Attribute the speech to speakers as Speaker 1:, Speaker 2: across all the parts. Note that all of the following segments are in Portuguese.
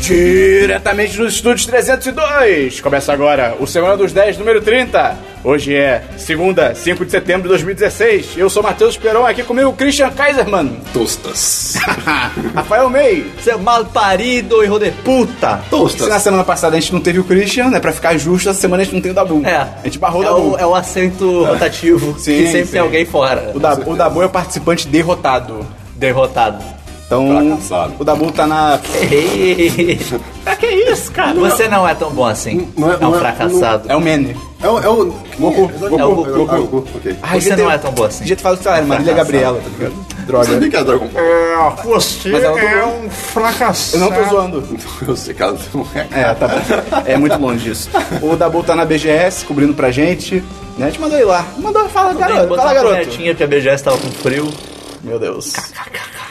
Speaker 1: Diretamente dos estúdios 302! Começa agora o Semana dos 10, número 30. Hoje é segunda, 5 de setembro de 2016. Eu sou Matheus Peron, aqui comigo Christian Kaiserman,
Speaker 2: Tostas.
Speaker 1: Rafael May.
Speaker 3: Seu mal parido, hijo de puta!
Speaker 1: Se na
Speaker 2: Tostas.
Speaker 1: semana passada a gente não teve o Christian, né? Pra ficar justo, essa semana a gente não tem o Dabu.
Speaker 3: É.
Speaker 1: A gente barrou
Speaker 3: é
Speaker 1: o Dabu.
Speaker 3: o, é o acento rotativo que
Speaker 1: Sim,
Speaker 3: sempre
Speaker 1: sim.
Speaker 3: tem alguém fora.
Speaker 1: O, Dabu, o Dabu é o participante derrotado.
Speaker 3: Derrotado.
Speaker 1: Então,
Speaker 2: Fracassado.
Speaker 1: o Dabu tá na.
Speaker 3: pra que isso, cara? Você não é tão bom assim.
Speaker 2: Não é-
Speaker 3: um
Speaker 2: não é-
Speaker 3: fracassado.
Speaker 1: É o Mene.
Speaker 2: É o. É o. Goku.
Speaker 3: É o Goku.
Speaker 2: Ah, Goku. Ok.
Speaker 3: Você não é tão boa assim.
Speaker 1: Devia ter falado, sei lá, Marília Gabriela, tá ligado? Droga.
Speaker 2: Sabia que era Dragon Ball?
Speaker 4: Você
Speaker 1: Mas ela
Speaker 4: é
Speaker 1: zoou.
Speaker 4: um fracassado.
Speaker 1: Eu não tô zoando.
Speaker 2: Eu sei que ela não é.
Speaker 1: É, tá bom. É muito longe isso. O Dabu tá na BGS, cobrindo pra gente. Né? Te mandou ir lá. Mandou, fala, garoto.
Speaker 3: Botar
Speaker 1: Fala,
Speaker 3: uma
Speaker 1: garoto.
Speaker 3: cornetinha que a BGS tava com frio.
Speaker 1: Meu Deus.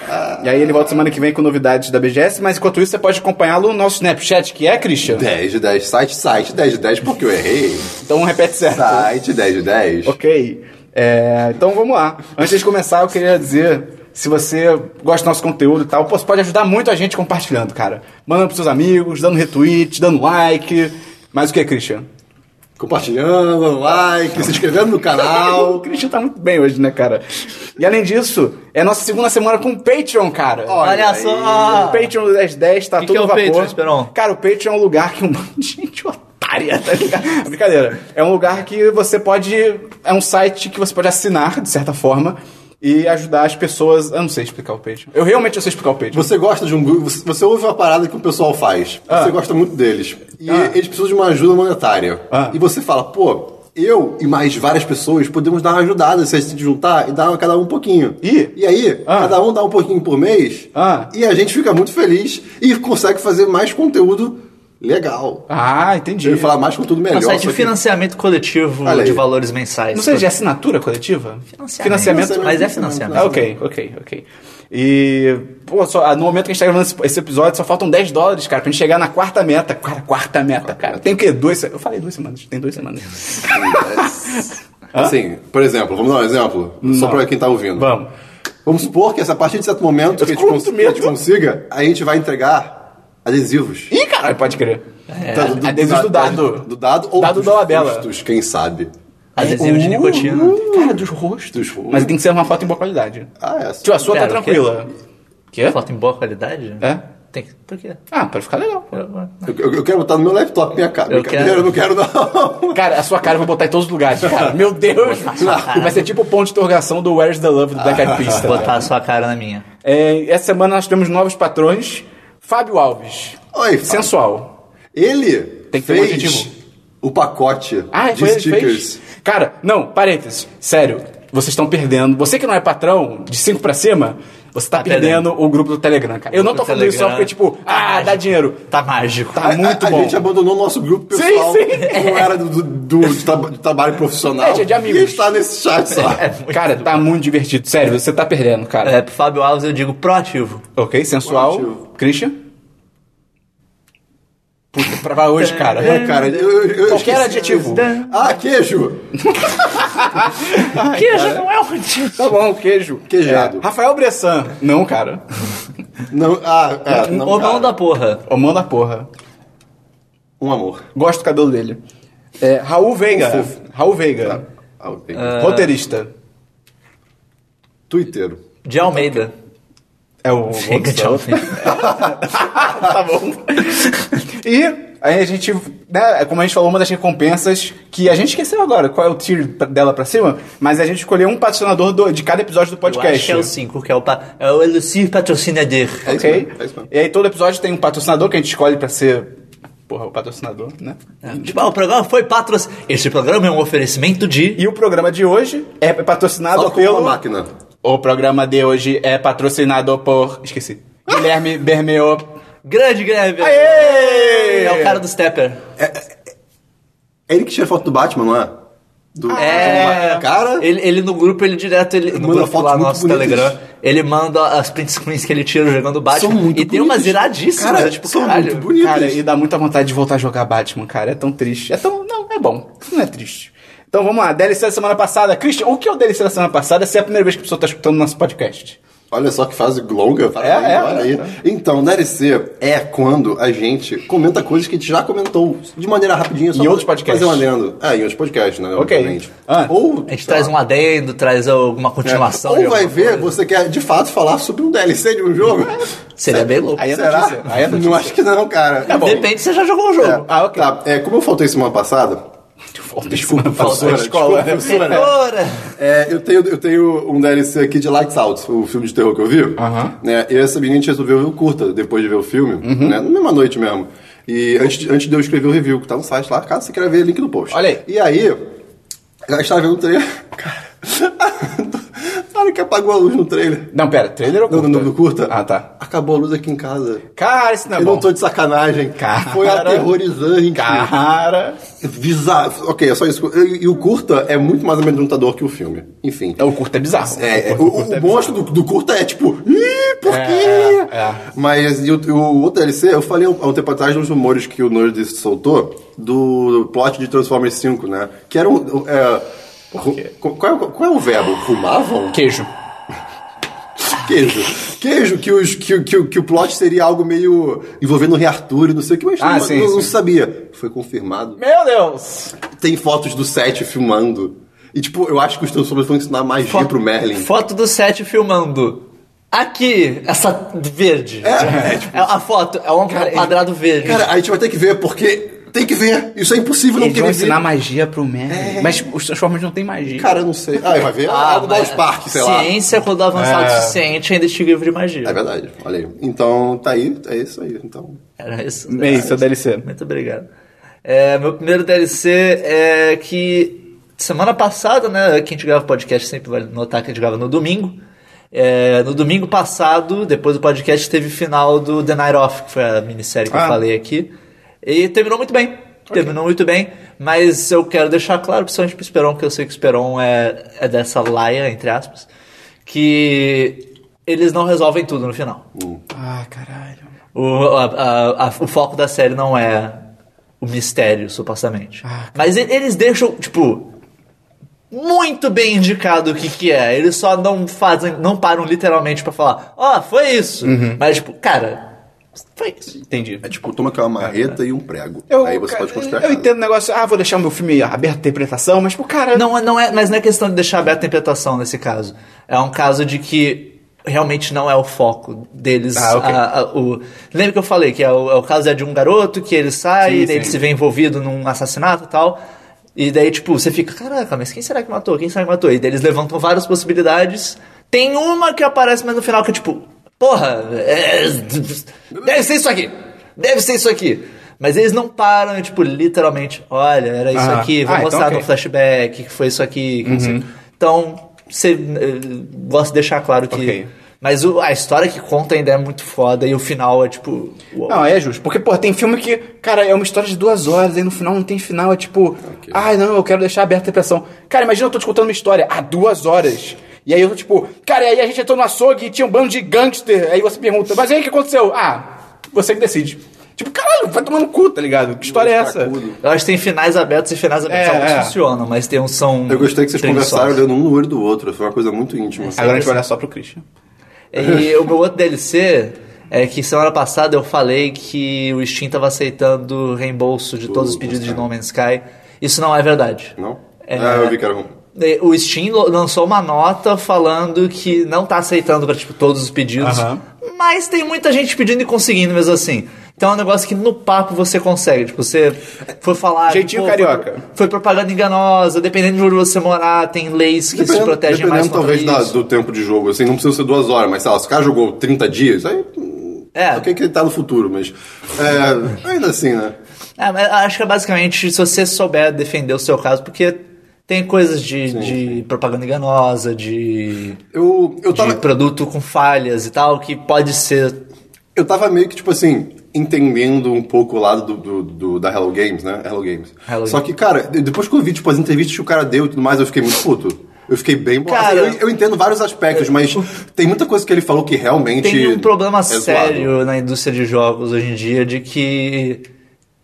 Speaker 1: Ah. E aí ele volta semana que vem com novidades da BGS, mas enquanto isso você pode acompanhá-lo no nosso Snapchat, que é, Christian?
Speaker 2: 10 de 10, site, site, 10 de 10, porque eu errei.
Speaker 1: Então repete certo.
Speaker 2: Site, 10 de 10.
Speaker 1: Ok. É, então vamos lá. Antes de começar, eu queria dizer. Se você gosta do nosso conteúdo e tal, pô, você pode ajudar muito a gente compartilhando, cara. Mandando pros seus amigos, dando retweet, dando like. Mais o que, Christian?
Speaker 2: Compartilhando, like, se inscrevendo no
Speaker 1: O
Speaker 2: canal.
Speaker 1: Christian tá muito bem hoje, né, cara? E além disso, é nossa segunda semana com o Patreon, cara.
Speaker 3: Olha
Speaker 2: aí.
Speaker 3: só!
Speaker 1: O Patreon do 1010 tá
Speaker 3: ah. Que
Speaker 1: tudo
Speaker 3: que é o
Speaker 1: a vapor.
Speaker 3: Patreon, Esperon?
Speaker 1: Cara, o Patreon é um lugar que um monte de gente otária, tá ligado? Brincadeira. É um lugar que você pode... É um site que você pode assinar, de certa forma, e ajudar as pessoas... Eu não sei explicar o Patreon. Eu realmente não sei explicar o Patreon.
Speaker 2: Você gosta de um grupo, você, você ouve uma parada que o pessoal faz,
Speaker 1: Ah.
Speaker 2: você gosta muito deles, e eles precisam de uma ajuda monetária.
Speaker 1: Ah.
Speaker 2: E você fala, pô, eu e mais várias pessoas podemos dar uma ajudada se a gente se juntar e dar a cada um um pouquinho.
Speaker 1: Ih.
Speaker 2: E aí,
Speaker 1: Ah.
Speaker 2: cada um dá um pouquinho por mês,
Speaker 1: Ah.
Speaker 2: e a gente fica muito feliz e consegue fazer mais conteúdo legal.
Speaker 1: Ah, entendi.
Speaker 2: Eu ia falar mais conteúdo
Speaker 3: É
Speaker 2: melhor.
Speaker 3: um site
Speaker 2: só
Speaker 3: de
Speaker 2: que-
Speaker 3: financiamento coletivo
Speaker 2: Olha aí.
Speaker 3: de valores mensais.
Speaker 1: Não sei, é de assinatura coletiva? Financiamento?
Speaker 3: Mas é financiamento.
Speaker 1: Ah, ok, ok, ok. E, pô, só, ah, no momento que a gente tá gravando esse, esse episódio, só faltam 10 dólares, cara, pra gente chegar na quarta meta. Cara, quarta meta, cara. Tem o quê? Duas se- Eu falei duas semanas, tem duas semanas.
Speaker 2: Assim, por exemplo, vamos dar um exemplo? Só pra quem tá ouvindo.
Speaker 1: Ah? Vamos.
Speaker 2: Vamos supor que essa, a partir de certo momento que a, gente
Speaker 1: fico com
Speaker 2: cons-
Speaker 1: muito
Speaker 2: que a gente
Speaker 1: medo.
Speaker 2: consiga, a gente vai entregar adesivos.
Speaker 1: Ih, caralho, pode crer.
Speaker 2: Tá,
Speaker 1: adesivos do É, dado.
Speaker 2: Do dado ou
Speaker 1: Dado
Speaker 2: dos
Speaker 1: da Olabella.
Speaker 2: rostos, quem sabe.
Speaker 3: Adesivo de
Speaker 1: Uh,
Speaker 3: nicotina.
Speaker 1: Cara, dos rostos.
Speaker 2: Dos rostos.
Speaker 1: Mas tem que ser uma foto em boa qualidade.
Speaker 2: Ah,
Speaker 1: Tio, a
Speaker 2: essa.
Speaker 1: sua tá
Speaker 3: Pera, o quê?
Speaker 1: tranquila. Quê?
Speaker 3: É Foto em boa qualidade?
Speaker 1: É?
Speaker 3: Tem que... Por quê?
Speaker 1: Ah, pra ficar legal. pô.
Speaker 3: Eu-
Speaker 2: Eu, eu- eu quero botar no meu laptop minha cara.
Speaker 3: Eu
Speaker 2: Minha cadeira,
Speaker 3: quero.
Speaker 2: eu não quero, não.
Speaker 1: Cara, a sua cara eu vou botar em todos os lugares, cara. Meu Deus! Vai ser tipo o ponto de interrogação do Where's the Love do Black Eyed Peas. tá ligado?
Speaker 3: Botar a sua cara na minha.
Speaker 1: É, essa semana nós temos novos patrões. Fábio Alves.
Speaker 2: Oi, Fábio.
Speaker 1: Sensual.
Speaker 2: Ele
Speaker 1: Tem que ter um
Speaker 2: fez
Speaker 1: adjetivo.
Speaker 2: o pacote
Speaker 1: Ah,
Speaker 2: de
Speaker 1: foi ele que
Speaker 2: stickers.
Speaker 1: fez? Cara, não, parênteses. Sério, vocês estão perdendo. Você que não é patrão, de 5 pra cima, você tá, perdendo,
Speaker 3: perdendo.
Speaker 1: o grupo do Telegram, cara. Eu não tô
Speaker 3: Grupo do
Speaker 1: falando isso só porque,
Speaker 3: Telegram.
Speaker 1: tipo, ah, dá dinheiro.
Speaker 3: Tá mágico.
Speaker 1: Tá muito
Speaker 2: a, a
Speaker 1: bom.
Speaker 2: gente abandonou o nosso grupo
Speaker 1: Sim,
Speaker 2: pessoal
Speaker 1: sim.
Speaker 2: que não era do, do- do- de, traba- de trabalho profissional.
Speaker 1: É, de- de amigos.
Speaker 2: E está nesse chat só.
Speaker 1: Cara, tá muito divertido. Sério, você tá perdendo, cara.
Speaker 3: É, pro Fábio Alves eu digo proativo.
Speaker 1: Ok, sensual.
Speaker 2: Positivo.
Speaker 1: Christian? Puta, pra hoje, cara.
Speaker 2: É, cara, eu, eu, eu
Speaker 1: Qualquer
Speaker 2: esqueci.
Speaker 1: adjetivo.
Speaker 2: Ah, queijo! Ah, então
Speaker 3: Queijo não é um tipo.
Speaker 1: Tá bom, queijo.
Speaker 2: Queijado.
Speaker 1: É, Rafael Bressan. Não, cara.
Speaker 2: Não, ah, é,
Speaker 1: Um
Speaker 2: não,
Speaker 3: Ou não
Speaker 2: cara.
Speaker 3: da porra.
Speaker 1: Ô, mão da porra.
Speaker 2: Um amor.
Speaker 1: Gosto do cabelo dele. É, Raul Veiga.
Speaker 2: Um fofo.
Speaker 1: Raul Veiga.
Speaker 2: Ah, ok.
Speaker 1: Roteirista.
Speaker 2: Twitter.
Speaker 3: De Almeida.
Speaker 1: É o.
Speaker 3: Chega de Almeida.
Speaker 1: tá bom. e aí a gente. Né, como a gente falou, uma das recompensas que a gente esqueceu agora qual é o tier pra- dela pra cima, mas a gente escolheu um patrocinador do- de cada episódio do
Speaker 3: Eu
Speaker 1: podcast.
Speaker 3: acho que é o 5, que é o, pa... é o Elucir Patrocinador.
Speaker 2: É isso
Speaker 1: Ok?
Speaker 2: mesmo, é isso mesmo.
Speaker 1: e aí todo episódio tem um patrocinador que a gente escolhe pra ser. Porra, o patrocinador, né?
Speaker 2: É.
Speaker 3: Tipo, ah, o programa foi patrocinado. Este programa é um oferecimento de.
Speaker 1: E o programa de hoje é patrocinado
Speaker 2: Fala com
Speaker 1: pelo.
Speaker 2: uma máquina.
Speaker 1: O programa de hoje é patrocinado por. Esqueci. Guilherme Bermeo.
Speaker 3: Grande Greve!
Speaker 1: Aê!
Speaker 3: É o cara do Stepper.
Speaker 2: É ele que tira foto do Batman, não é? Do,
Speaker 3: É.
Speaker 2: do- Cara,
Speaker 3: Ele, ele no grupo, ele direto, ele no
Speaker 2: Manda
Speaker 3: grupo
Speaker 2: fotos
Speaker 3: lá no
Speaker 2: muito
Speaker 3: nosso
Speaker 2: bonitas.
Speaker 3: Telegram, ele manda as print screens que ele tira jogando Batman.
Speaker 2: são muito
Speaker 3: e tem umas
Speaker 2: bonitas.
Speaker 3: iradíssimas,
Speaker 2: Cara,
Speaker 3: né? tipo,
Speaker 2: são
Speaker 3: caralho.
Speaker 2: muito bonitas.
Speaker 1: Cara, e dá muita vontade de voltar a jogar Batman, cara. É tão triste. É tão. Não, é bom. Não é triste. Então vamos lá. DLC da semana passada. Christian, o que é o DLC da semana passada se é a primeira vez que a pessoa tá escutando nosso podcast?
Speaker 2: Olha só que fase longa. Parabéns,
Speaker 5: É, é,
Speaker 2: olha
Speaker 5: é,
Speaker 2: aí. Então, DLC é quando a gente comenta coisas que a gente já comentou de maneira rapidinha. Só
Speaker 5: Em
Speaker 2: pra
Speaker 5: outros
Speaker 2: Fazer
Speaker 5: podcasts.
Speaker 2: um adendo. É, em outros podcasts, né?
Speaker 5: Ok.
Speaker 2: obviamente.
Speaker 5: Ah.
Speaker 2: Ou... é,
Speaker 3: A gente traz um adendo, traz alguma continuação. de
Speaker 2: Ou vai
Speaker 3: alguma
Speaker 2: ver,
Speaker 3: coisa.
Speaker 2: você quer de fato falar sobre um DLC de um jogo?
Speaker 3: Seria bem louco.
Speaker 5: Aí é
Speaker 2: Será?
Speaker 5: notícia. Aí é notícia.
Speaker 2: não acho que não, cara. Tá
Speaker 3: Depende se você já jogou o jogo.
Speaker 2: Ah, ok. Tá, é, como eu faltei semana passada,
Speaker 5: Desculpa,
Speaker 3: faltou
Speaker 5: passou a
Speaker 2: na
Speaker 5: escola.
Speaker 2: escola.
Speaker 5: Desculpa, né?
Speaker 3: Ora!
Speaker 2: É, eu, tenho, eu tenho um DLC aqui de Lights Out, o filme de terror que eu vi. Né, eu e essa menina a gente resolveu ver o curta depois de ver o filme,
Speaker 5: Uhum.
Speaker 2: né, na mesma noite mesmo. E antes, de- antes de eu escrever o review, que tá no site lá, caso você queira ver, link no post.
Speaker 5: Olha aí.
Speaker 2: E aí, eu estava vendo o trailer. Cara, na hora que apagou a luz no trailer,
Speaker 5: Não, pera, trailer ou
Speaker 2: no,
Speaker 5: curta?
Speaker 2: no, no curta,
Speaker 5: Ah, tá.
Speaker 2: acabou a luz aqui em casa.
Speaker 5: Cara, isso não é
Speaker 2: eu
Speaker 5: bom.
Speaker 2: não tô de sacanagem.
Speaker 5: Cara.
Speaker 2: Foi aterrorizante.
Speaker 5: Cara.
Speaker 2: Bizarro. Ok, é só isso. E, e o curta é muito mais amedrontador que o filme. Enfim.
Speaker 5: É, O curto é bizarro.
Speaker 2: É,
Speaker 5: curto-
Speaker 2: o,
Speaker 5: curto é
Speaker 2: o monstro do, do curta é tipo, Ih, por
Speaker 5: É,
Speaker 2: quê?
Speaker 5: é, é.
Speaker 2: Mas e o, e o outro DLC, eu falei há um tempo atrás nos rumores que o Nerd soltou do plot de Transformers 5, né? Que era um. É, ru-
Speaker 5: quê?
Speaker 2: qual, é, o- qual é o verbo? Rumavam?
Speaker 5: Queijo.
Speaker 2: Queijo. Queijo, que, os, que, o- que, o- que o plot seria algo meio envolvendo o Rei Arthur e não sei o que, mas
Speaker 5: Ah,
Speaker 2: não,
Speaker 5: sim,
Speaker 2: não- não
Speaker 5: sim.
Speaker 2: sabia. Foi confirmado.
Speaker 5: Meu Deus!
Speaker 2: Tem fotos do set filmando. E tipo, eu acho que os Transformers vão ensinar magia pro Merlin.
Speaker 3: Foto do set filmando. Aqui, essa verde.
Speaker 2: É,
Speaker 3: É a foto é um quadrado verde.
Speaker 2: Cara, a gente vai ter que ver, porque tem que ver. Isso é impossível não
Speaker 5: Eles vão
Speaker 2: querer ver.
Speaker 5: ensinar magia pro Merlin. Mas os Transformers não tem magia.
Speaker 2: Cara, eu não sei. Ah, vai ver ah, do Dallas Park, sei lá.
Speaker 3: Ciência, quando avançado
Speaker 5: É.
Speaker 3: o suficiente, ainda estive livre de magia.
Speaker 2: É verdade, olha aí. Então, tá aí, é isso aí. Então,
Speaker 3: Era isso.
Speaker 5: É isso, é DLC.
Speaker 3: Muito obrigado. É, meu primeiro DLC é que semana passada, né? Quem a gente grava podcast sempre vai notar que a gente grava no domingo. É, no domingo passado, depois do podcast, teve final do The Night Off, que foi a minissérie que eu
Speaker 5: Ah.
Speaker 3: falei aqui. E terminou muito bem. Terminou muito bem. Mas eu quero deixar claro, principalmente pro Esperon, que eu sei que o Esperon é, é dessa laia, entre aspas, que eles não resolvem tudo no final.
Speaker 5: Ah, caralho.
Speaker 3: O, a- a- a- o foco da série não é o mistério, supostamente. Mas e- eles deixam, tipo, muito bem indicado o que que é. Eles só não fazem, não param literalmente pra falar, ó, foi isso. Mas, tipo, cara, foi isso.
Speaker 5: Entendi.
Speaker 2: é tipo, toma aquela marreta e um prego. aí você
Speaker 5: cara,
Speaker 2: pode construir a
Speaker 5: Eu
Speaker 2: casa.
Speaker 5: entendo o negócio, ah, vou deixar o meu filme aberto à interpretação, mas, tipo, cara.
Speaker 3: Não, é- não é, mas não é questão de deixar aberta a interpretação nesse caso. É um caso de que realmente não é o foco deles.
Speaker 5: Ah, ok.
Speaker 3: a- a- o- Lembra que eu falei que é o, é o caso é de um garoto que ele sai,
Speaker 5: Sim,
Speaker 3: daí ele
Speaker 5: sim.
Speaker 3: se vê envolvido num assassinato e tal. E daí, tipo, você fica, caraca, mas quem será que matou? Quem será que matou? E daí eles levantam várias possibilidades. Tem uma que aparece, mas no final que é tipo, porra, é- deve ser isso aqui! Deve ser isso aqui! Mas eles não param, é, tipo, literalmente, olha, era isso
Speaker 5: Ah.
Speaker 3: aqui, vou
Speaker 5: Ah, então
Speaker 3: mostrar
Speaker 5: ok.
Speaker 3: no flashback, que foi isso aqui. que não
Speaker 2: Uhum.
Speaker 3: sei. Então, você eh, gosta de deixar claro que.
Speaker 5: Ok.
Speaker 3: Mas o- a história que conta ainda é muito foda e o final é tipo. uou.
Speaker 5: Não, é justo. Porque, pô, tem filme que, cara, é uma história de duas horas, aí no final não tem final, é tipo, ai não, eu quero deixar aberta a interpretação. Cara, imagina eu tô te contando uma história há duas horas. E aí eu tô tipo, cara, e aí a gente entrou no açougue e tinha um bando de gangster. Aí você pergunta, mas aí o que aconteceu? Ah, você que decide. Tipo, caralho, vai tomando cu, tá ligado? Que história é essa?
Speaker 2: Cracudo.
Speaker 3: Eu acho que tem finais abertos e finais abertos
Speaker 5: É,
Speaker 3: alguns
Speaker 5: é.
Speaker 3: funcionam, mas tem um uns são.
Speaker 2: Eu gostei que vocês conversaram
Speaker 3: preguiçosos.
Speaker 2: olhando um no olho do outro. Foi uma coisa muito íntima. assim,
Speaker 5: Agora a gente vai olhar só pro Christian.
Speaker 3: E o meu outro DLC é que semana passada eu falei que o Steam tava aceitando reembolso de todos os
Speaker 2: Puta,
Speaker 3: pedidos de
Speaker 2: cara.
Speaker 3: No Man's Sky. Isso não é verdade.
Speaker 2: Não?
Speaker 3: É.
Speaker 2: Ah, eu vi que era ruim.
Speaker 3: É, O Steam lo- lançou uma nota falando que não tá aceitando pra tipo, todos os pedidos.
Speaker 5: Aham.
Speaker 3: Mas tem muita gente pedindo e conseguindo mesmo assim. Então é um negócio que no papo você consegue. Tipo, você foi falar.
Speaker 5: Jeitinho
Speaker 3: foi-
Speaker 5: carioca.
Speaker 3: Foi propaganda enganosa, dependendo de onde você morar, tem leis que se protegem
Speaker 2: dependendo
Speaker 3: mais contra
Speaker 2: talvez da-
Speaker 3: isso.
Speaker 2: do tempo de jogo, assim, não precisa ser duas horas, mas sei lá, se o cara jogou 30 dias, aí.
Speaker 3: É.
Speaker 2: Ok que ele tá no futuro, mas. é, ainda assim, né?
Speaker 3: É, mas acho que é basicamente se você souber defender o seu caso, porque tem coisas de, de propaganda enganosa, de,
Speaker 2: Eu, eu tava.
Speaker 3: de produto com falhas e tal, que pode ser
Speaker 2: Eu tava meio que, tipo assim, entendendo um pouco o lado do, do- do- da Hello Games, né? Hello Games.
Speaker 3: Hello
Speaker 2: Só que, cara, de- depois que eu vi, tipo, as entrevistas que o cara deu e tudo mais, eu fiquei muito puto. Eu fiquei bem bolado.
Speaker 3: Cara,
Speaker 2: eu, eu entendo vários aspectos, mas tem muita coisa que ele falou que realmente.
Speaker 3: Tem um problema
Speaker 2: é zoado.
Speaker 3: sério na indústria de jogos hoje em dia de que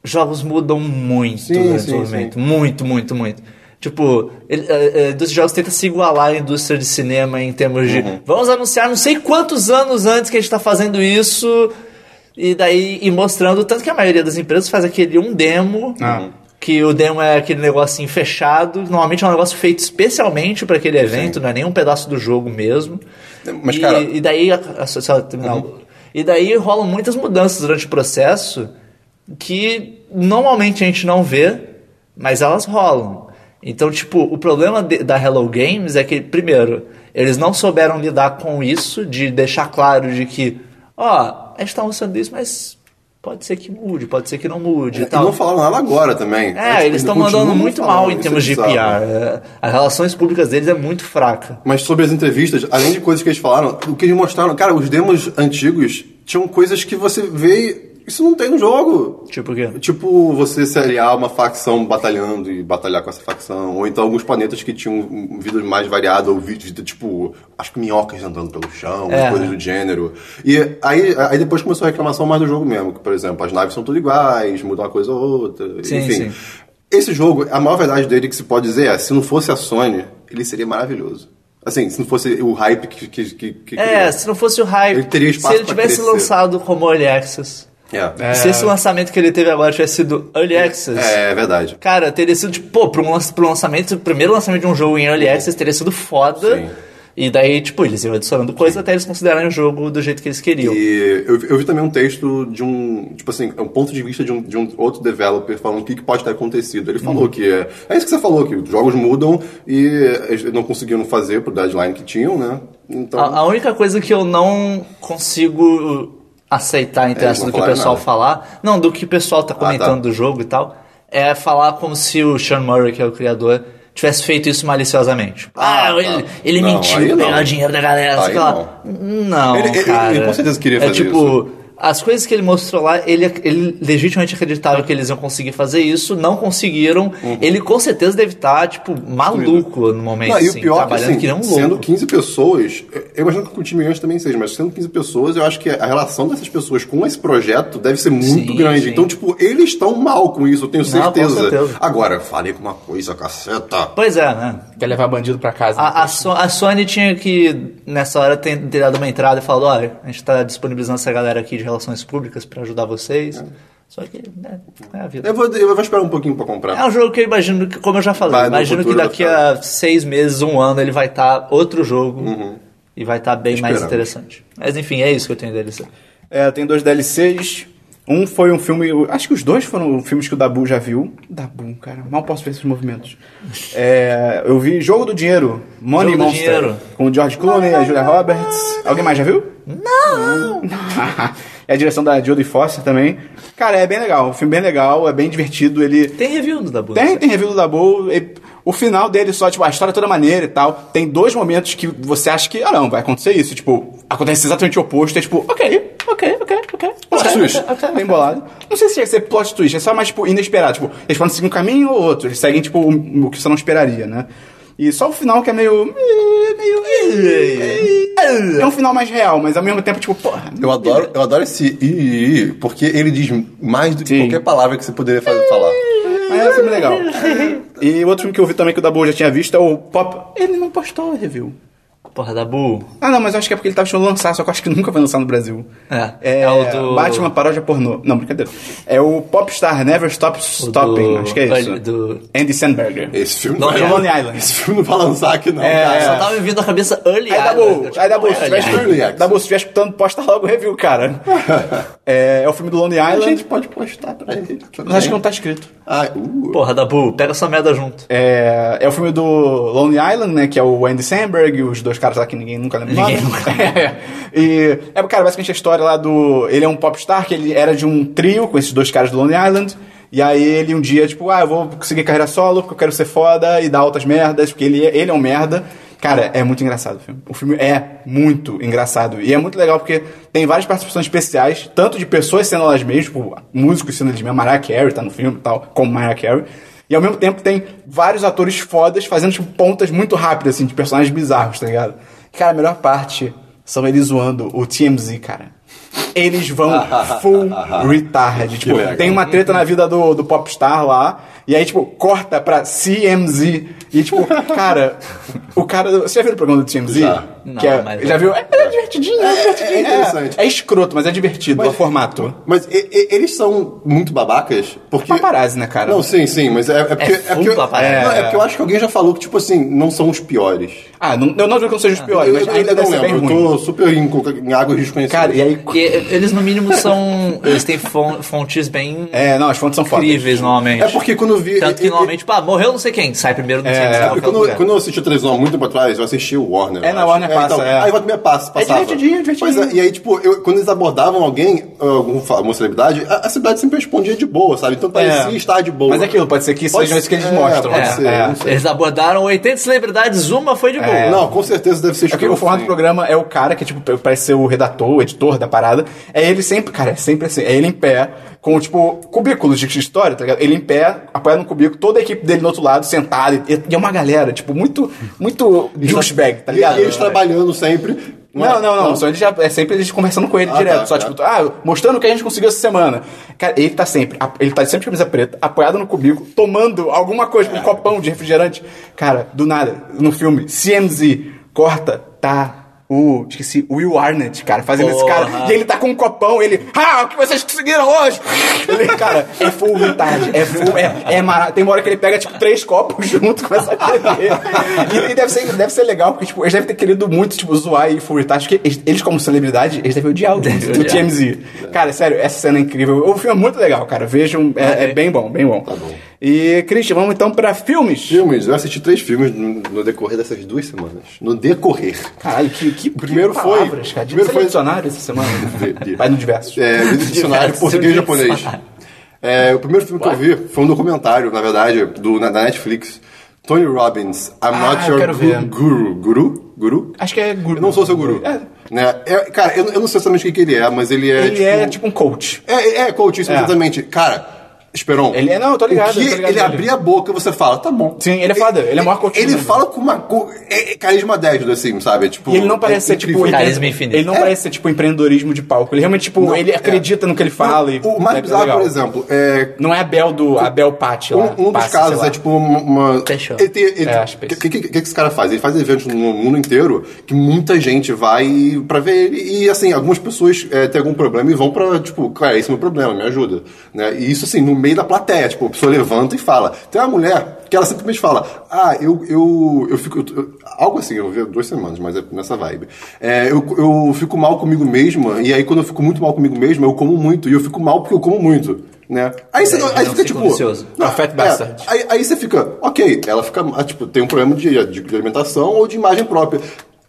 Speaker 3: jogos mudam muito
Speaker 2: Sim,
Speaker 3: no
Speaker 2: sim,
Speaker 3: desenvolvimento. Muito, muito, muito. Tipo, ele, a, a indústria de jogos tenta se igualar à indústria de cinema em termos de.
Speaker 2: Uhum.
Speaker 3: Vamos anunciar não sei quantos anos antes que a gente tá fazendo isso. E daí, e mostrando, tanto que a maioria das empresas faz aquele um demo.
Speaker 5: Ah.
Speaker 3: Que o demo é aquele negocinho fechado. Normalmente é um negócio feito especialmente para aquele evento, não é nem um pedaço do jogo mesmo.
Speaker 2: Mas,
Speaker 3: e,
Speaker 2: cara- Uhum.
Speaker 3: E daí. a- a- só- só terminar o- E daí rolam muitas mudanças durante o processo que normalmente a gente não vê, mas elas rolam. Então, tipo, o problema de- da Hello Games é que, primeiro, eles não souberam lidar com isso, de deixar claro de que, ó, a gente tá lançando isso, mas pode ser que mude, pode ser que não mude e
Speaker 2: É, E
Speaker 3: tal.
Speaker 2: não falaram nada agora também.
Speaker 3: É, eles estão
Speaker 2: continuam
Speaker 3: mandando muito
Speaker 2: falando,
Speaker 3: mal em
Speaker 2: isso é
Speaker 3: termos de PR.
Speaker 2: bizarro.
Speaker 3: É, As relações públicas deles é muito fraca.
Speaker 2: Mas sobre as entrevistas, além de coisas que eles falaram, o que eles mostraram, cara, os demos antigos tinham coisas que você vê e isso não tem no jogo.
Speaker 3: Tipo o quê?
Speaker 2: Tipo, você se aliar a uma facção batalhando e batalhar com essa facção. Ou então alguns planetas que tinham um- um vida mais variada, ou vida, tipo, acho que minhocas andando pelo chão,
Speaker 3: É.
Speaker 2: coisas do gênero. E aí, aí depois começou a reclamação mais do jogo mesmo. Que, por exemplo, as naves são tudo iguais, muda uma coisa ou outra.
Speaker 3: Sim,
Speaker 2: enfim.
Speaker 3: sim.
Speaker 2: Esse jogo, a maior verdade dele que se pode dizer é, se não fosse a Sony, ele seria maravilhoso. Assim, se não fosse o hype que... que, que, que
Speaker 3: É, se não fosse o hype,
Speaker 2: Ele teria
Speaker 3: se
Speaker 2: espaço
Speaker 3: ele
Speaker 2: pra
Speaker 3: tivesse
Speaker 2: crescer.
Speaker 3: lançado como Early Access,
Speaker 2: criou. É.
Speaker 3: se esse lançamento que ele teve agora tivesse sido Early Access,
Speaker 2: É, é verdade.
Speaker 3: cara, teria sido, tipo, pô, pro, um lan- pro lançamento, o primeiro lançamento de um jogo em Early Access teria sido foda.
Speaker 2: Sim.
Speaker 3: E daí, tipo, eles iam adicionando coisa até eles considerarem o jogo do jeito que eles queriam.
Speaker 2: E eu, eu vi também um texto de um, tipo assim, um ponto de vista de um, de um outro developer falando o que, que pode ter acontecido. Ele
Speaker 3: Uhum.
Speaker 2: falou que é, é isso que você falou, que os jogos mudam e eles não conseguiram fazer pro deadline que tinham, né? Então,
Speaker 3: A, a única coisa que eu não consigo aceitar em
Speaker 2: É, não
Speaker 3: termos do que o
Speaker 2: falaram
Speaker 3: pessoal
Speaker 2: nada.
Speaker 3: falar, não, do que o pessoal tá comentando
Speaker 2: tá.
Speaker 3: do jogo e tal, é falar como se o Sean Murray, que é o criador, tivesse feito isso maliciosamente. Ah,
Speaker 2: Ah, tá.
Speaker 3: ele, ele
Speaker 2: Não, aí
Speaker 3: mentiu,
Speaker 2: não.
Speaker 3: ganhou dinheiro da galera, sei
Speaker 2: Aí
Speaker 3: lá. Não,
Speaker 2: Ele- ele-
Speaker 3: cara.
Speaker 2: ele com certeza queria
Speaker 3: é
Speaker 2: fazer
Speaker 3: tipo,
Speaker 2: isso.
Speaker 3: as coisas que ele mostrou lá, ele, ele legitimamente acreditava que eles iam conseguir fazer isso, não conseguiram.
Speaker 2: Uhum.
Speaker 3: Ele com certeza deve estar, tipo, maluco no momento,
Speaker 2: Não, e o
Speaker 3: assim,
Speaker 2: pior é que,
Speaker 3: trabalhando
Speaker 2: assim,
Speaker 3: que nem um louco.
Speaker 2: sendo 15 pessoas, eu imagino que o time antes também seja, mas sendo 15 pessoas, eu acho que a relação dessas pessoas com esse projeto deve ser muito
Speaker 3: Sim,
Speaker 2: grande.
Speaker 3: sim.
Speaker 2: Então, tipo, eles estão mal com isso, eu tenho
Speaker 3: Não, com
Speaker 2: certeza.
Speaker 3: certeza.
Speaker 2: Agora, falei com uma coisa, caceta.
Speaker 3: Pois é, né?
Speaker 5: Quer levar bandido pra casa. né?
Speaker 3: A, a, So- a Sony tinha que, nessa hora, ter, ter dado uma entrada e falado, olha, a gente tá disponibilizando essa galera aqui de relações públicas pra ajudar vocês.
Speaker 5: É.
Speaker 3: Só que, né, é a vida.
Speaker 2: Eu vou, eu vou esperar um pouquinho pra comprar.
Speaker 3: É um jogo que eu imagino, que, como eu já falei,
Speaker 2: Vai, no
Speaker 3: imagino que
Speaker 2: futuro
Speaker 3: daqui a seis meses, um ano, ele vai estar outro jogo
Speaker 5: Uhum.
Speaker 3: e vai estar bem mais
Speaker 2: Esperamos.
Speaker 3: interessante. Mas enfim, é isso que eu tenho dele. sabe?
Speaker 5: É, eu tenho dois DLCs. Um foi um filme. eu Acho que os dois foram filmes que o Dabu já viu. Dabu, cara, mal posso ver esses movimentos. É, eu vi Jogo do Dinheiro, Money
Speaker 3: Jogo do
Speaker 5: Monster.
Speaker 3: Dinheiro.
Speaker 5: Com o George Clooney, a Julia Roberts. Alguém mais já viu? Não! é a direção da Jodie Foster também. Cara, é bem legal. Um filme bem legal, é bem divertido. Ele.
Speaker 3: Tem review do Dabu?
Speaker 5: Tem,
Speaker 2: é.
Speaker 3: sabe?
Speaker 5: tem review do Dabu. e o final dele só, tipo, a história é toda maneira e tal. Tem dois momentos que você acha que, ah, não, vai acontecer isso. Tipo, acontece exatamente o oposto. É tipo, ok, ok, ok, ok.
Speaker 2: Plot
Speaker 5: ok,
Speaker 2: twist.
Speaker 5: ok, ok, Bem bolado. Não sei se chega a ser plot twist, é só mais, tipo, inesperado. Tipo, eles podem seguir um caminho ou outro. Eles seguem, tipo, o o que você não esperaria, né? E só o final que é meio. meio. É um final mais real, mas ao mesmo tempo, tipo, porra.
Speaker 2: Eu adoro, eu adoro esse i, i, i, porque ele diz mais do que
Speaker 5: Sim.
Speaker 2: qualquer palavra que você poderia fazer, falar.
Speaker 5: Mas é um filme legal. E outro filme que eu vi também que o Dabu já tinha visto é o Pop. Ele não postou review.
Speaker 3: Porra, Dabu.
Speaker 5: Ah, não, mas eu acho que é porque ele tava achando lançar, só que eu acho que nunca vai lançar no Brasil.
Speaker 3: É, é o do-
Speaker 5: Batman paródia pornô. Não, brincadeira. É o Popstar Never Stop Stopping,
Speaker 3: do-
Speaker 5: acho que é isso.
Speaker 3: olha, do-
Speaker 5: Andy Sandberger.
Speaker 2: Esse filme
Speaker 3: Não,
Speaker 2: vai-
Speaker 3: é
Speaker 5: Lonely Island.
Speaker 2: Esse filme não vai lançar aqui, não,
Speaker 5: É,
Speaker 2: cara. tá-
Speaker 3: Só tava me vindo a cabeça early.
Speaker 5: Aí,
Speaker 3: Island. Eu,
Speaker 5: Dabu,
Speaker 3: tipo,
Speaker 5: aí, Dabu,
Speaker 3: early
Speaker 5: se tiver
Speaker 3: Island.
Speaker 2: Early Access.
Speaker 5: escutando- Dabu, se estiver escutando, posta logo o review, cara. é, é o filme do Lonely
Speaker 2: A gente
Speaker 5: Island,
Speaker 2: pode postar pra ele.
Speaker 5: mas acho que não tá escrito.
Speaker 2: É, Ah, uh.
Speaker 3: Porra, Dabu, pega essa merda junto.
Speaker 5: É, é o filme do Lonely Island, né? Que é o Andy Samberg e os dois caras lá que ninguém nunca lembra. o nome.
Speaker 3: Ninguém nunca
Speaker 5: é, e é, cara, basicamente a história lá do. Ele é um popstar que ele era de um trio com esses dois caras do Lonely Island. E aí ele um dia, tipo, ah, eu vou seguir carreira solo porque eu quero ser foda e dar altas merdas, porque ele, é- ele é um merda. Cara, é muito engraçado o filme. O filme é muito engraçado. E é muito legal porque tem várias participações especiais, tanto de pessoas sendo elas mesmas, tipo, músicos sendo eles mesmas, Mariah Carey tá no filme e tal, como Mariah Carey. E ao mesmo tempo tem vários atores fodas fazendo tipo, pontas muito rápidas, assim, de personagens bizarros, tá ligado? Cara, a melhor parte são eles zoando o TMZ, cara. Eles vão full retard. Tipo,
Speaker 2: legal.
Speaker 5: tem uma treta na vida do, do popstar lá. E aí, tipo, corta pra CMZ. E, tipo, cara, o cara. Você já viu o programa do CMZ?
Speaker 2: Já.
Speaker 5: Que
Speaker 3: Não,
Speaker 5: é-
Speaker 3: mas-
Speaker 5: já viu? É, é divertidinho, é divertidinho.
Speaker 2: é interessante.
Speaker 5: É, é escroto, mas é divertido o formato.
Speaker 2: Mas e- e- eles são muito babacas, porque...
Speaker 5: Paparazzi, né, cara?
Speaker 2: Não, sim, sim, mas é, é porque...
Speaker 3: full
Speaker 2: porque,
Speaker 3: paparazzi.
Speaker 2: não, é porque eu acho que alguém já falou que, tipo assim, não são os piores.
Speaker 5: Ah, não, eu não digo que não seja os piores,
Speaker 2: eu,
Speaker 5: mas
Speaker 2: eu
Speaker 5: ainda
Speaker 2: não
Speaker 5: deve ser bem
Speaker 2: lembro, eu
Speaker 5: ruim.
Speaker 2: tô super em, co- em águas desconhecidas.
Speaker 5: Cara, e aí.
Speaker 3: Porque eles, no mínimo, são. Eles têm fon- fontes bem
Speaker 5: É, não, as fontes são fodas.
Speaker 3: incríveis, normalmente.
Speaker 2: É porque quando eu vi...
Speaker 3: Tanto que,
Speaker 2: e- e-
Speaker 3: normalmente, pá, morreu não sei quem, sai primeiro não sei
Speaker 5: É,
Speaker 3: quem. Sai
Speaker 5: é
Speaker 2: Porque
Speaker 3: qualquer
Speaker 2: quando,
Speaker 3: lugar.
Speaker 2: quando eu assisti o Trevisão há muito pra trás, eu assisti o Warner.
Speaker 5: É,
Speaker 2: eu acho.
Speaker 5: na
Speaker 2: então,
Speaker 5: Warner passa, é.
Speaker 2: Aí volta e meia passa, passava.
Speaker 5: divertidinho, é divertidinho.
Speaker 2: Pois é, e aí, tipo, eu- quando eles abordavam alguém, algum, fa- alguma celebridade, a, a celebridade sempre respondia de boa, sabe? Então parecia
Speaker 5: É.
Speaker 2: estar de boa.
Speaker 5: Mas é aquilo, pode ser que
Speaker 2: Pode
Speaker 5: sejam isso que eles
Speaker 2: ser,
Speaker 5: mostram.
Speaker 2: pode
Speaker 5: né?
Speaker 2: ser,
Speaker 5: É.
Speaker 2: não sei.
Speaker 3: Eles abordaram 80 celebridades, uma foi de boa.
Speaker 5: É.
Speaker 2: Não, com certeza deve ser
Speaker 5: É porque o
Speaker 2: escroto,
Speaker 5: formato
Speaker 2: sim.
Speaker 5: do programa é o cara que, tipo, parece ser o redator, o editor da parada. É ele sempre, cara, é sempre assim. É ele em pé, com, tipo, cubículos de história, tá ligado? Ele em pé, apoiado no cubículo, toda a equipe dele no outro lado, sentada. E, e é uma galera, tipo, muito, muito douchebag, tá
Speaker 2: E, e
Speaker 5: ligado?
Speaker 2: eles trabalhando sempre. né?
Speaker 5: Não, não, não. Só ele já, é sempre eles conversando com ele
Speaker 2: Ah,
Speaker 5: direto.
Speaker 2: tá,
Speaker 5: só,
Speaker 2: tá.
Speaker 5: tipo, ah, mostrando o que a gente conseguiu essa semana. Cara, ele tá sempre. a- Ele tá sempre de camisa preta, apoiado no cubículo, tomando alguma coisa, um copão de refrigerante. Cara, do nada, no filme, CMZ, corta, tá. O, esqueci, o Will Arnett, cara, fazendo esse cara.
Speaker 3: Porra.
Speaker 5: E ele tá com um copão, ele. Ah, o que vocês conseguiram hoje? Ele, cara, é full metade, é full, é, é mara... Tem uma hora que ele pega, tipo, três copos junto, começa a beber. E, e deve, ser, deve ser legal, porque, tipo, eles devem ter querido muito, tipo, zoar e full retard, porque eles, eles, como celebridade, eles devem odiar o
Speaker 3: Deve
Speaker 5: do
Speaker 3: odiar.
Speaker 5: TMZ. Cara, sério, essa cena é incrível. O filme é muito legal, cara. Vejam, é, é bem bom, bem bom. Tá
Speaker 2: Ah, bom.
Speaker 5: E, Christian, vamos então pra filmes.
Speaker 2: Filmes, eu assisti três filmes no, no decorrer dessas duas semanas. No decorrer.
Speaker 5: Caralho, que, que
Speaker 2: Primeiro
Speaker 5: que
Speaker 2: foi-
Speaker 5: palavras, cara.
Speaker 2: primeiro
Speaker 5: Você
Speaker 2: foi-
Speaker 5: leu dicionário essa semana?
Speaker 2: Entendi.
Speaker 5: Vai no diverso.
Speaker 2: É, dicionário
Speaker 3: Diversos
Speaker 2: português e
Speaker 3: dicionários.
Speaker 2: japonês. É, o primeiro filme que eu vi foi um documentário, na verdade, do, na, da Netflix. Tony Robbins, I'm Not
Speaker 5: Ah, eu
Speaker 2: Your
Speaker 5: quero
Speaker 2: Gu-
Speaker 5: ver.
Speaker 2: Guru. Guru? Guru?
Speaker 5: Acho que é guru.
Speaker 2: Eu não sou seu guru.
Speaker 5: É.
Speaker 2: Né? É, cara, eu, eu não sei exatamente o que, que ele é, mas ele é.
Speaker 5: Ele
Speaker 2: tipo,
Speaker 5: é tipo um coach.
Speaker 2: É, é, é coachíssimo,
Speaker 5: É.
Speaker 2: exatamente. Cara, Esperon.
Speaker 5: Ele é- não, eu tô ligado,
Speaker 2: o que
Speaker 5: eu tô ligado
Speaker 2: ele
Speaker 5: nele.
Speaker 2: abrir a boca, você fala, tá bom.
Speaker 5: Sim, ele é foda, ele é o maior coaching
Speaker 2: Ele
Speaker 5: mesmo.
Speaker 2: fala com uma. co- é- é carisma 10 do assim, sabe? Tipo,
Speaker 5: E ele não parece
Speaker 2: é
Speaker 5: ser tipo.
Speaker 2: incrível. É.
Speaker 3: Cara, Carisma infinito.
Speaker 5: Ele não parece ser tipo empreendedorismo de palco. Ele realmente, tipo,
Speaker 2: Não,
Speaker 5: ele
Speaker 2: é.
Speaker 5: acredita no que ele fala. e,
Speaker 2: O mais
Speaker 5: é
Speaker 2: bizarro,
Speaker 5: legal.
Speaker 2: por exemplo, é
Speaker 5: Não é a Bel do. A Bel Patti lá.
Speaker 2: Um, um dos
Speaker 5: Passi, sei
Speaker 2: casos
Speaker 5: lá.
Speaker 2: é tipo uma. uma-
Speaker 3: Fechou.
Speaker 2: Ele tem. ele-
Speaker 5: É, acho que
Speaker 2: que, que, que, que esse cara faz? Ele faz eventos no mundo inteiro que muita gente vai pra ver ele. E assim, algumas pessoas é, têm algum problema e vão pra, tipo, cara, esse é meu problema, me ajuda. Né? E isso assim, no meio da plateia, tipo, a pessoa levanta e fala. Tem uma mulher que ela simplesmente fala: Ah, eu, eu, eu fico. eu- eu- algo assim, eu vi duas semanas, mas é nessa vibe. É, eu, eu fico mal comigo mesma, e aí quando eu fico muito mal comigo mesma, eu como muito, e eu fico mal porque eu como muito. Né? Aí você
Speaker 3: É,
Speaker 2: aí
Speaker 3: é um
Speaker 2: fica
Speaker 3: ciclo
Speaker 2: tipo.
Speaker 3: vicioso.
Speaker 5: É o fat
Speaker 2: é,
Speaker 5: bastard.
Speaker 2: Aí, aí você fica, ok, ela fica, ah, tipo, tem um problema de, de alimentação ou de imagem própria.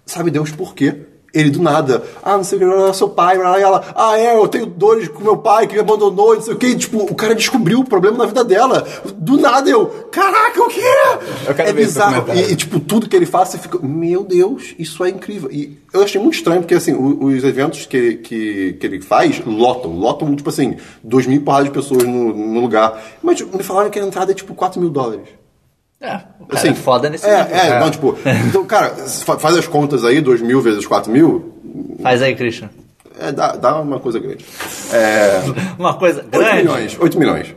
Speaker 2: Sabe Deus por quê? Ele do nada, ah, não sei o que, ah, seu pai, blá, blá, e ela, ah, é, eu tenho dores com meu pai que me abandonou, e não sei o que. Tipo, o cara descobriu o problema na vida dela. Do nada eu, caraca, o quê?
Speaker 5: Eu quero
Speaker 2: é
Speaker 5: ver esse
Speaker 2: bizarro.
Speaker 5: documentário.
Speaker 2: E, e, tipo, tudo que ele faz, você fica, meu Deus, isso é incrível. E eu achei muito estranho, porque, assim, o- os eventos que, que, que ele faz lotam. Lotam, tipo assim, dois mil porradas de pessoas no, no lugar. Mas tipo, me falaram que a entrada é, tipo, 4 mil dólares.
Speaker 3: É, o cara
Speaker 2: Assim,
Speaker 3: é foda nesse
Speaker 2: é,
Speaker 3: nível.
Speaker 2: é, não, tipo... Então, cara, fa- faz as contas aí, dois mil vezes 4 mil,
Speaker 3: Faz aí, Christian.
Speaker 2: é, dá, dá uma coisa grande.
Speaker 3: Uma coisa
Speaker 2: 8
Speaker 3: grande.
Speaker 2: milhões, 8 milhões.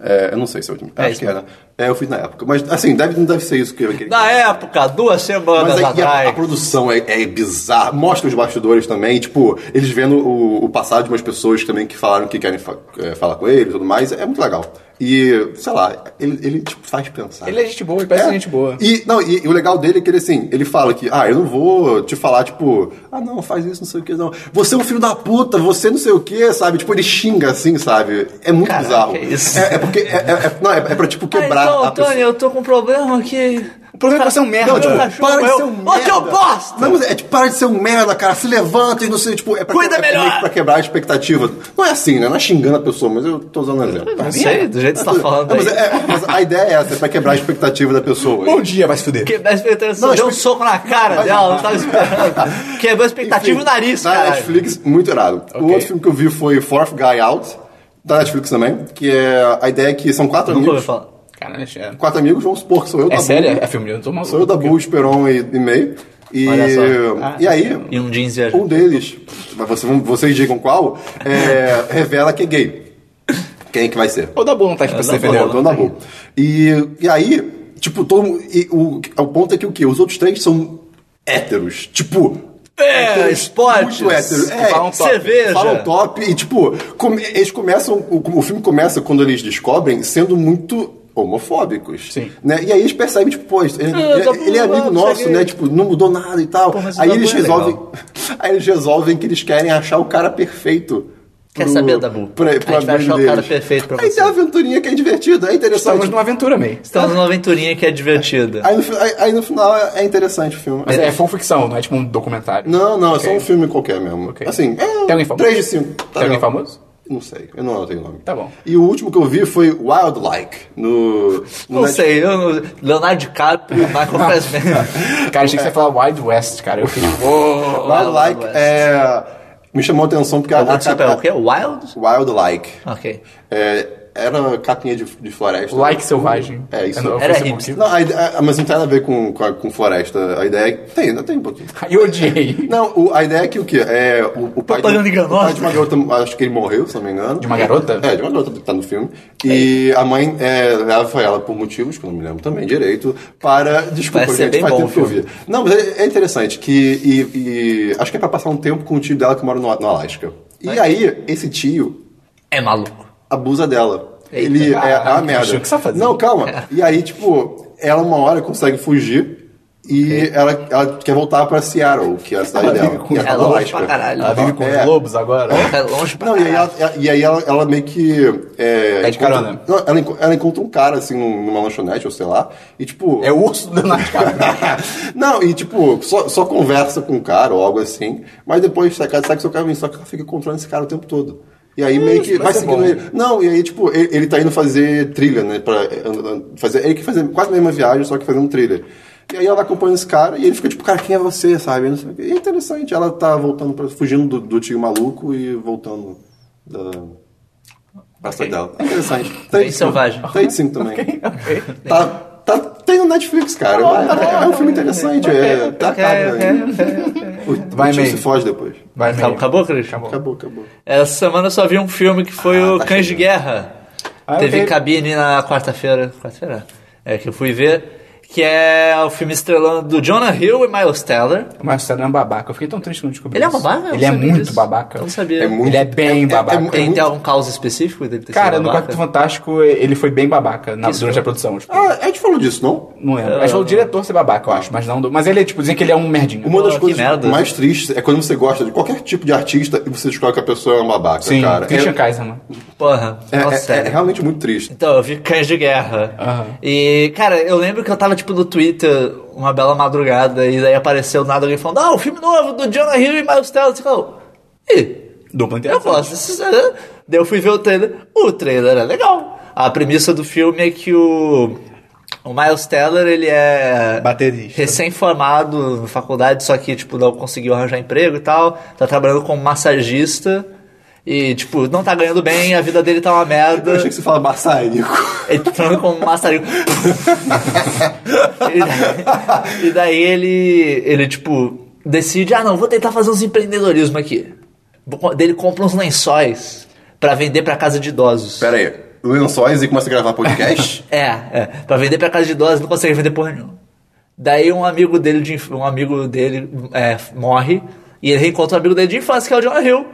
Speaker 2: É, eu não sei se é 8 milhões.
Speaker 3: É
Speaker 2: acho
Speaker 3: isso
Speaker 2: que era. É, eu fiz na época. Mas, assim, deve, não deve ser isso que eu queria.
Speaker 3: Na época, duas semanas
Speaker 2: Mas aí, e a, a
Speaker 3: atrás.
Speaker 2: produção é, é bizarra. Mostra os bastidores também. Tipo, eles vendo o, o passado de umas pessoas também que falaram que querem fa- é, falar com ele e tudo mais. É muito legal. E, sei lá, ele, ele, tipo, faz pensar.
Speaker 5: Ele é gente boa, ele parece
Speaker 2: É.
Speaker 5: gente boa.
Speaker 2: E, não, e, e o legal dele é que ele, assim, ele fala que, ah, eu não vou te falar, tipo, ah, não, faz isso, não sei o que, não. Você é um filho da puta, você não sei o que, sabe? Tipo, ele xinga, assim, sabe? É muito
Speaker 3: Caraca,
Speaker 2: bizarro.
Speaker 3: é isso.
Speaker 2: É, é porque, é, é- é- não, é, é pra, tipo,
Speaker 3: Ah,
Speaker 2: quebrar
Speaker 3: então,
Speaker 2: a pessoa.
Speaker 3: Tony, eu tô com um problema aqui.
Speaker 5: O problema é que você é um merda.
Speaker 2: Não, tipo,
Speaker 3: Meu cachorro,
Speaker 2: para de
Speaker 3: eu-
Speaker 2: ser um
Speaker 3: Ô,
Speaker 2: merda.
Speaker 3: seu bosta!
Speaker 2: Não, mas é tipo, para de ser um merda, cara. Se levanta e não sei, tipo, é pra,
Speaker 3: Cuida
Speaker 2: é pra-
Speaker 3: melhor.
Speaker 2: meio que pra quebrar a expectativa. Não é assim, né? Não é xingando a pessoa, mas eu tô usando um exemplo.
Speaker 3: Não sei, do jeito que você tá falando
Speaker 2: Não, mas,
Speaker 3: aí.
Speaker 2: é- é- mas a ideia é essa, é pra quebrar a expectativa da pessoa.
Speaker 5: Bom dia, vai se fuder.
Speaker 3: Quebrou a expectativa,
Speaker 2: Não,
Speaker 3: deu um
Speaker 2: expect-
Speaker 3: soco na cara dela, não tava esperando. Quebrou a expectativa e o
Speaker 2: Enfim,
Speaker 3: nariz,
Speaker 2: Na
Speaker 3: cara.
Speaker 2: Netflix, muito irado. O outro filme que eu vi foi Fourth Guy Out, da Netflix também, que é a ideia é que são quatro
Speaker 3: Nunca ouvi
Speaker 2: amigos.
Speaker 3: falar.
Speaker 5: Caralho, é.
Speaker 2: Quatro amigos, vamos supor que sou eu,
Speaker 5: É
Speaker 2: Dabu.
Speaker 5: sério? É filme, eu não tô mal
Speaker 2: Sou eu, Dabu, Esperon e, e May. E,
Speaker 3: Olha só.
Speaker 2: e aí,
Speaker 3: E um jeans viajante.
Speaker 2: um deles, mas você- vocês digam qual, é, revela que é gay. Quem é que vai ser?
Speaker 5: O Dabu não tá aqui pra se
Speaker 3: Dabu,
Speaker 5: defender.
Speaker 2: Entendeu? Então tá bom. E, e aí, tipo, todo mundo- e o, o ponto é que o quê? Os outros três são héteros. Tipo.
Speaker 3: É,
Speaker 2: héteros,
Speaker 3: esportes. um
Speaker 2: Muito héteros. É,
Speaker 5: Falam top.
Speaker 3: Cerveja.
Speaker 2: Falam top. E, tipo, come- eles começam. O, o filme começa quando eles descobrem sendo muito homofóbicos.
Speaker 5: Sim.
Speaker 2: Né? E aí eles percebem, tipo, pô, ele, ele-
Speaker 3: Dabu,
Speaker 2: ele é
Speaker 3: ah,
Speaker 2: amigo
Speaker 3: não sei
Speaker 2: nosso,
Speaker 3: o quê.
Speaker 2: né? Tipo, não mudou nada e tal.
Speaker 3: Pô, mas o
Speaker 2: aí
Speaker 3: Dabu
Speaker 2: eles
Speaker 3: é
Speaker 2: resolvem.
Speaker 3: legal.
Speaker 2: aí eles resolvem que eles querem achar o cara perfeito.
Speaker 3: Quer
Speaker 2: pro-
Speaker 3: saber, Dabu?
Speaker 2: pra-
Speaker 3: A gente
Speaker 2: pro
Speaker 3: vai
Speaker 2: amigo
Speaker 3: achar o cara
Speaker 2: deles.
Speaker 3: perfeito pra
Speaker 2: Aí
Speaker 3: você.
Speaker 2: tem a aventurinha que é divertida, é interessante.
Speaker 5: Estamos numa aventura, meio.
Speaker 3: Estamos numa aventurinha que é divertida.
Speaker 2: Aí no, fi- aí- aí no final é, é interessante o filme.
Speaker 5: Mas é, é fanficção, não é tipo um documentário.
Speaker 2: Não, não, é só um filme qualquer mesmo.
Speaker 5: Ok.
Speaker 2: Assim, é
Speaker 5: Tem alguém famoso?
Speaker 2: 3 de tá 5.
Speaker 5: Tem alguém famoso?
Speaker 2: Não sei, eu não tenho nome.
Speaker 5: Tá bom.
Speaker 2: E o último que eu vi foi Wild Like, no... no
Speaker 3: Não
Speaker 2: Netflix.
Speaker 3: sei, eu não... Leonardo DiCaprio, Michael Fassbender.
Speaker 5: Cara, achei que você ia falar Wild West, cara. Eu fiquei tipo, "Oh".
Speaker 2: Wild Like
Speaker 3: Wild
Speaker 2: é... Me chamou a atenção porque... a- a
Speaker 3: Desculpa, assim. é
Speaker 2: capa-
Speaker 3: o quê? Wild?
Speaker 2: Wild Like.
Speaker 3: Ok.
Speaker 2: É, era capinha de, de floresta.
Speaker 5: Like selvagem.
Speaker 2: É isso.
Speaker 5: no
Speaker 3: Era
Speaker 5: Facebook.
Speaker 3: hipster.
Speaker 2: Não, a ide- a- mas não tem nada a ver com, com, a- com floresta. A ideia é... Tem, ainda tem um pouquinho.
Speaker 5: assim, Eu odiei.
Speaker 2: Não, o- a ideia é que o quê? É, o, o pai
Speaker 3: Propaganda
Speaker 2: de, o
Speaker 3: enganosa.
Speaker 2: pai de uma garota, acho que ele morreu, se não me engano.
Speaker 5: De uma garota?
Speaker 2: É, de uma garota que tá no filme. E a mãe é, leva ela por motivos, que eu não me lembro também direito, para... Desculpa,
Speaker 3: Parece ser
Speaker 2: gente,
Speaker 3: bem
Speaker 2: faz
Speaker 3: bom
Speaker 2: tempo
Speaker 3: o
Speaker 2: que eu
Speaker 3: filme.
Speaker 2: vi. Não, mas é, é interessante que... E, e acho que é pra passar um tempo com o tio dela que mora no, no Alasca. E aí, esse tio
Speaker 3: É maluco.
Speaker 2: abusa dela.
Speaker 3: Eita,
Speaker 2: ele é
Speaker 5: caralho,
Speaker 2: a
Speaker 5: que
Speaker 2: merda.
Speaker 5: bicho, o que você tá fazendo?
Speaker 2: Não, calma. E aí, tipo, ela uma hora consegue fugir e ela, ela quer voltar pra Seattle, que é a cidade
Speaker 5: Ela
Speaker 2: dela.
Speaker 5: vive com-
Speaker 2: que
Speaker 3: ela
Speaker 2: do
Speaker 3: longe
Speaker 2: Alasca.
Speaker 3: pra caralho.
Speaker 5: Ela vive com
Speaker 2: É.
Speaker 5: os lobos agora.
Speaker 3: É longe pra
Speaker 2: Não, e aí
Speaker 3: caralho.
Speaker 2: ela, e aí ela, ela meio que. É,
Speaker 5: Pede
Speaker 2: encontra-
Speaker 5: carona.
Speaker 2: Não, ela, enco- ela encontra um cara, assim, num- numa lanchonete, ou sei lá, e tipo.
Speaker 5: É o urso do Leonardo DiCaprio.
Speaker 2: Não, e tipo, só, só conversa com o cara ou algo assim, mas depois sai, sai seu caminho, só que ela fica controlando esse cara o tempo todo. E aí meio que
Speaker 5: mas
Speaker 2: vai
Speaker 5: é bom.
Speaker 2: seguindo ele. Não, e aí, tipo, ele, ele tá indo fazer trilha, né? Pra, eh, and- and- fazer, ele que fazer quase a mesma viagem, só que fazendo trilha. E aí ela acompanha esse cara e ele fica tipo, cara, quem é você, sabe? Não sei o quê. E é interessante, ela tá voltando, pra, fugindo do, do tio maluco e voltando da. Pra cidade dela. É interessante. Tem de cinco.
Speaker 3: selvagem.
Speaker 2: Tem de cinco também. Tá, tá, tem no Netflix,
Speaker 3: Tá
Speaker 2: cara. é, é um filme interessante. é, tá caro. né? O,
Speaker 5: Vai,
Speaker 2: o tio
Speaker 5: May.
Speaker 2: se foge depois.
Speaker 5: Vai,
Speaker 3: Acabou,
Speaker 5: meio.
Speaker 3: acabou, Cris?
Speaker 2: Acabou, acabou.
Speaker 3: Essa semana eu só vi um filme que foi
Speaker 2: Ah,
Speaker 3: o
Speaker 2: tá
Speaker 3: Cães de
Speaker 2: chegando.
Speaker 3: Guerra.
Speaker 5: Ah, eu
Speaker 3: Teve
Speaker 5: vi.
Speaker 3: cabine na quarta-feira. Quarta-feira? É, que eu fui ver. Que é o filme estrelando do Jonah Hill e Miles Teller.
Speaker 5: Mas o César é um babaca. Eu fiquei tão triste quando descobri
Speaker 3: Ele é
Speaker 5: isso.
Speaker 3: babaca? Eu
Speaker 5: Ele é
Speaker 3: não sabia
Speaker 5: muito
Speaker 3: disso. Então
Speaker 5: babaca.
Speaker 3: Eu não sabia.
Speaker 2: É muito-
Speaker 5: Ele é bem babaca.
Speaker 2: é-
Speaker 3: Tem,
Speaker 2: muito-
Speaker 3: tem algum caos específico dele ter
Speaker 5: Cara,
Speaker 3: sido
Speaker 5: no
Speaker 3: é babaca?
Speaker 5: Quarteto Fantástico, ele foi bem babaca na-
Speaker 3: Isso. Ah.
Speaker 5: durante a produção. Tipo,
Speaker 2: Ah, a gente falou disso, não?
Speaker 5: não lembro. Acho que foi o diretor ser babaca, eu acho. Mas, não do- mas ele, tipo, dizem que ele é um merdinho.
Speaker 2: Uma das
Speaker 3: que
Speaker 2: coisas
Speaker 3: merda.
Speaker 2: mais tristes é quando você gosta de qualquer tipo de artista e você descobre que a pessoa é uma babaca,
Speaker 5: Sim,
Speaker 2: cara.
Speaker 5: Christian
Speaker 2: é,
Speaker 5: Kaiser, mano.
Speaker 3: Porra,
Speaker 2: é,
Speaker 3: nossa,
Speaker 2: é-
Speaker 3: sério.
Speaker 2: é realmente muito triste.
Speaker 3: Então, eu vi Cães de Guerra.
Speaker 5: Aham.
Speaker 3: E, cara, eu lembro que eu tava, tipo, no Twitter uma bela madrugada e daí apareceu nada alguém falando, ah, o filme novo do Jonah Hill e Miles Teller. Você falou, ih,
Speaker 5: Dupla
Speaker 3: eu
Speaker 5: interessante.
Speaker 3: gosto desse... né? Daí eu fui ver o trailer. O trailer é legal. A premissa do filme é que o... O Miles Teller, ele é...
Speaker 5: Baterista.
Speaker 3: Recém-formado na faculdade, só que, tipo, não conseguiu arranjar emprego e tal. Tá trabalhando como massagista. E, tipo, não tá ganhando bem, a vida dele tá uma merda.
Speaker 2: Eu achei que você fala maçarico.
Speaker 3: Ele entrando como um maçarico. e, daí, e daí ele, ele, tipo, decide, ah, não, vou tentar fazer uns empreendedorismo aqui. Vou co- daí Ele compra uns lençóis pra vender pra casa de idosos.
Speaker 2: Pera aí, lençóis e começa a gravar podcast?
Speaker 3: É, é. Pra vender pra casa de idosos, não consegue vender porra nenhuma. Daí um amigo dele, de, inf- um amigo dele é, morre e ele reencontra um amigo dele de infância, que é o Jonah Hill.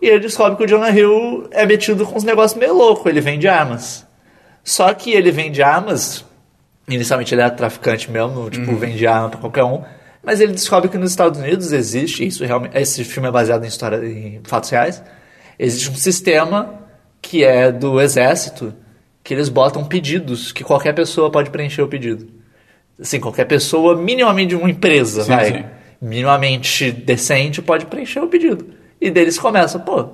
Speaker 3: E ele descobre que o Jonah Hill é metido com uns negócios meio louco, ele vende armas. Só que ele vende armas, inicialmente ele era traficante mesmo, tipo, vende arma pra qualquer um. Mas ele descobre que nos Estados Unidos existe, isso realmente, esse filme é baseado em história, em fatos reais, existe um sistema que é do exército, que eles botam pedidos, que qualquer pessoa pode preencher o pedido. Assim, qualquer pessoa, minimamente de uma empresa,
Speaker 5: Sim,
Speaker 3: vai,
Speaker 5: sim.
Speaker 3: minimamente decente, pode preencher o pedido. E deles começam, pô,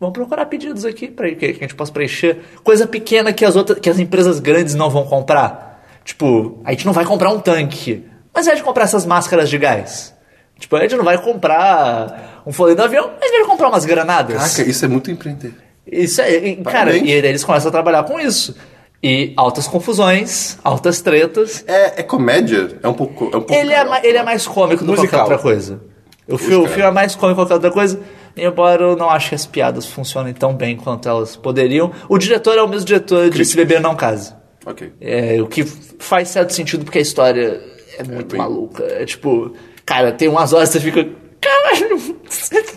Speaker 3: vamos procurar pedidos aqui para que a gente possa preencher. Coisa pequena que as outras, que as empresas grandes não vão comprar. Tipo, a gente não vai comprar um tanque, mas a gente comprar essas máscaras de gás. Tipo, a gente não vai comprar um folheto do avião, mas a gente vai comprar umas granadas.
Speaker 2: Caraca, isso é muito empreender.
Speaker 3: Isso é, e, cara,
Speaker 2: Parabéns.
Speaker 3: e daí eles começam a trabalhar com isso. E altas confusões, altas tretas.
Speaker 2: É, é comédia? É um pouco. É um pouco
Speaker 3: Ele é,
Speaker 2: carioca,
Speaker 3: ma- ele é mais cômico do que qualquer
Speaker 5: Musical.
Speaker 3: outra coisa. O filme, o filme é mais cômico do que qualquer outra coisa, embora eu não ache que as piadas funcionem tão bem quanto elas poderiam. O diretor é o mesmo diretor de Se Beber Não Case.
Speaker 2: Ok.
Speaker 3: É, o que faz certo sentido porque a história é muito
Speaker 2: bem-
Speaker 3: maluca. É tipo, cara, tem umas horas que você fica. Caralho,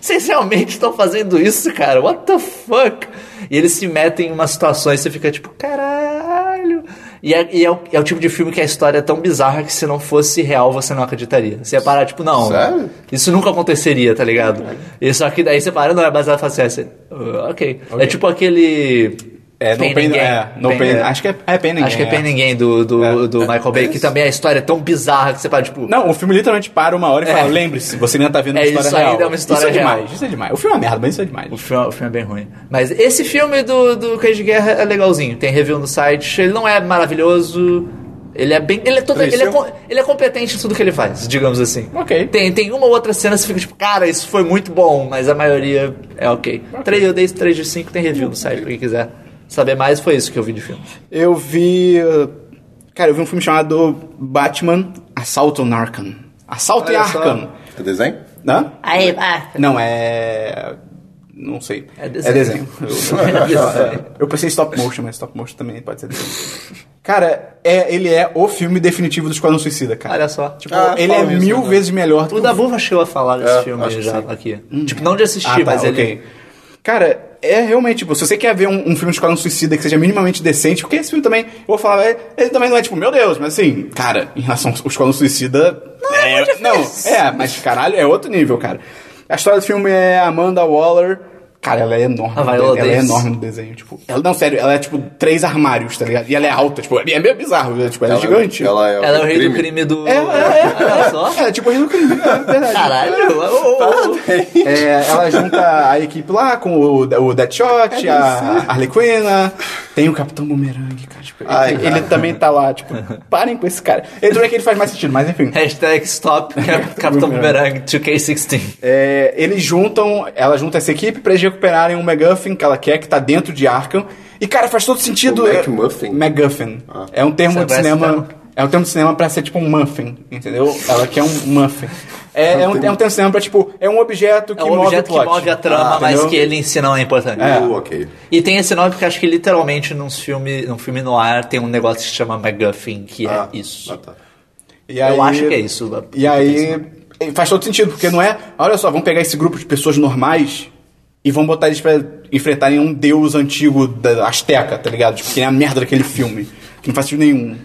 Speaker 3: vocês realmente estão fazendo isso, cara? What the fuck? E eles se metem em umas situações e você fica tipo, caralho. E, é, e é o, é o tipo de filme que a história é tão bizarra que se não fosse real você não acreditaria. Você ia parar, tipo, não.
Speaker 2: Sério?
Speaker 3: Isso nunca aconteceria, tá ligado? E só que daí você para, não é baseado na assim, ok. É tipo aquele.
Speaker 5: É, no pain,
Speaker 3: Ninguém.
Speaker 5: é, no pain, acho que é, é pain ninguém.
Speaker 3: Acho que é Pay Ninguém do, do, do Michael Bay, que também a história é tão bizarra que você para, tipo.
Speaker 5: Não, o filme literalmente para uma hora e
Speaker 3: É.
Speaker 5: fala, lembre-se, você ainda tá vendo uma
Speaker 3: É,
Speaker 5: história
Speaker 3: isso
Speaker 5: real.
Speaker 3: ainda é uma história
Speaker 5: isso é
Speaker 3: real.
Speaker 5: demais, isso é demais. O filme é uma merda, mas isso é demais.
Speaker 3: O filme, o filme é bem ruim. Mas esse filme do, do Cães de Guerra é legalzinho. Tem review no site. Ele não é maravilhoso. Ele é bem. Ele é, todo,
Speaker 2: Três,
Speaker 3: ele
Speaker 2: seu?
Speaker 3: é, com- ele é competente em tudo que ele faz, digamos assim.
Speaker 5: Ok.
Speaker 3: Tem, tem uma ou outra cena que você fica tipo, cara, isso foi muito bom, mas a maioria é ok. Três, eu dei 3 de 5, tem review no site pra quem quiser saber mais. Foi isso que eu vi de filme.
Speaker 5: Eu vi. uh, Cara, eu vi um filme chamado Batman Assalto on Arkham. Assalto em
Speaker 3: Olha só.
Speaker 5: Arkham.
Speaker 2: É desenho?
Speaker 5: Hã?
Speaker 3: Aí, ah.
Speaker 5: Não, é. Não sei.
Speaker 3: É desenho.
Speaker 5: Eu- eu- Eu pensei em stop motion, mas stop motion também pode ser desenho. Cara, é, ele é o filme definitivo do Esquadrão Suicida, cara.
Speaker 3: Olha só.
Speaker 5: Tipo,
Speaker 2: Ah,
Speaker 5: ele é
Speaker 2: falam isso,
Speaker 5: mil
Speaker 2: né?
Speaker 5: vezes melhor do
Speaker 3: O
Speaker 5: que o
Speaker 3: Dabu chegou a falar desse
Speaker 2: É, acho
Speaker 3: filme
Speaker 2: que
Speaker 3: já
Speaker 2: sim.
Speaker 3: aqui. Tipo, não de assistir,
Speaker 5: Ah, tá,
Speaker 3: mas ele.
Speaker 5: ok. Cara, é realmente, tipo, se você quer ver um, um filme de Esquadrão Suicida que seja minimamente decente, porque esse filme também, eu vou falar, é- ele também não é tipo, meu Deus, mas assim, cara, em relação ao Esquadrão Suicida. Não, é, não, é, mas caralho, é outro nível, cara. A história do filme é Amanda Waller. Cara, ela é enorme.
Speaker 3: A
Speaker 5: no
Speaker 3: Viola
Speaker 5: de- ela é
Speaker 3: Davis.
Speaker 5: enorme no desenho, tipo. Ela, não, sério, ela é tipo três armários, tá ligado? E ela é alta, tipo, é meio bizarro, né? tipo, ela, é gigante.
Speaker 2: Ela é,
Speaker 3: Ela é o rei do crime do.
Speaker 5: É, é, é.
Speaker 3: Olha só.
Speaker 5: Ela é tipo o rei do crime, é verdade.
Speaker 3: Caralho. ô, ô, ô.
Speaker 5: É, ela junta a equipe lá com o, o
Speaker 3: É
Speaker 5: Deadshot, a Harley Quinn, a- tem o Capitão Boomerang, cara. tipo, ele-
Speaker 2: Ai,
Speaker 5: ele,
Speaker 2: cara.
Speaker 5: também tá lá, tipo, parem com esse cara. Ele também é que ele faz mais sentido, mas enfim.
Speaker 3: Hashtag stop Cap- Capitão Boomerang 2K16.
Speaker 5: É, eles juntam, ela junta essa equipe pra eles recuperarem um McGuffin que ela quer, que tá dentro de Arkham. E, cara, faz todo sentido.
Speaker 2: O McMuffin?
Speaker 5: McGuffin. É um termo
Speaker 3: Você
Speaker 5: de
Speaker 3: conhece
Speaker 5: cinema.
Speaker 3: esse termo?
Speaker 5: É um termo de cinema pra ser tipo um muffin, entendeu? Ela quer um muffin. É, é um, é um termo de cinema pra, tipo, é um objeto que
Speaker 3: É um
Speaker 5: move
Speaker 3: objeto
Speaker 5: o plot.
Speaker 3: que move a trama,
Speaker 5: Ah,
Speaker 3: mas
Speaker 5: entendeu?
Speaker 3: que ele em si não é importante.
Speaker 5: É.
Speaker 2: Uh, ok.
Speaker 3: E tem esse nome porque acho que literalmente num filme, num filme no ar tem um negócio que se chama MacGuffin, que
Speaker 2: Ah,
Speaker 3: é isso.
Speaker 2: Ah, tá.
Speaker 5: E
Speaker 3: Eu
Speaker 5: aí-
Speaker 3: acho que é isso.
Speaker 5: E aí faz todo sentido, porque não é. Olha só, vamos pegar esse grupo de pessoas normais e vamos botar eles pra enfrentarem um deus antigo da Azteca, tá ligado? Tipo, que nem a merda daquele filme. Que não faz sentido nenhum.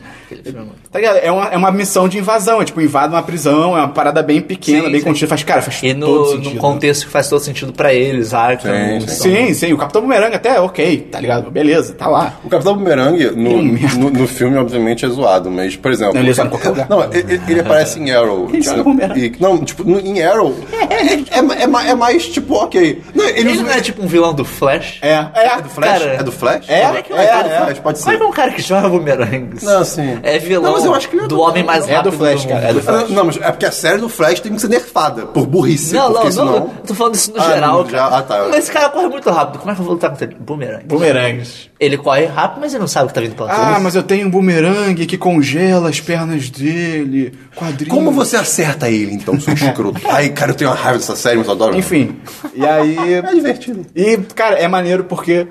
Speaker 5: Tá ligado? É uma, é uma missão de invasão, é tipo, invade uma prisão, é uma parada bem pequena,
Speaker 3: Sim,
Speaker 5: bem
Speaker 3: sim.
Speaker 5: contida. Faz, cara, faz
Speaker 3: E
Speaker 5: todo
Speaker 3: no,
Speaker 5: sentido. né?
Speaker 3: num contexto que faz todo sentido pra eles, Arkham.
Speaker 2: Sim, sim.
Speaker 5: Sim, sim, o Capitão Bumerangue até é ok, tá ligado? Beleza, tá lá.
Speaker 2: O Capitão Boomerang no,
Speaker 5: merda.
Speaker 2: no, no filme, obviamente, é zoado, mas, por exemplo.
Speaker 5: Não, ele é zoado em qualquer lugar.
Speaker 2: Não, ele, ele aparece em Arrow.
Speaker 5: Ele é um bumerangue.
Speaker 2: e, não, tipo, no- em Arrow. É, é, é ma- é mais, tipo, ok. Não, ele,
Speaker 3: Ele
Speaker 2: usa-
Speaker 3: não é tipo um vilão do Flash?
Speaker 5: É, é.
Speaker 2: do Flash?
Speaker 3: Cara.
Speaker 2: é do Flash?
Speaker 5: É,
Speaker 2: é,
Speaker 5: é, é.
Speaker 2: Flash, pode
Speaker 3: Como é
Speaker 2: ser.
Speaker 3: que é um cara que joga bumerangues?
Speaker 2: Não, sim.
Speaker 3: É vilão
Speaker 2: Não, mas eu acho que ele é
Speaker 3: do
Speaker 2: do-
Speaker 3: homem mais
Speaker 5: É
Speaker 3: rápido
Speaker 5: do Flash,
Speaker 3: mundo.
Speaker 5: cara, é do Flash.
Speaker 2: Não, mas é porque a série do Flash tem que ser nerfada por burrice.
Speaker 3: Não,
Speaker 2: porque
Speaker 3: não, não,
Speaker 2: senão...
Speaker 3: Eu tô falando isso no
Speaker 2: Ah,
Speaker 3: geral.
Speaker 2: no geral,
Speaker 3: cara.
Speaker 2: ah, tá.
Speaker 3: Mas esse cara corre muito rápido. Como é que eu vou lutar contra ele? Bumerangue.
Speaker 5: Bumerangues.
Speaker 3: Ele corre rápido, mas ele não sabe o que tá vindo pela
Speaker 5: Ah,
Speaker 3: frente.
Speaker 5: mas eu tenho um bumerangue que congela as pernas dele, quadrinhos.
Speaker 2: Como você acerta ele, então, seu escroto? Ai, cara, eu tenho uma raiva dessa série, mas eu adoro.
Speaker 5: Enfim, e aí.
Speaker 2: É divertido.
Speaker 5: E, cara, é maneiro porque,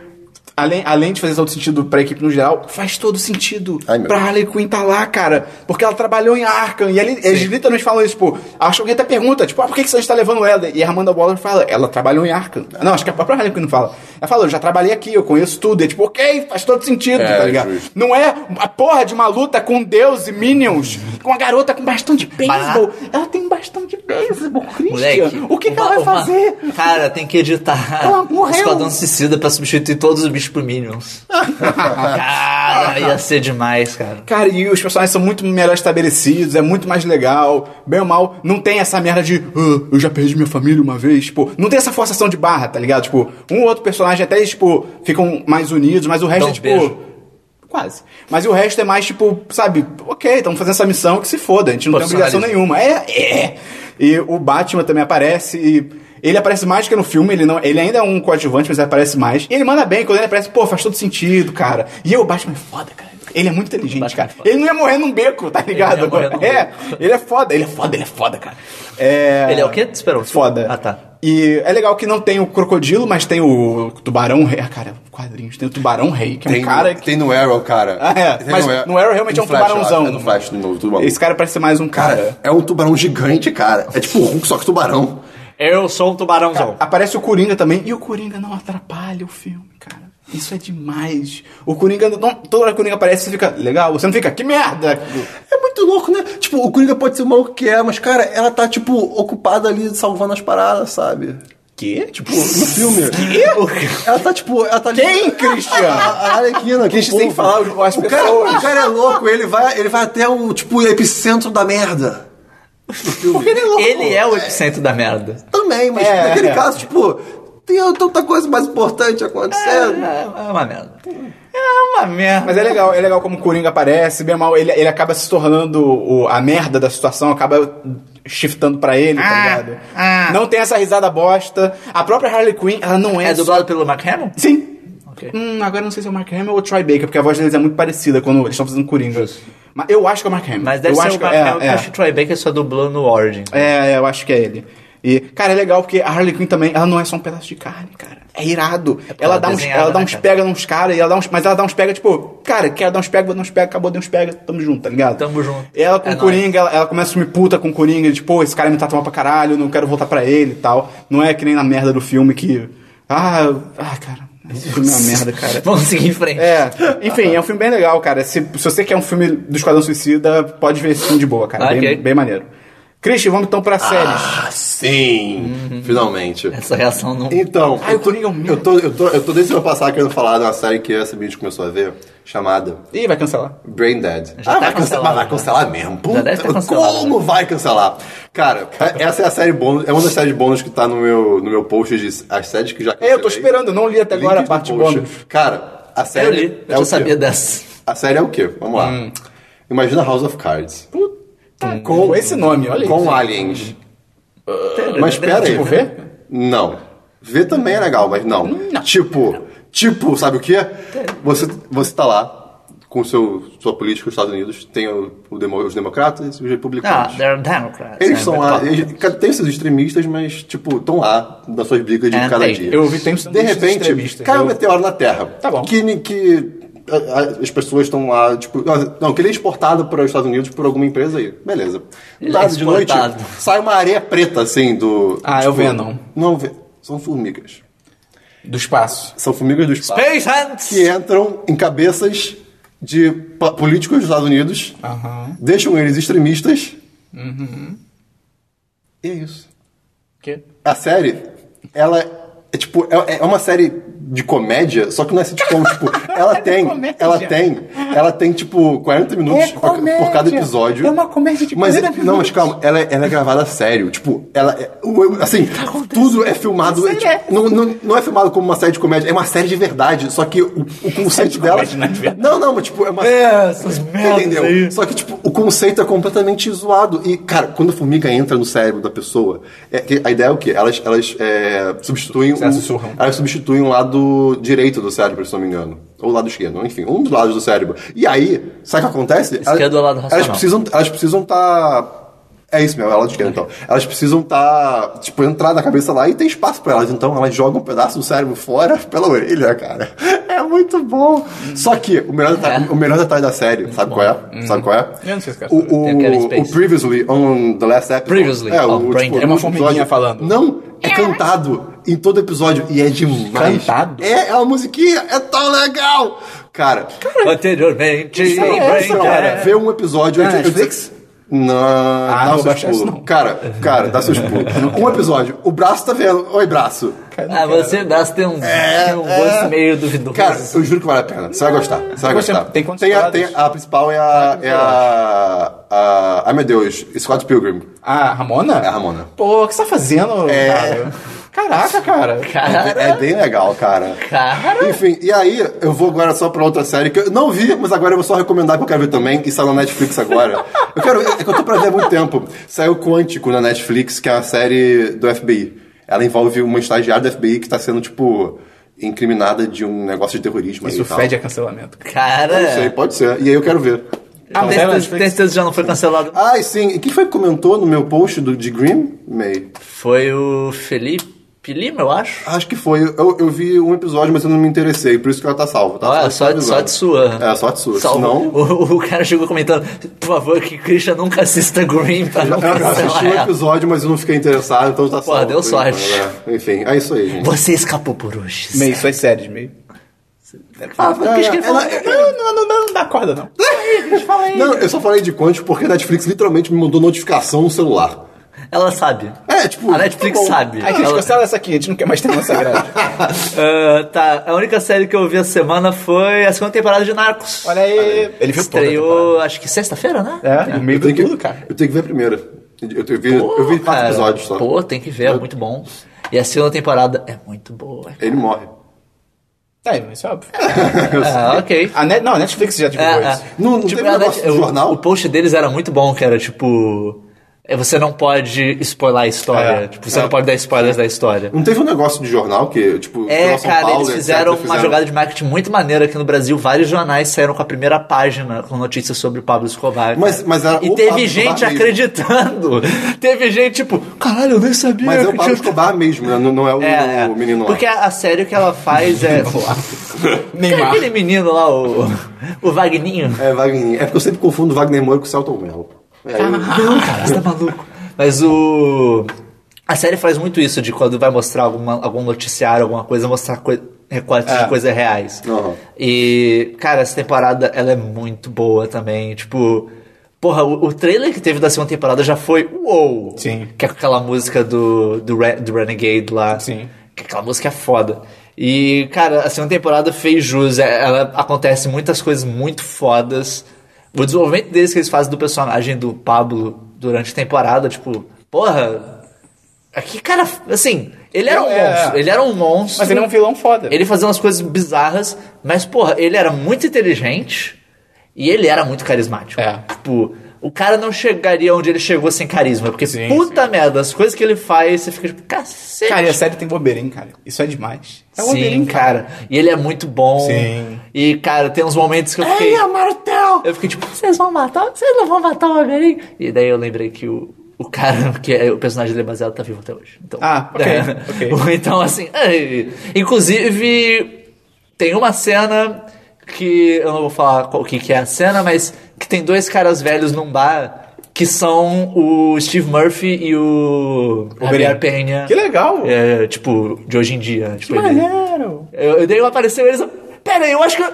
Speaker 5: além, além de fazer todo sentido pra equipe no geral, faz todo sentido
Speaker 2: Ai, meu
Speaker 5: pra
Speaker 2: Deus.
Speaker 5: Harley Quinn tá lá, cara. Porque ela trabalhou em Arkham. E ali, eles literalmente falam isso, tipo, acho que alguém até pergunta, tipo, ah, por que, que você está levando ela? E a Amanda Waller fala, ela trabalhou em Arkham. Não, acho que a própria Harley Quinn não fala. Ela fala, eu já trabalhei aqui, eu conheço tudo. E é tipo, ok, faz todo sentido,
Speaker 2: É,
Speaker 5: tá ligado?
Speaker 2: justo.
Speaker 5: Não é a porra de uma luta com Deus e Minions, com uma garota com bastão de beisebol. Ela tem um bastão de beisebol, Christian.
Speaker 3: Moleque,
Speaker 5: O que, que
Speaker 3: uma-
Speaker 5: ela vai
Speaker 3: uma-
Speaker 5: fazer?
Speaker 3: Cara, tem que editar
Speaker 5: Ela morreu.
Speaker 3: Esquadrão Suicida pra substituir todos os bichos por Minions. cara, ia ser demais, cara.
Speaker 5: Cara, e os personagens são muito melhor estabelecidos, é muito mais legal. Bem ou mal, não tem essa merda de "Ah, eu já perdi minha família uma vez. Tipo, não tem essa forçação de barra, tá ligado? Tipo, um ou outro personagem até, tipo, ficam mais unidos, mas o resto
Speaker 3: Dá um
Speaker 5: é tipo.
Speaker 3: beijo.
Speaker 5: fase. Mas o resto é mais tipo, sabe, ok, estamos fazendo essa missão que se foda, a gente não tem
Speaker 3: Profissionalismo.
Speaker 5: obrigação nenhuma. É, é. E o Batman também aparece e. Ele aparece mais que no filme, ele, não, ele ainda é um coadjuvante, mas ele aparece mais. E ele manda bem, quando ele aparece, pô, faz todo sentido, cara. E eu, o Batman é foda, cara. Ele é muito inteligente,
Speaker 3: Batman é
Speaker 5: cara.
Speaker 3: foda.
Speaker 5: Ele não ia morrer num beco, tá ligado?
Speaker 3: ia morrer num
Speaker 5: é,
Speaker 3: beco.
Speaker 5: ele é foda, ele é foda, ele é foda, cara. É...
Speaker 3: Ele é o quê? Espera, desculpa.
Speaker 5: Foda.
Speaker 3: Ah, tá.
Speaker 5: E é legal que não tem o crocodilo, mas tem o tubarão rei. Ah, cara, quadrinhos. Tem o tubarão rei, que é um
Speaker 2: Tem,
Speaker 5: cara que.
Speaker 2: tem no Arrow, cara.
Speaker 5: Ah, é.
Speaker 2: Tem
Speaker 5: Mas no Arrow realmente
Speaker 2: no
Speaker 5: é um
Speaker 2: Flash, eu
Speaker 5: tubarãozão.
Speaker 2: acho. É no Flash, de novo, tubarão.
Speaker 5: Esse cara parece ser mais um cara.
Speaker 2: Cara, é um tubarão gigante, cara. É tipo o Hulk, só que tubarão.
Speaker 3: Eu sou um tubarãozão.
Speaker 5: Aparece o Coringa também. E o Coringa não atrapalha o filme, cara. Isso é demais. O Coringa. Não, toda hora que o Coringa aparece, você fica legal. Você não fica, que merda!
Speaker 2: É muito louco, né? Tipo, o Coringa pode ser o maluco que é, mas, cara, ela tá, tipo, ocupada ali salvando as paradas, sabe?
Speaker 5: Que? Tipo,
Speaker 2: Tipo, no filme. Ela tá, tipo, ela tá ali-
Speaker 5: Quem, Christian?
Speaker 2: A, a Arlequina.
Speaker 5: Christian,
Speaker 2: com o
Speaker 5: tem que falar
Speaker 2: povo.
Speaker 5: as
Speaker 2: o cara,
Speaker 5: pessoas.
Speaker 2: o cara é louco, ele vai, ele vai até o, tipo, o epicentro da merda. No filme.
Speaker 5: ele é louco.
Speaker 3: Ele é o epicentro da merda.
Speaker 2: Também, mas
Speaker 5: É,
Speaker 2: naquele
Speaker 5: é.
Speaker 2: caso, tipo, tem tanta coisa mais importante
Speaker 3: É,
Speaker 2: acontecendo.
Speaker 3: é uma merda. É uma merda.
Speaker 5: Mas é legal, é legal como o Coringa aparece, bem ou mal, ele, ele acaba se tornando o- a merda da situação, acaba shiftando pra ele, tá ligado?
Speaker 3: ah.
Speaker 5: Não tem essa risada bosta. A própria Harley Quinn, ela não é.
Speaker 3: É dublado pelo Mark Hamill?
Speaker 5: Sim.
Speaker 3: Ok.
Speaker 5: Hum, agora eu não sei se é o Mark Hamill ou o Troy Baker, porque a voz deles é muito parecida quando eles estão fazendo Coringa. Mas eu acho que é o Mark Hamill.
Speaker 3: Mas deve
Speaker 5: eu
Speaker 3: ser
Speaker 5: acho
Speaker 3: o
Speaker 5: que-
Speaker 3: Mark
Speaker 5: é,
Speaker 3: Hamill,
Speaker 5: é.
Speaker 3: que tá acho que o Troy Baker só dublou no Origin.
Speaker 5: É, é, eu acho que é ele. E, cara, é legal porque a Harley Quinn também, ela não é só um pedaço de carne, cara. É irado. ela,
Speaker 3: ela
Speaker 5: dá uns,
Speaker 3: desenhada,
Speaker 5: ela dá
Speaker 3: né,
Speaker 5: uns
Speaker 3: cara?
Speaker 5: pega nos caras, e ela dá uns, mas ela dá uns pega, tipo, cara, quer dar uns pega, vou dar uns pega, acabou, deu uns pega, tamo junto, tá ligado?
Speaker 3: Tamo junto.
Speaker 5: Ela com
Speaker 3: É
Speaker 5: o Coringa, ela, ela começa a sumir puta com o Coringa, tipo, pô, esse cara me tá tomando pra caralho, não quero voltar pra ele e tal. Não é que nem na merda do filme que. Ah, ah cara, esse filme é uma merda, cara.
Speaker 3: Vamos seguir em frente.
Speaker 5: É, enfim, é um filme bem legal, cara. Se, se você quer um filme do Esquadrão Suicida, pode ver esse filme de boa, cara.
Speaker 3: Ok.
Speaker 5: Bem, bem maneiro. Christian, vamos então pra séries.
Speaker 2: Ah, sim! Finalmente.
Speaker 3: Essa reação não.
Speaker 2: Então,
Speaker 5: Ah,
Speaker 2: eu
Speaker 5: o
Speaker 2: tô,
Speaker 5: Coringa é um merda.
Speaker 2: eu, tô, eu, tô, eu tô desde o ano passado querendo falar de uma série que essa bicho começou a ver, chamada
Speaker 5: Ih, vai cancelar.
Speaker 2: Brain Dead.
Speaker 3: Já
Speaker 2: ah,
Speaker 3: tá
Speaker 2: vai cancelar,
Speaker 3: cancelado,
Speaker 2: mas vai
Speaker 3: né?
Speaker 2: cancelar mesmo. Puta,
Speaker 3: deve ter cancelado,
Speaker 2: como vai cancelar? Cara, essa é a série bônus, é uma das séries bônus que tá no meu, no meu post de as séries que já
Speaker 5: É, eu tô
Speaker 2: cancelei.
Speaker 5: esperando, eu não li até
Speaker 2: Link
Speaker 5: agora a
Speaker 2: no
Speaker 5: parte
Speaker 2: post.
Speaker 5: bônus.
Speaker 2: Cara, a
Speaker 3: Eu
Speaker 2: série
Speaker 3: li,
Speaker 2: é o
Speaker 3: eu já
Speaker 2: quê?
Speaker 3: sabia dessa.
Speaker 2: A série é o quê? Vamos lá. Imagina House of Cards.
Speaker 5: Puta, com esse nome, olha
Speaker 2: com
Speaker 3: é,
Speaker 5: isso.
Speaker 2: aliens. Mas espera aí.
Speaker 5: Tipo,
Speaker 3: né?
Speaker 5: vê?
Speaker 2: Não. Ver também é legal, mas não. Tipo, tipo, sabe o que? Você, você tá lá com seu, sua política, os Estados Unidos, tem o, o demo- os democratas e os
Speaker 3: Ah,
Speaker 2: republicanos.
Speaker 3: they're Democrats.
Speaker 2: eles
Speaker 3: né?
Speaker 2: são lá,
Speaker 3: Claro.
Speaker 2: eles, cara, tem seus extremistas, mas, tipo, estão lá nas suas brigas de
Speaker 3: É,
Speaker 2: cada
Speaker 3: tem.
Speaker 2: dia.
Speaker 5: Eu vi, tem um os
Speaker 2: De repente,
Speaker 5: extremistas.
Speaker 2: cai um
Speaker 5: Eu-
Speaker 2: meteoro na Terra.
Speaker 5: Tá bom.
Speaker 2: Que, ni- que a- a- as pessoas estão lá, tipo. Não, que ele é exportado para os Estados Unidos por alguma empresa aí. Beleza.
Speaker 3: Ele
Speaker 2: Nada
Speaker 3: é
Speaker 2: de noite,
Speaker 3: exportado.
Speaker 2: sai uma areia preta assim do.
Speaker 5: Ah, é o Venom.
Speaker 2: Não, Ve- são formigas.
Speaker 5: Do espaço.
Speaker 2: São formigas do espaço.
Speaker 3: Space Hunts!
Speaker 2: Que entram em cabeças de pa- políticos dos Estados Unidos,
Speaker 5: Aham. Uhum.
Speaker 2: deixam eles extremistas. E é isso.
Speaker 3: Que?
Speaker 2: A série, ela é tipo, é, é uma série de comédia, só que não é sitcom, tipo, ela tem,
Speaker 5: É comédia.
Speaker 2: ela tem, ela tem tipo 40 minutos
Speaker 5: É
Speaker 2: por, por cada
Speaker 5: comédia.
Speaker 2: episódio.
Speaker 5: É uma comédia de
Speaker 2: mas,
Speaker 5: 40
Speaker 2: Não, mas
Speaker 5: minutos.
Speaker 2: calma, ela, é- ela é gravada a sério, tipo, ela é, o- assim, tudo é filmado, é,
Speaker 5: tá Sério, é.
Speaker 2: tipo, não, não, não é filmado como uma série de comédia, é uma série de verdade, só que o, o conceito dela
Speaker 5: comédia não é de verdade.
Speaker 2: Não, não, mas tipo, é uma
Speaker 3: É, essas merdas
Speaker 2: Entendeu?
Speaker 3: aí.
Speaker 2: Só que, tipo, o conceito é completamente zoado. E, cara, quando a formiga entra no cérebro da pessoa, é que a ideia é o quê? Elas, elas é, substituem.
Speaker 5: Elas
Speaker 2: o-
Speaker 5: sussurram.
Speaker 2: elas substituem o lado direito do cérebro, se não me engano. Ou o lado esquerdo, enfim, um dos lados do cérebro. E aí, sabe o que acontece?
Speaker 3: Esquerdo
Speaker 2: Elas-
Speaker 3: é o lado
Speaker 2: Elas
Speaker 3: racional.
Speaker 2: precisam Elas precisam tá. É isso mesmo, é o lado esquerdo, então. Elas precisam tá, tipo, entrar na cabeça lá e tem espaço pra elas. Então, elas jogam um pedaço do cérebro fora pela orelha, cara. É muito bom. Só que o melhor detalhe,
Speaker 5: É.
Speaker 2: o melhor detalhe da série, sabe qual é? Sabe qual é?
Speaker 5: Hum. Eu não sei se quero
Speaker 2: o,
Speaker 5: saber.
Speaker 2: o,
Speaker 3: Tem o Kevin
Speaker 2: o
Speaker 3: Spacey.
Speaker 2: Previously on the Last Episode.
Speaker 3: Previously
Speaker 2: o, tipo,
Speaker 3: on Brain Dead.
Speaker 5: É uma
Speaker 2: último
Speaker 5: formiguinha falando.
Speaker 2: Não, é cantado em todo episódio e é demais.
Speaker 5: Cantado?
Speaker 2: É, é uma musiquinha, é tão legal. Cara,
Speaker 3: Anteriormente.
Speaker 2: não,
Speaker 5: é
Speaker 3: Brain
Speaker 5: isso, cara.
Speaker 3: Dead.
Speaker 2: Vê um episódio.
Speaker 5: Na
Speaker 2: eu- eu-
Speaker 5: Netflix? Ah,
Speaker 2: Não,
Speaker 5: não
Speaker 2: dá
Speaker 5: vou
Speaker 2: seus
Speaker 5: baixar isso,
Speaker 2: pulos.
Speaker 5: não.
Speaker 2: Cara, cara, dá seus pulos. Um episódio, o braço tá vendo. Oi, braço.
Speaker 3: Ah, você dá, tem um, tem um gosto meio duvidoso.
Speaker 2: Cara, eu juro que vale a pena. Você vai gostar. Você vai
Speaker 5: Você-
Speaker 2: gostar.
Speaker 5: tem quantas
Speaker 2: a, tem
Speaker 5: temporadas? Ah,
Speaker 2: a principal é a. É a, a. Ai meu Deus, Scott Pilgrim.
Speaker 5: Ah, A Ramona?
Speaker 2: É a Ramona.
Speaker 5: Pô, o que você tá fazendo,
Speaker 2: É.
Speaker 5: cara? Caraca, cara.
Speaker 3: Cara,
Speaker 2: É bem legal, cara.
Speaker 3: cara.
Speaker 2: Enfim, e aí eu vou agora só pra outra série que eu não vi, mas agora eu vou só recomendar que eu quero ver também, que saiu na Netflix agora. Eu quero ver, é que eu tô pra ver há muito tempo. Saiu Quântico na Netflix, que é a série do FBI. Ela envolve uma estagiária do FBI que tá sendo, tipo, incriminada de um negócio de terrorismo. aí
Speaker 5: Isso
Speaker 2: e tal.
Speaker 5: fede a cancelamento.
Speaker 3: Cara. Ah,
Speaker 2: Não sei, pode ser. E aí eu quero ver.
Speaker 5: Ah,
Speaker 3: tem
Speaker 5: mas é
Speaker 3: certeza-
Speaker 5: Netflix.
Speaker 3: tem certeza que já não foi cancelado.
Speaker 2: Ah, e sim. E quem foi que comentou no meu post do, de Grimm? May.
Speaker 3: Foi o Felipe Lima, eu acho.
Speaker 2: Acho que foi. Eu, eu vi um episódio, mas eu não me interessei, por isso que ela tá salva. Tá?
Speaker 3: Olha, Ah, só,
Speaker 2: avisando.
Speaker 3: só de sua.
Speaker 2: É, só de sua.
Speaker 3: Salvo.
Speaker 2: Senão-
Speaker 3: O, o cara chegou comentando, por favor, que Christian nunca assista Green pra não
Speaker 2: Eu eu assisti
Speaker 3: cancelar
Speaker 2: um
Speaker 3: ela.
Speaker 2: episódio, mas eu não fiquei interessado, então tá
Speaker 3: Porra,
Speaker 2: salvo.
Speaker 3: é. deu
Speaker 2: por enquanto,
Speaker 3: sorte.
Speaker 2: né? Enfim, é isso aí, gente.
Speaker 3: Você escapou por hoje.
Speaker 5: Meio, suas séries, meio.
Speaker 3: Ah, por
Speaker 2: É,
Speaker 3: que que ele falou?
Speaker 5: Não, não, não, não, não dá corda, não.
Speaker 2: Não, eu só falei de Quantic porque a Netflix literalmente me mandou notificação no celular.
Speaker 3: Ela sabe.
Speaker 2: É, tipo.
Speaker 3: A Netflix
Speaker 2: tá bom.
Speaker 3: sabe.
Speaker 5: A gente
Speaker 3: Ela-
Speaker 5: cancela essa aqui, a gente não quer mais ter nossa grade.
Speaker 3: Ah, tá, a única série que eu vi essa semana foi a segunda temporada de Narcos.
Speaker 5: Olha aí. Ele viu toda a
Speaker 3: Estreou, acho que sexta-feira, né?
Speaker 5: temporada. É, no meio
Speaker 2: Eu tenho,
Speaker 5: do
Speaker 2: que,
Speaker 5: tudo, cara.
Speaker 2: eu tenho que ver a primeira. Eu, eu vi,
Speaker 3: Pô,
Speaker 2: eu vi quatro
Speaker 3: cara.
Speaker 2: episódios só.
Speaker 3: Pô, tem que ver, é muito bom. E a segunda temporada é muito boa.
Speaker 2: Ele morre.
Speaker 5: É, isso é óbvio.
Speaker 3: Ah, ok.
Speaker 5: A Net, não, a Netflix já divulgou
Speaker 3: É,
Speaker 5: isso.
Speaker 3: é.
Speaker 2: Não- não teve um
Speaker 3: a
Speaker 2: negócio
Speaker 3: Net-
Speaker 2: do
Speaker 3: o,
Speaker 2: jornal?
Speaker 3: O post deles era muito bom, que era tipo. é, Você não pode spoiler a história.
Speaker 5: É,
Speaker 3: tipo, você não pode dar spoilers da história.
Speaker 2: Não teve um negócio de jornal que, tipo,
Speaker 3: É,
Speaker 2: jornal São
Speaker 3: cara,
Speaker 2: Paulo,
Speaker 3: eles
Speaker 2: etc,
Speaker 3: fizeram uma jogada de marketing muito maneira aqui no Brasil. Vários jornais saíram com a primeira página com notícias sobre o Pablo Escobar. cara.
Speaker 2: Mas- mas era
Speaker 3: e
Speaker 2: o
Speaker 3: teve
Speaker 2: Pablo Escobar
Speaker 3: gente
Speaker 2: mesmo.
Speaker 3: acreditando. teve gente tipo, caralho, eu nem sabia.
Speaker 2: Mas é o
Speaker 3: que
Speaker 2: Pablo
Speaker 3: tinha-"
Speaker 2: Escobar mesmo, né? Não, não é o,
Speaker 3: É, é.
Speaker 2: o menino lá.
Speaker 3: Porque a, a série que ela faz é. Tem
Speaker 5: Neymar.
Speaker 3: aquele menino lá, o, o Vagninho.
Speaker 2: É, Wagner. É porque eu sempre confundo Wagner Moura com o Celton Mello. É,
Speaker 3: Ah,
Speaker 2: eu-
Speaker 3: Não, cara, você tá maluco. Mas o. A série faz muito isso de quando vai mostrar alguma, algum noticiário, alguma coisa, mostrar coi- recortes de coisas reais.
Speaker 2: Uhum.
Speaker 3: E, cara, essa temporada ela é muito boa também. Tipo, porra, o, o trailer que teve da segunda temporada já foi uou!
Speaker 5: Sim.
Speaker 3: Que é com aquela música do, do, Re- do Renegade lá.
Speaker 5: Sim.
Speaker 3: Que aquela música é foda. E, cara, a segunda temporada fez jus. É- Ela acontece muitas coisas muito fodas. O desenvolvimento deles que eles fazem do personagem do Pablo durante a temporada, tipo, porra. Aqui, cara, assim, ele era um
Speaker 5: É, é,
Speaker 3: monstro.
Speaker 5: é.
Speaker 3: Ele era um monstro.
Speaker 5: Mas ele é um vilão foda.
Speaker 3: Ele fazia umas coisas bizarras, mas, porra, ele era muito inteligente e ele era muito carismático.
Speaker 5: É.
Speaker 3: Tipo, o cara não chegaria onde ele chegou sem carisma, porque
Speaker 5: Sim,
Speaker 3: puta merda, as coisas que ele faz, você fica tipo, cacete.
Speaker 5: Cara, é e a série tem bobeira, hein, cara. Isso é demais. É
Speaker 3: Sim,
Speaker 5: bobeirinho,
Speaker 3: cara. E ele é muito bom.
Speaker 5: Sim. É,
Speaker 3: E, cara, tem uns momentos que eu fiquei.
Speaker 5: Ei, Martel!
Speaker 3: Eu fiquei tipo, vocês vão matar? Vocês não vão matar o Wolverine? E daí eu lembrei que o, o cara, que é o personagem dele é baseado, tá vivo até hoje. Então,
Speaker 5: Ah, ok,
Speaker 3: é.
Speaker 5: ok.
Speaker 3: Então, assim, é, inclusive, tem uma cena que eu não vou falar qual- o que, que é a cena, mas que tem dois caras velhos num bar que são o Steve Murphy e o Javier Penha.
Speaker 5: é Que legal!
Speaker 3: É, tipo, de hoje em dia. Tipo, ele-
Speaker 5: Maneiro!
Speaker 3: eu, eu dei uma apareceu eles. eu- Pera aí, eu acho que eu,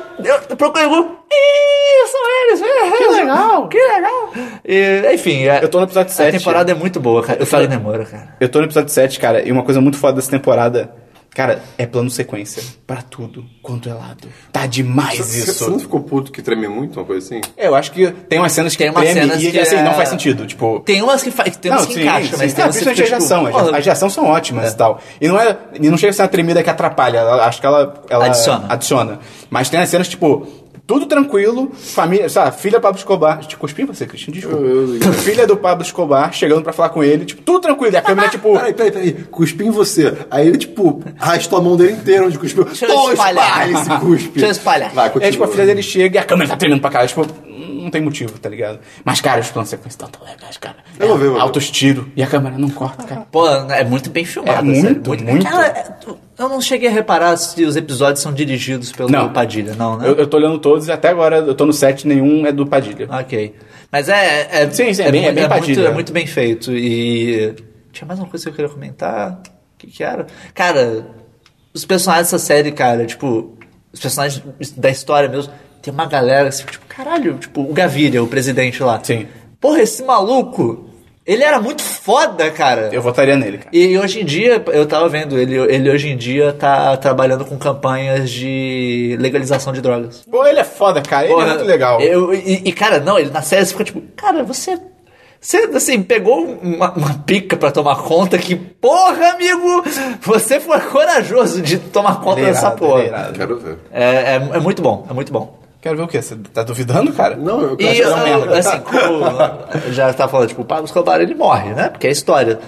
Speaker 3: eu procurei o Ih, são eles! Que
Speaker 5: legal.
Speaker 3: Que legal! E, enfim, a,
Speaker 5: Eu tô no episódio
Speaker 3: a
Speaker 5: sete.
Speaker 3: temporada é muito boa, cara. Eu falei demora, cara.
Speaker 5: Eu tô no episódio 7, cara, e uma coisa muito foda dessa temporada, cara, é plano sequência. Pra tudo quanto é lado. Tá demais
Speaker 2: Você você
Speaker 5: isso.
Speaker 2: não ficou puto que treme muito, uma coisa assim?
Speaker 5: É, eu acho que tem umas cenas que
Speaker 3: Tem umas
Speaker 5: treme
Speaker 3: cenas
Speaker 5: e
Speaker 3: que
Speaker 5: assim,
Speaker 3: é-
Speaker 5: não faz sentido. Tipo,
Speaker 3: Tem umas que, fa... tem umas que encaixam, mas tem
Speaker 5: Ah,
Speaker 3: umas que.
Speaker 5: principalmente
Speaker 3: fica,
Speaker 5: a
Speaker 3: tipo,
Speaker 5: reação.
Speaker 3: pô,
Speaker 5: As reações são ótimas e tal. E não, é, e não chega a ser uma tremida que atrapalha. ela- acho que ela, ela
Speaker 3: Adiciona.
Speaker 5: adiciona. Mas tem as cenas, tipo, tudo tranquilo, família, sabe, filha Pablo Escobar. Te cuspi em você, Cristian, desculpa. filha do Pablo Escobar chegando pra falar com ele, tipo, tudo tranquilo. E a câmera, tipo,
Speaker 2: Peraí, peraí, peraí. Cuspi em você. Aí ele, tipo, arrastou a mão dele inteira onde cuspiu.
Speaker 3: Deixa eu
Speaker 2: Pô,
Speaker 3: espalhar.
Speaker 2: espalha esse cuspe.
Speaker 3: Deixa eu espalhar.
Speaker 2: Vai, continua.
Speaker 5: é tipo, a filha dele chega e a câmera tá tremendo pra caralho. Tipo, não tem motivo, tá ligado? Mas, cara, os planos de sequência estão tão legais, cara.
Speaker 2: Eu vou ver, eu vou ver.
Speaker 5: Altos tiros e a câmera não corta, cara.
Speaker 3: Pô, é muito bem filmado.
Speaker 5: É
Speaker 3: sério,
Speaker 5: muito, muito.
Speaker 3: Cara, é- eu não cheguei a reparar se os episódios são dirigidos pelo
Speaker 5: Não.
Speaker 3: Padilha, não, né?
Speaker 5: Eu, eu tô olhando todos e até agora eu tô no set, nenhum é do Padilha.
Speaker 3: Ok. Mas é. é
Speaker 5: Sim, sim, é bem- é
Speaker 3: muito-
Speaker 5: bem
Speaker 3: muito,
Speaker 5: Padilha.
Speaker 3: é muito bem feito. E. Tinha mais uma coisa que eu queria comentar. O que, que era? Cara, os personagens dessa série, cara, tipo. Os personagens da história mesmo. Tem uma galera que você fica, tipo, caralho, tipo, o Gaviria, o presidente lá.
Speaker 5: Sim.
Speaker 3: Porra, esse maluco. Ele era muito foda, cara.
Speaker 5: Eu votaria nele, cara.
Speaker 3: E hoje em dia, eu tava vendo, ele, ele hoje em dia tá trabalhando com campanhas de legalização de drogas.
Speaker 5: Pô, ele é foda, cara. Ele
Speaker 3: Porra,
Speaker 5: é muito legal.
Speaker 3: eu- e, e, cara, não, ele na série você fica tipo, cara, você. Você, assim, pegou uma, uma pica pra tomar conta que, porra, amigo, você foi corajoso de tomar conta
Speaker 5: Ele é
Speaker 3: dessa
Speaker 5: irado, ele é
Speaker 3: porra.
Speaker 5: irado.
Speaker 2: Quero ver.
Speaker 3: É, é, é muito bom, é muito bom.
Speaker 5: Quero ver o quê? Você tá duvidando, cara?
Speaker 2: Não, eu
Speaker 3: E,
Speaker 2: acho que é um
Speaker 3: ah,
Speaker 2: merda.
Speaker 3: assim, como já tá falando, tipo, o Pablo Escobar, ele morre, né? Porque é história.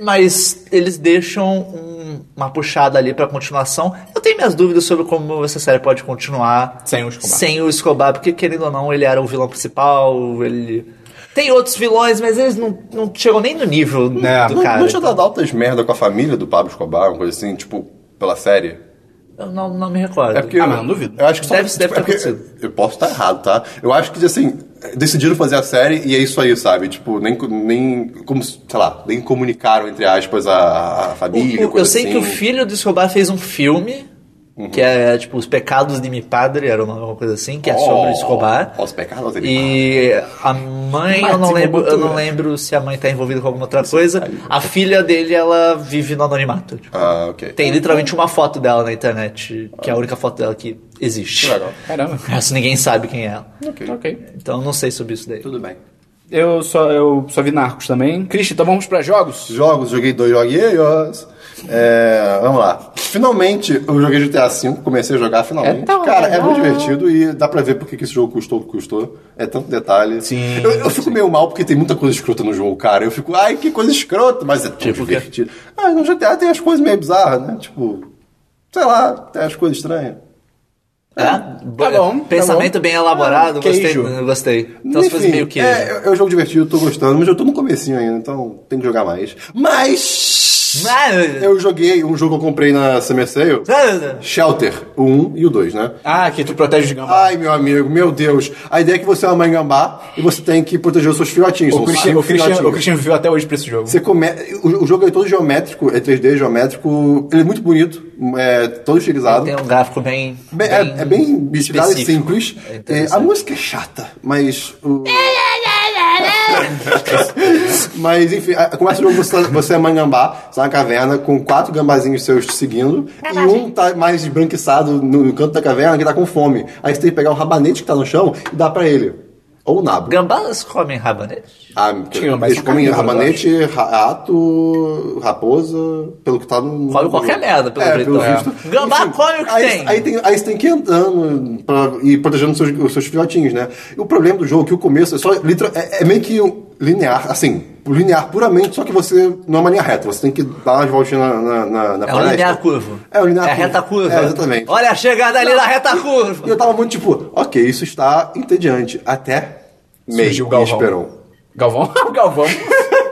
Speaker 3: Mas eles deixam um- uma puxada ali pra continuação. Eu tenho minhas dúvidas sobre como essa série pode continuar
Speaker 5: Sem o Escobar.
Speaker 3: sem o Escobar, porque querendo ou não, ele era o vilão principal, ele... Tem outros vilões, mas eles não, não chegam nem no nível
Speaker 5: É,
Speaker 3: do
Speaker 2: Não,
Speaker 3: cara.
Speaker 2: não tinha dado altas merda com a família do Pablo Escobar, uma coisa assim, tipo, pela série?
Speaker 3: Eu não, não me recordo.
Speaker 2: É porque
Speaker 5: Ah,
Speaker 2: eu-
Speaker 5: mas não duvido.
Speaker 2: Eu acho que só tipo, é
Speaker 3: Deve- deve ter
Speaker 2: porque-
Speaker 3: acontecido.
Speaker 2: Eu posso estar errado, tá? Eu acho que assim, decidiram fazer a série e é isso aí, sabe? Tipo, nem nem como, sei lá, nem comunicaram entre aspas a, a família,
Speaker 3: O- o- eu
Speaker 2: coisa
Speaker 3: sei
Speaker 2: assim. Uhum.
Speaker 3: que o filho do Escobar fez um filme que é tipo Os Pecados de Mi Padre, era uma uma coisa assim, que é
Speaker 2: Oh,
Speaker 3: sobre o Escobar.
Speaker 2: Os pecados dele.
Speaker 3: E a mãe, eu não
Speaker 5: Máximo
Speaker 3: lembro, eu não
Speaker 5: Botura.
Speaker 3: lembro se a mãe tá envolvida com alguma outra coisa. A filha dele, ela vive no anonimato. tipo.
Speaker 2: Ah, ok.
Speaker 3: Tem literalmente uma foto dela na internet, que é a única foto dela que existe.
Speaker 2: Que legal.
Speaker 5: Caramba.
Speaker 3: Essa ninguém sabe quem é ela.
Speaker 2: Ok.
Speaker 5: Ok.
Speaker 3: Então eu não sei sobre isso daí.
Speaker 2: Tudo bem.
Speaker 5: Eu só, eu só vi Narcos também. Cristi, então vamos pra jogos?
Speaker 2: Jogos, joguei dois joguinhos. É, vamos lá. Finalmente eu joguei GTA V, comecei a jogar finalmente.
Speaker 5: É tão
Speaker 2: Cara, é
Speaker 5: legal.
Speaker 2: muito divertido e dá pra ver porque que esse jogo custou o que custou. É tanto detalhe.
Speaker 5: Sim,
Speaker 2: Eu, eu fico meio mal porque tem muita coisa escrota no jogo, cara. Eu fico, ai, que coisa escrota, mas é tão
Speaker 3: Tipo o quê?
Speaker 2: divertido. Ah, no GTA tem as coisas meio bizarras, né? Tipo, sei lá, tem as coisas estranhas.
Speaker 3: Tá?
Speaker 5: Tá bom, tá
Speaker 3: Pensamento
Speaker 5: bom.
Speaker 3: bem elaborado, gostei.
Speaker 5: Queijo.
Speaker 3: Gostei. Então as coisas meio que.
Speaker 2: Ah, É, é um jogo divertido, tô gostando, mas eu tô no comecinho ainda, então tem que jogar mais. Mas.
Speaker 3: Mas-
Speaker 2: Eu joguei um jogo que eu comprei na Summer Sale. Shelter, o 1 e o 2, né?
Speaker 5: Ah, que tu protege os gambá.
Speaker 2: Ai, meu amigo, meu Deus. A ideia é que você é uma mãe gambá e você tem que proteger os seus filhotinhos.
Speaker 5: o,
Speaker 2: são
Speaker 5: Christian,
Speaker 2: cinco
Speaker 5: o, Christian,
Speaker 2: filhotinhos.
Speaker 5: o Christian viveu até hoje pra esse jogo.
Speaker 2: Você come... o, o jogo é todo geométrico, é 3D geométrico. Ele é muito bonito, é todo estilizado.
Speaker 3: Tem um gráfico bem.
Speaker 2: Bem- é, é bem estilizado e
Speaker 3: específico.
Speaker 2: simples.
Speaker 3: É
Speaker 2: É,
Speaker 3: interessante.
Speaker 2: a música é chata, mas. o- mas enfim, a- começa o jogo, você, você é mangambá, você tá na caverna, com quatro gambazinhos seus te seguindo, e um tá mais esbranquiçado no, no canto da caverna que tá com fome. Aí você tem que pegar um rabanete que tá no chão e dar pra ele. Ou um nabo.
Speaker 3: Gambás comem rabanete?
Speaker 2: Ah,
Speaker 5: Tinha, mas
Speaker 2: eles
Speaker 5: são
Speaker 2: comem
Speaker 5: carnívoros,
Speaker 2: rabanete, rato, raposa, pelo que tá no.
Speaker 3: Come qualquer merda, pelo
Speaker 2: é,
Speaker 3: jeito.
Speaker 2: Pelo
Speaker 3: É.
Speaker 2: visto.
Speaker 3: Gambá come o que
Speaker 2: aí,
Speaker 3: tem.
Speaker 2: Aí, tem. aí você tem que ir andando pra, e protegendo os seus, os seus filhotinhos, né? E o problema do jogo é que o começo é só. literal- É, é meio que um linear, assim. Linear puramente, só que você não é uma linha reta, você tem que dar umas voltinhas na, na, na, na
Speaker 3: É um
Speaker 2: floresta.
Speaker 3: linear curvo.
Speaker 2: É um linear
Speaker 3: É a
Speaker 2: curvo.
Speaker 3: reta curva.
Speaker 2: É, exatamente.
Speaker 3: Olha a chegada ali na reta
Speaker 2: E eu
Speaker 3: curva.
Speaker 2: tava muito tipo, ok, isso está entediante. Até meio
Speaker 5: Surgiu o Galvão.
Speaker 2: Esperon.
Speaker 5: Galvão? Galvão.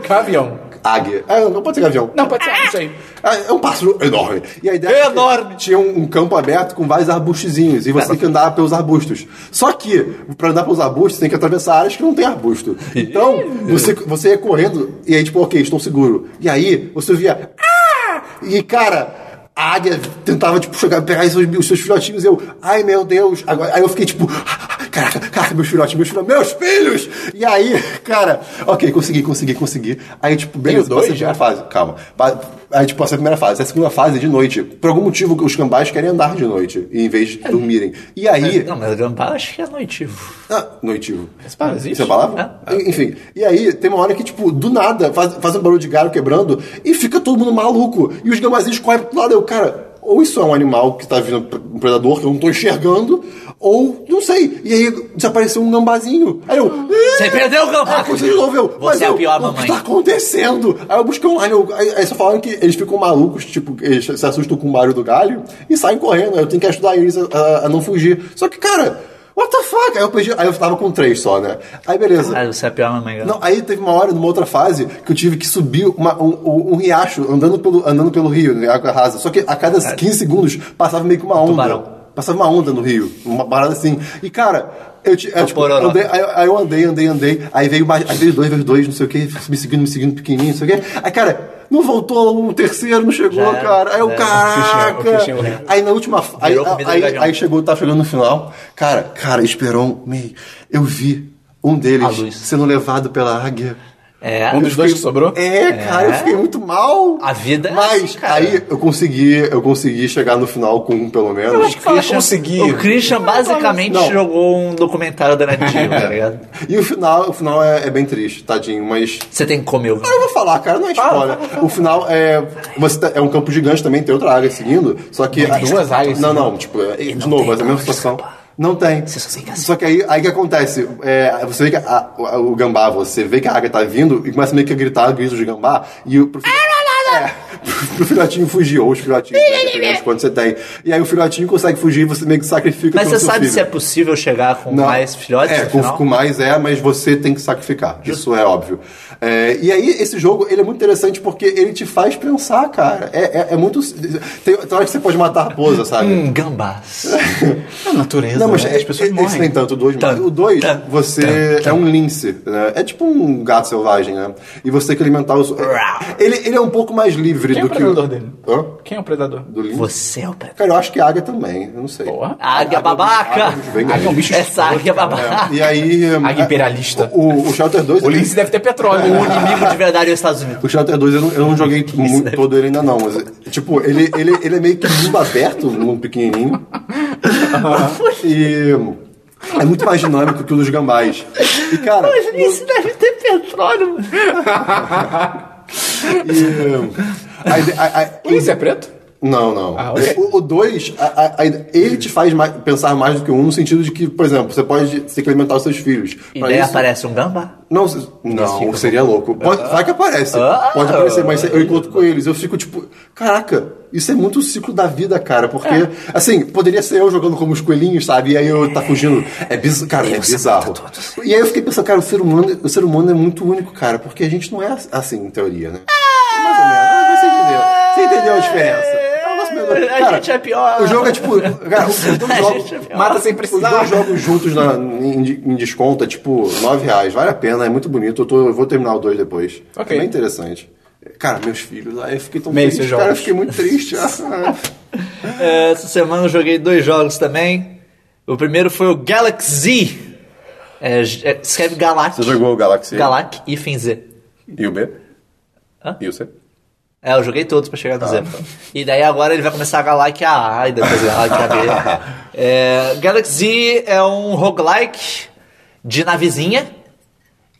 Speaker 5: Gavião.
Speaker 2: Águia. Ah, não pode ser gavião.
Speaker 5: Não, pode ser, não sei.
Speaker 2: Ah, É um pássaro enorme. E a ideia
Speaker 3: É
Speaker 2: é que
Speaker 3: enorme.
Speaker 2: Tinha um, um campo aberto com vários arbustezinhos e você tem que andar pelos arbustos. Só que, pra andar pelos arbustos, você tem que atravessar áreas que não tem arbusto. Então, você, você ia correndo e aí, tipo, ok, estou seguro. E aí, você via. "Ah!" E cara. A águia tentava, tipo, chegar, pegar os seus, os seus filhotinhos e eu, ai meu Deus. Agora, aí eu fiquei tipo, caraca, caraca, meus filhotes, meus filhotes, meus filhos! E aí, cara, ok, consegui, consegui, consegui. Aí, tipo, beleza,
Speaker 5: dois
Speaker 2: passei a
Speaker 5: já?
Speaker 2: primeira fase, calma. Pa- Aí, tipo, essa é a primeira fase. A segunda fase é de noite. Por algum motivo, os cambais querem andar de noite, em vez de dormirem. E aí.
Speaker 3: É, Não, mas gambá acho que é noitivo.
Speaker 2: Ah, noitivo.
Speaker 5: Essa palavra existe?
Speaker 2: Isso é palavra?
Speaker 3: É.
Speaker 2: Enfim. E aí, tem uma hora que, tipo, do nada, faz, faz um barulho de galho quebrando e fica todo mundo maluco. E os gambazinhos correm pro lado. Eu, cara, ou isso é um animal que tá vindo, um predador que eu não tô enxergando, ou não sei. E aí desapareceu um gambazinho. Aí eu. "Ah!"
Speaker 3: Você perdeu o
Speaker 2: Aí
Speaker 3: gambá.
Speaker 2: aconteceu de novo, eu. mas
Speaker 3: é a
Speaker 2: eu,
Speaker 3: pior
Speaker 2: O
Speaker 3: mamãe.
Speaker 2: que tá acontecendo? Aí eu busquei online. Eu, aí, aí só falaram que eles ficam malucos, tipo, eles se assustam com o barulho do galho e saem correndo. Aí eu tenho que ajudar eles a, a- a não fugir. Só que, cara, what the fuck? Aí eu perdi. Aí eu tava com três só, né? Aí beleza.
Speaker 3: Ah, você é a pior mamãe gambá.
Speaker 2: Não, aí teve uma hora, numa outra fase, que eu tive que subir uma- um, um- um riacho andando pelo, andando pelo rio, né, água rasa. Só que a cada 15 segundos passava meio que uma onda.
Speaker 3: É. tubarão.
Speaker 2: Passava uma onda no rio, uma parada assim. E cara, eu, ti- eu, tipo,
Speaker 3: pororoca.
Speaker 2: andei- aí, aí eu andei, andei, andei. Aí veio mais, aí veio dois, veio dois, não sei o que, me seguindo, me seguindo pequenininho, não sei o que. Aí cara, não voltou, o terceiro não chegou,
Speaker 3: Já era,
Speaker 2: cara. Aí eu,
Speaker 3: já era.
Speaker 5: O Cristian- o Cristian
Speaker 2: caraca.
Speaker 5: morreu.
Speaker 2: Aí na última. fa- Aí,
Speaker 3: Virou comida
Speaker 2: aí,
Speaker 3: do gavião.
Speaker 2: aí chegou, tá chegando no final. Cara, cara, Esperon, meio. Eu vi um deles
Speaker 3: A luz.
Speaker 2: sendo levado pela águia.
Speaker 3: É.
Speaker 5: Um dos dois que sobrou?
Speaker 2: É, cara, eu fiquei muito mal.
Speaker 3: A vida é
Speaker 2: Mas
Speaker 3: assim, cara.
Speaker 2: aí eu consegui, eu consegui chegar no final com um, pelo menos.
Speaker 5: que fala conseguir.
Speaker 3: O Christian basicamente
Speaker 2: Não. É.
Speaker 3: jogou um documentário da Nativa, tá ligado?
Speaker 2: E o final, o final é, é bem triste, tadinho, mas.
Speaker 3: Você tem que comer o.
Speaker 2: Ah, eu vou falar, cara, não é spoiler. O final é. Você tá- é um campo gigante também, tem outra área seguindo. Só que.
Speaker 5: Mas tem duas áreas
Speaker 2: Não,
Speaker 5: seguindo.
Speaker 2: não, tipo, é- de
Speaker 3: não
Speaker 2: novo, é
Speaker 3: tem
Speaker 2: a mesma
Speaker 3: pra onde
Speaker 2: situação.
Speaker 3: escapar.
Speaker 2: Não tem.
Speaker 3: Você só tem que
Speaker 2: Só que aí, aí que acontece? É, você vê que a- o- o gambá, você vê que a águia tá vindo e começa meio que a gritar gritos de gambá e o.
Speaker 3: Ah,
Speaker 2: Pro, é, pro filhotinho fugir, ou os filhotinhos, né, dependendo de quanto você tem. E aí o filhotinho consegue fugir e você meio que sacrifica
Speaker 3: Mas
Speaker 2: pelo
Speaker 3: você
Speaker 2: seu
Speaker 3: sabe
Speaker 2: filho.
Speaker 3: se é possível chegar com
Speaker 2: Não.
Speaker 3: mais filhotes?
Speaker 2: É,
Speaker 3: no
Speaker 2: com,
Speaker 3: final?
Speaker 2: com mais é, mas você tem que sacrificar. Isso é óbvio. É, e aí, esse jogo, ele é muito interessante porque ele te faz pensar, cara. É, é- é muito... Tem, tem hora que você pode matar a raposa, sabe?
Speaker 3: Hum, gambás.
Speaker 5: É a natureza.
Speaker 2: Não, mas
Speaker 5: né?
Speaker 2: é-
Speaker 5: as pessoas
Speaker 2: esse
Speaker 5: morrem.
Speaker 2: nem tanto, o 2
Speaker 3: Tan,
Speaker 2: O 2,
Speaker 3: tan,
Speaker 2: você é um lince, né? É tipo um gato selvagem, né? E você tem que alimentar os... Ele, ele é um pouco mais livre
Speaker 5: Quem é
Speaker 2: do
Speaker 5: o
Speaker 2: que o...
Speaker 5: predador dele?
Speaker 2: Hã?
Speaker 5: Quem é o predador?
Speaker 2: Do lince?
Speaker 3: Você é o pé.
Speaker 2: Cara, eu acho que a águia também, eu não sei.
Speaker 5: Porra.
Speaker 3: A águia babaca!
Speaker 2: Vem,
Speaker 5: Águia é um bicho
Speaker 3: Essa
Speaker 5: escroto,
Speaker 3: águia
Speaker 5: cara.
Speaker 3: babaca.
Speaker 2: E aí...
Speaker 5: Águia imperialista.
Speaker 2: O, o Shelter é 2...
Speaker 5: O lince deve ter petróleo. né?
Speaker 3: O inimigo de verdade é os Estados Unidos.
Speaker 2: O Shelter 2 eu não, eu não joguei muito todo ele ainda não, mas tipo, ele, ele, ele é meio que mundo aberto, um mundo pequenininho. e é muito mais dinâmico que o dos gambás. E cara,
Speaker 3: Isso deve ter petróleo.
Speaker 2: e, aí, aí- aí-
Speaker 5: O lince é preto?
Speaker 2: não, não.
Speaker 5: Ah, ok.
Speaker 2: O 2, ele te faz mais- pensar mais do que um no sentido de que, por exemplo, você pode se alimentar os seus filhos.
Speaker 3: E
Speaker 2: Pra
Speaker 3: daí
Speaker 2: isso-
Speaker 3: aparece um gambá.
Speaker 2: Não, se- não
Speaker 3: ficam-
Speaker 2: seria louco. Pode, vai que aparece.
Speaker 3: Ah.
Speaker 2: pode aparecer, mas eu encontro com eles. Eu fico tipo, caraca, isso é muito o ciclo da vida, cara. Porque,
Speaker 3: É.
Speaker 2: assim, poderia ser eu jogando como os coelhinhos, sabe? E aí eu tá fugindo. É bizarro. Cara, é bizarro. E aí eu fiquei pensando, cara, o ser, humano, o ser humano é muito único, cara. Porque a gente não é assim, em teoria, né? Mais ou menos. Ah, Você entendeu? Você entendeu a diferença? É um negócio meio-
Speaker 3: A gente é pior.
Speaker 2: O jogo é tipo. Cara, os dois
Speaker 3: A
Speaker 2: jogos-
Speaker 3: gente é pior.
Speaker 5: Mata sem
Speaker 2: os
Speaker 5: precisar.
Speaker 2: dois jogos juntos na- em, em desconto é tipo 9 reais. Vale a pena, é muito bonito. Eu, tô- eu vou terminar o 2 depois.
Speaker 5: Ok.
Speaker 2: É bem interessante. Cara, meus filhos, aí eu fiquei tão
Speaker 5: Meio
Speaker 2: triste.
Speaker 5: esses
Speaker 2: Cara, eu
Speaker 5: jogos.
Speaker 2: fiquei muito triste. Ah,
Speaker 3: É, Essa semana eu joguei dois jogos também. O primeiro foi o Galaxy. É, é, escreve Galac.
Speaker 2: Você jogou o Galaxy?
Speaker 3: Galac e Fim Z.
Speaker 2: E o B?
Speaker 3: Hã?
Speaker 2: E o C?
Speaker 3: É, eu joguei todos pra chegar
Speaker 2: Ah,
Speaker 3: no Z.
Speaker 2: tá.
Speaker 3: E daí agora ele vai começar a Galac A, e depois Galac AB. É, Galaxy é um roguelike de navezinha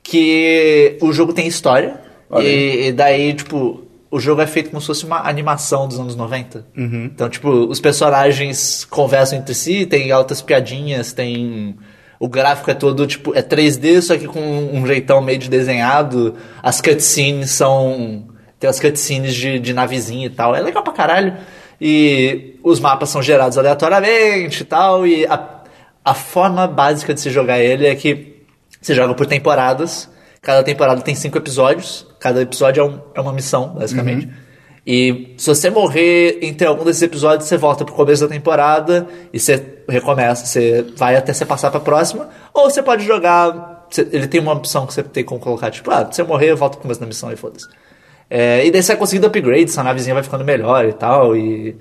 Speaker 3: que o jogo tem história.
Speaker 2: Olha
Speaker 3: E, e daí, tipo, o jogo é feito como se fosse uma animação dos anos 90. Então, tipo, os personagens conversam entre si, tem altas piadinhas, tem. O gráfico é todo, tipo, é 3D, só que com um jeitão meio de desenhado. As cutscenes são. Tem as cutscenes de, de navezinha e tal. É legal pra caralho. E os mapas são gerados aleatoriamente e tal. E a, a forma básica de se jogar ele é que você joga por temporadas. Cada temporada tem cinco episódios. Cada episódio é, um- é uma missão, basicamente. E se você morrer entre algum desses episódios, você volta pro começo da temporada e você recomeça. Você vai até você passar pra próxima. Ou você pode jogar. você- ele tem uma opção que você tem como colocar, tipo, ah, se você morrer, eu volto pro começo da missão e foda-se. É, e daí você vai conseguindo upgrade, sua navezinha vai ficando melhor e tal. E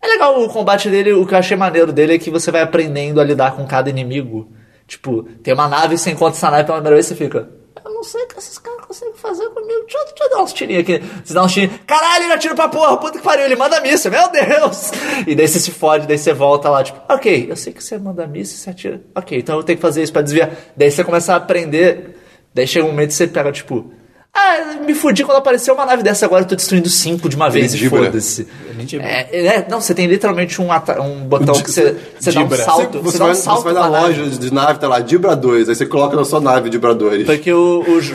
Speaker 3: é legal o combate dele, o que eu achei maneiro dele é que você vai aprendendo a lidar com cada inimigo. Tipo, tem uma nave e você encontra essa nave pela primeira vez e você fica. Eu não sei o que esses caras conseguem fazer comigo. Deixa eu, deixa eu dar uns tirinhos aqui. Você dá uns tirinhos. Caralho, ele atira pra porra, puta que pariu, ele manda missa, meu Deus! E daí você se fode, daí você volta lá, tipo, ok, eu sei que você manda missa e você atira. Ok, então eu tenho que fazer isso pra desviar. Daí você começa a aprender. Daí chega um momento que você pega, tipo, ah, me fudi quando apareceu uma nave dessa, agora eu tô destruindo cinco de uma vez e
Speaker 2: Mandíbula.
Speaker 3: foda-se.
Speaker 5: Mandíbula.
Speaker 3: É, é, não, você tem literalmente um, ata- um botão que você, você dá um
Speaker 5: Dibra.
Speaker 3: salto.
Speaker 2: você,
Speaker 3: dá um
Speaker 2: vai,
Speaker 3: salto
Speaker 2: você vai na
Speaker 3: pra nave.
Speaker 2: loja de nave, tá lá, Dibra 2. Aí você coloca na sua nave Dibra 2.
Speaker 3: Porque o. o jo-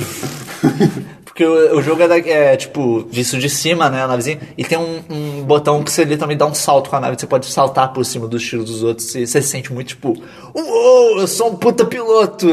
Speaker 3: Porque o, o jogo é, da- é, tipo, visto de cima, né, a navezinha, e tem um, um botão que você literalmente dá um salto com a nave, você pode saltar por cima dos tiros dos outros, e você se sente muito tipo, uou, eu sou um puta piloto,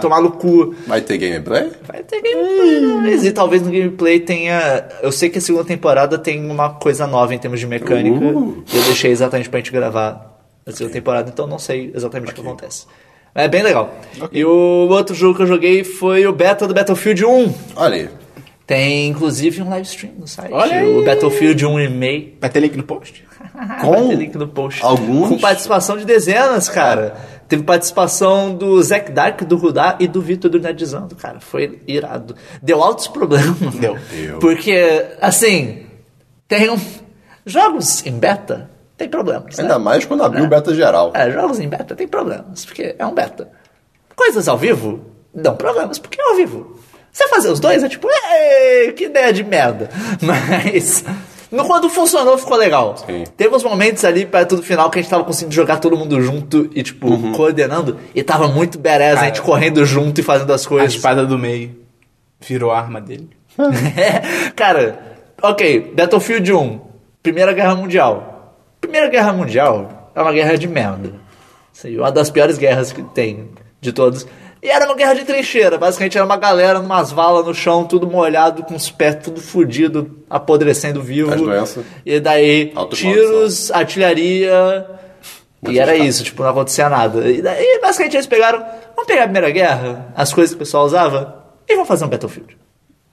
Speaker 3: tomar no cu.
Speaker 2: Vai ter gameplay?
Speaker 3: Vai ter gameplays. E talvez no gameplay tenha. Eu sei que a segunda temporada tem uma coisa nova em termos de mecânica.
Speaker 2: Uh.
Speaker 3: E eu deixei exatamente pra gente gravar a segunda temporada, então não sei exatamente o que acontece. Mas É bem legal. E o outro jogo que eu joguei foi o beta do Battlefield 1.
Speaker 2: Olha aí.
Speaker 3: Tem inclusive um live stream no site.
Speaker 5: Olha aí.
Speaker 3: o Battlefield 1 e meio.
Speaker 5: Vai ter link no post?
Speaker 3: Vai ter link no post.
Speaker 2: alguns-
Speaker 3: Com participação de dezenas, cara. Teve participação do Zack Dark, do Rudá e do Vitor do Nerdizando, cara. Foi irado. Deu altos problemas.
Speaker 5: Deu.
Speaker 3: Porque, assim, tem um... Jogos em beta tem problemas. né?
Speaker 2: Ainda mais quando abriu o beta geral.
Speaker 3: É, jogos em beta tem problemas, porque é um beta. Coisas ao vivo dão problemas, porque é ao vivo. Você fazer os dois é tipo, "Ei, que ideia de merda. Mas. No quando funcionou, ficou legal.
Speaker 2: Sim.
Speaker 3: Teve uns momentos ali perto do final que a gente tava conseguindo jogar todo mundo junto e, tipo, coordenando. E tava muito berés, a gente correndo junto e fazendo as
Speaker 5: A
Speaker 3: coisas.
Speaker 5: espada do meio virou a arma dele.
Speaker 3: É, cara, ok, Battlefield 1, Primeira Guerra Mundial. Primeira Guerra Mundial é uma guerra de merda. Assim, uma das piores guerras que tem de todas. E era uma guerra de trincheira, basicamente era uma galera numas valas no chão, tudo molhado, com os pés tudo fudido, apodrecendo vivo.
Speaker 2: As doenças.
Speaker 3: E daí,
Speaker 2: Alto
Speaker 3: tiros, artilharia. e era
Speaker 2: chato.
Speaker 3: isso, tipo, não acontecia nada. E daí, basicamente, eles pegaram. Vamos pegar a Primeira Guerra, as coisas que o pessoal usava, e vamos fazer um Battlefield.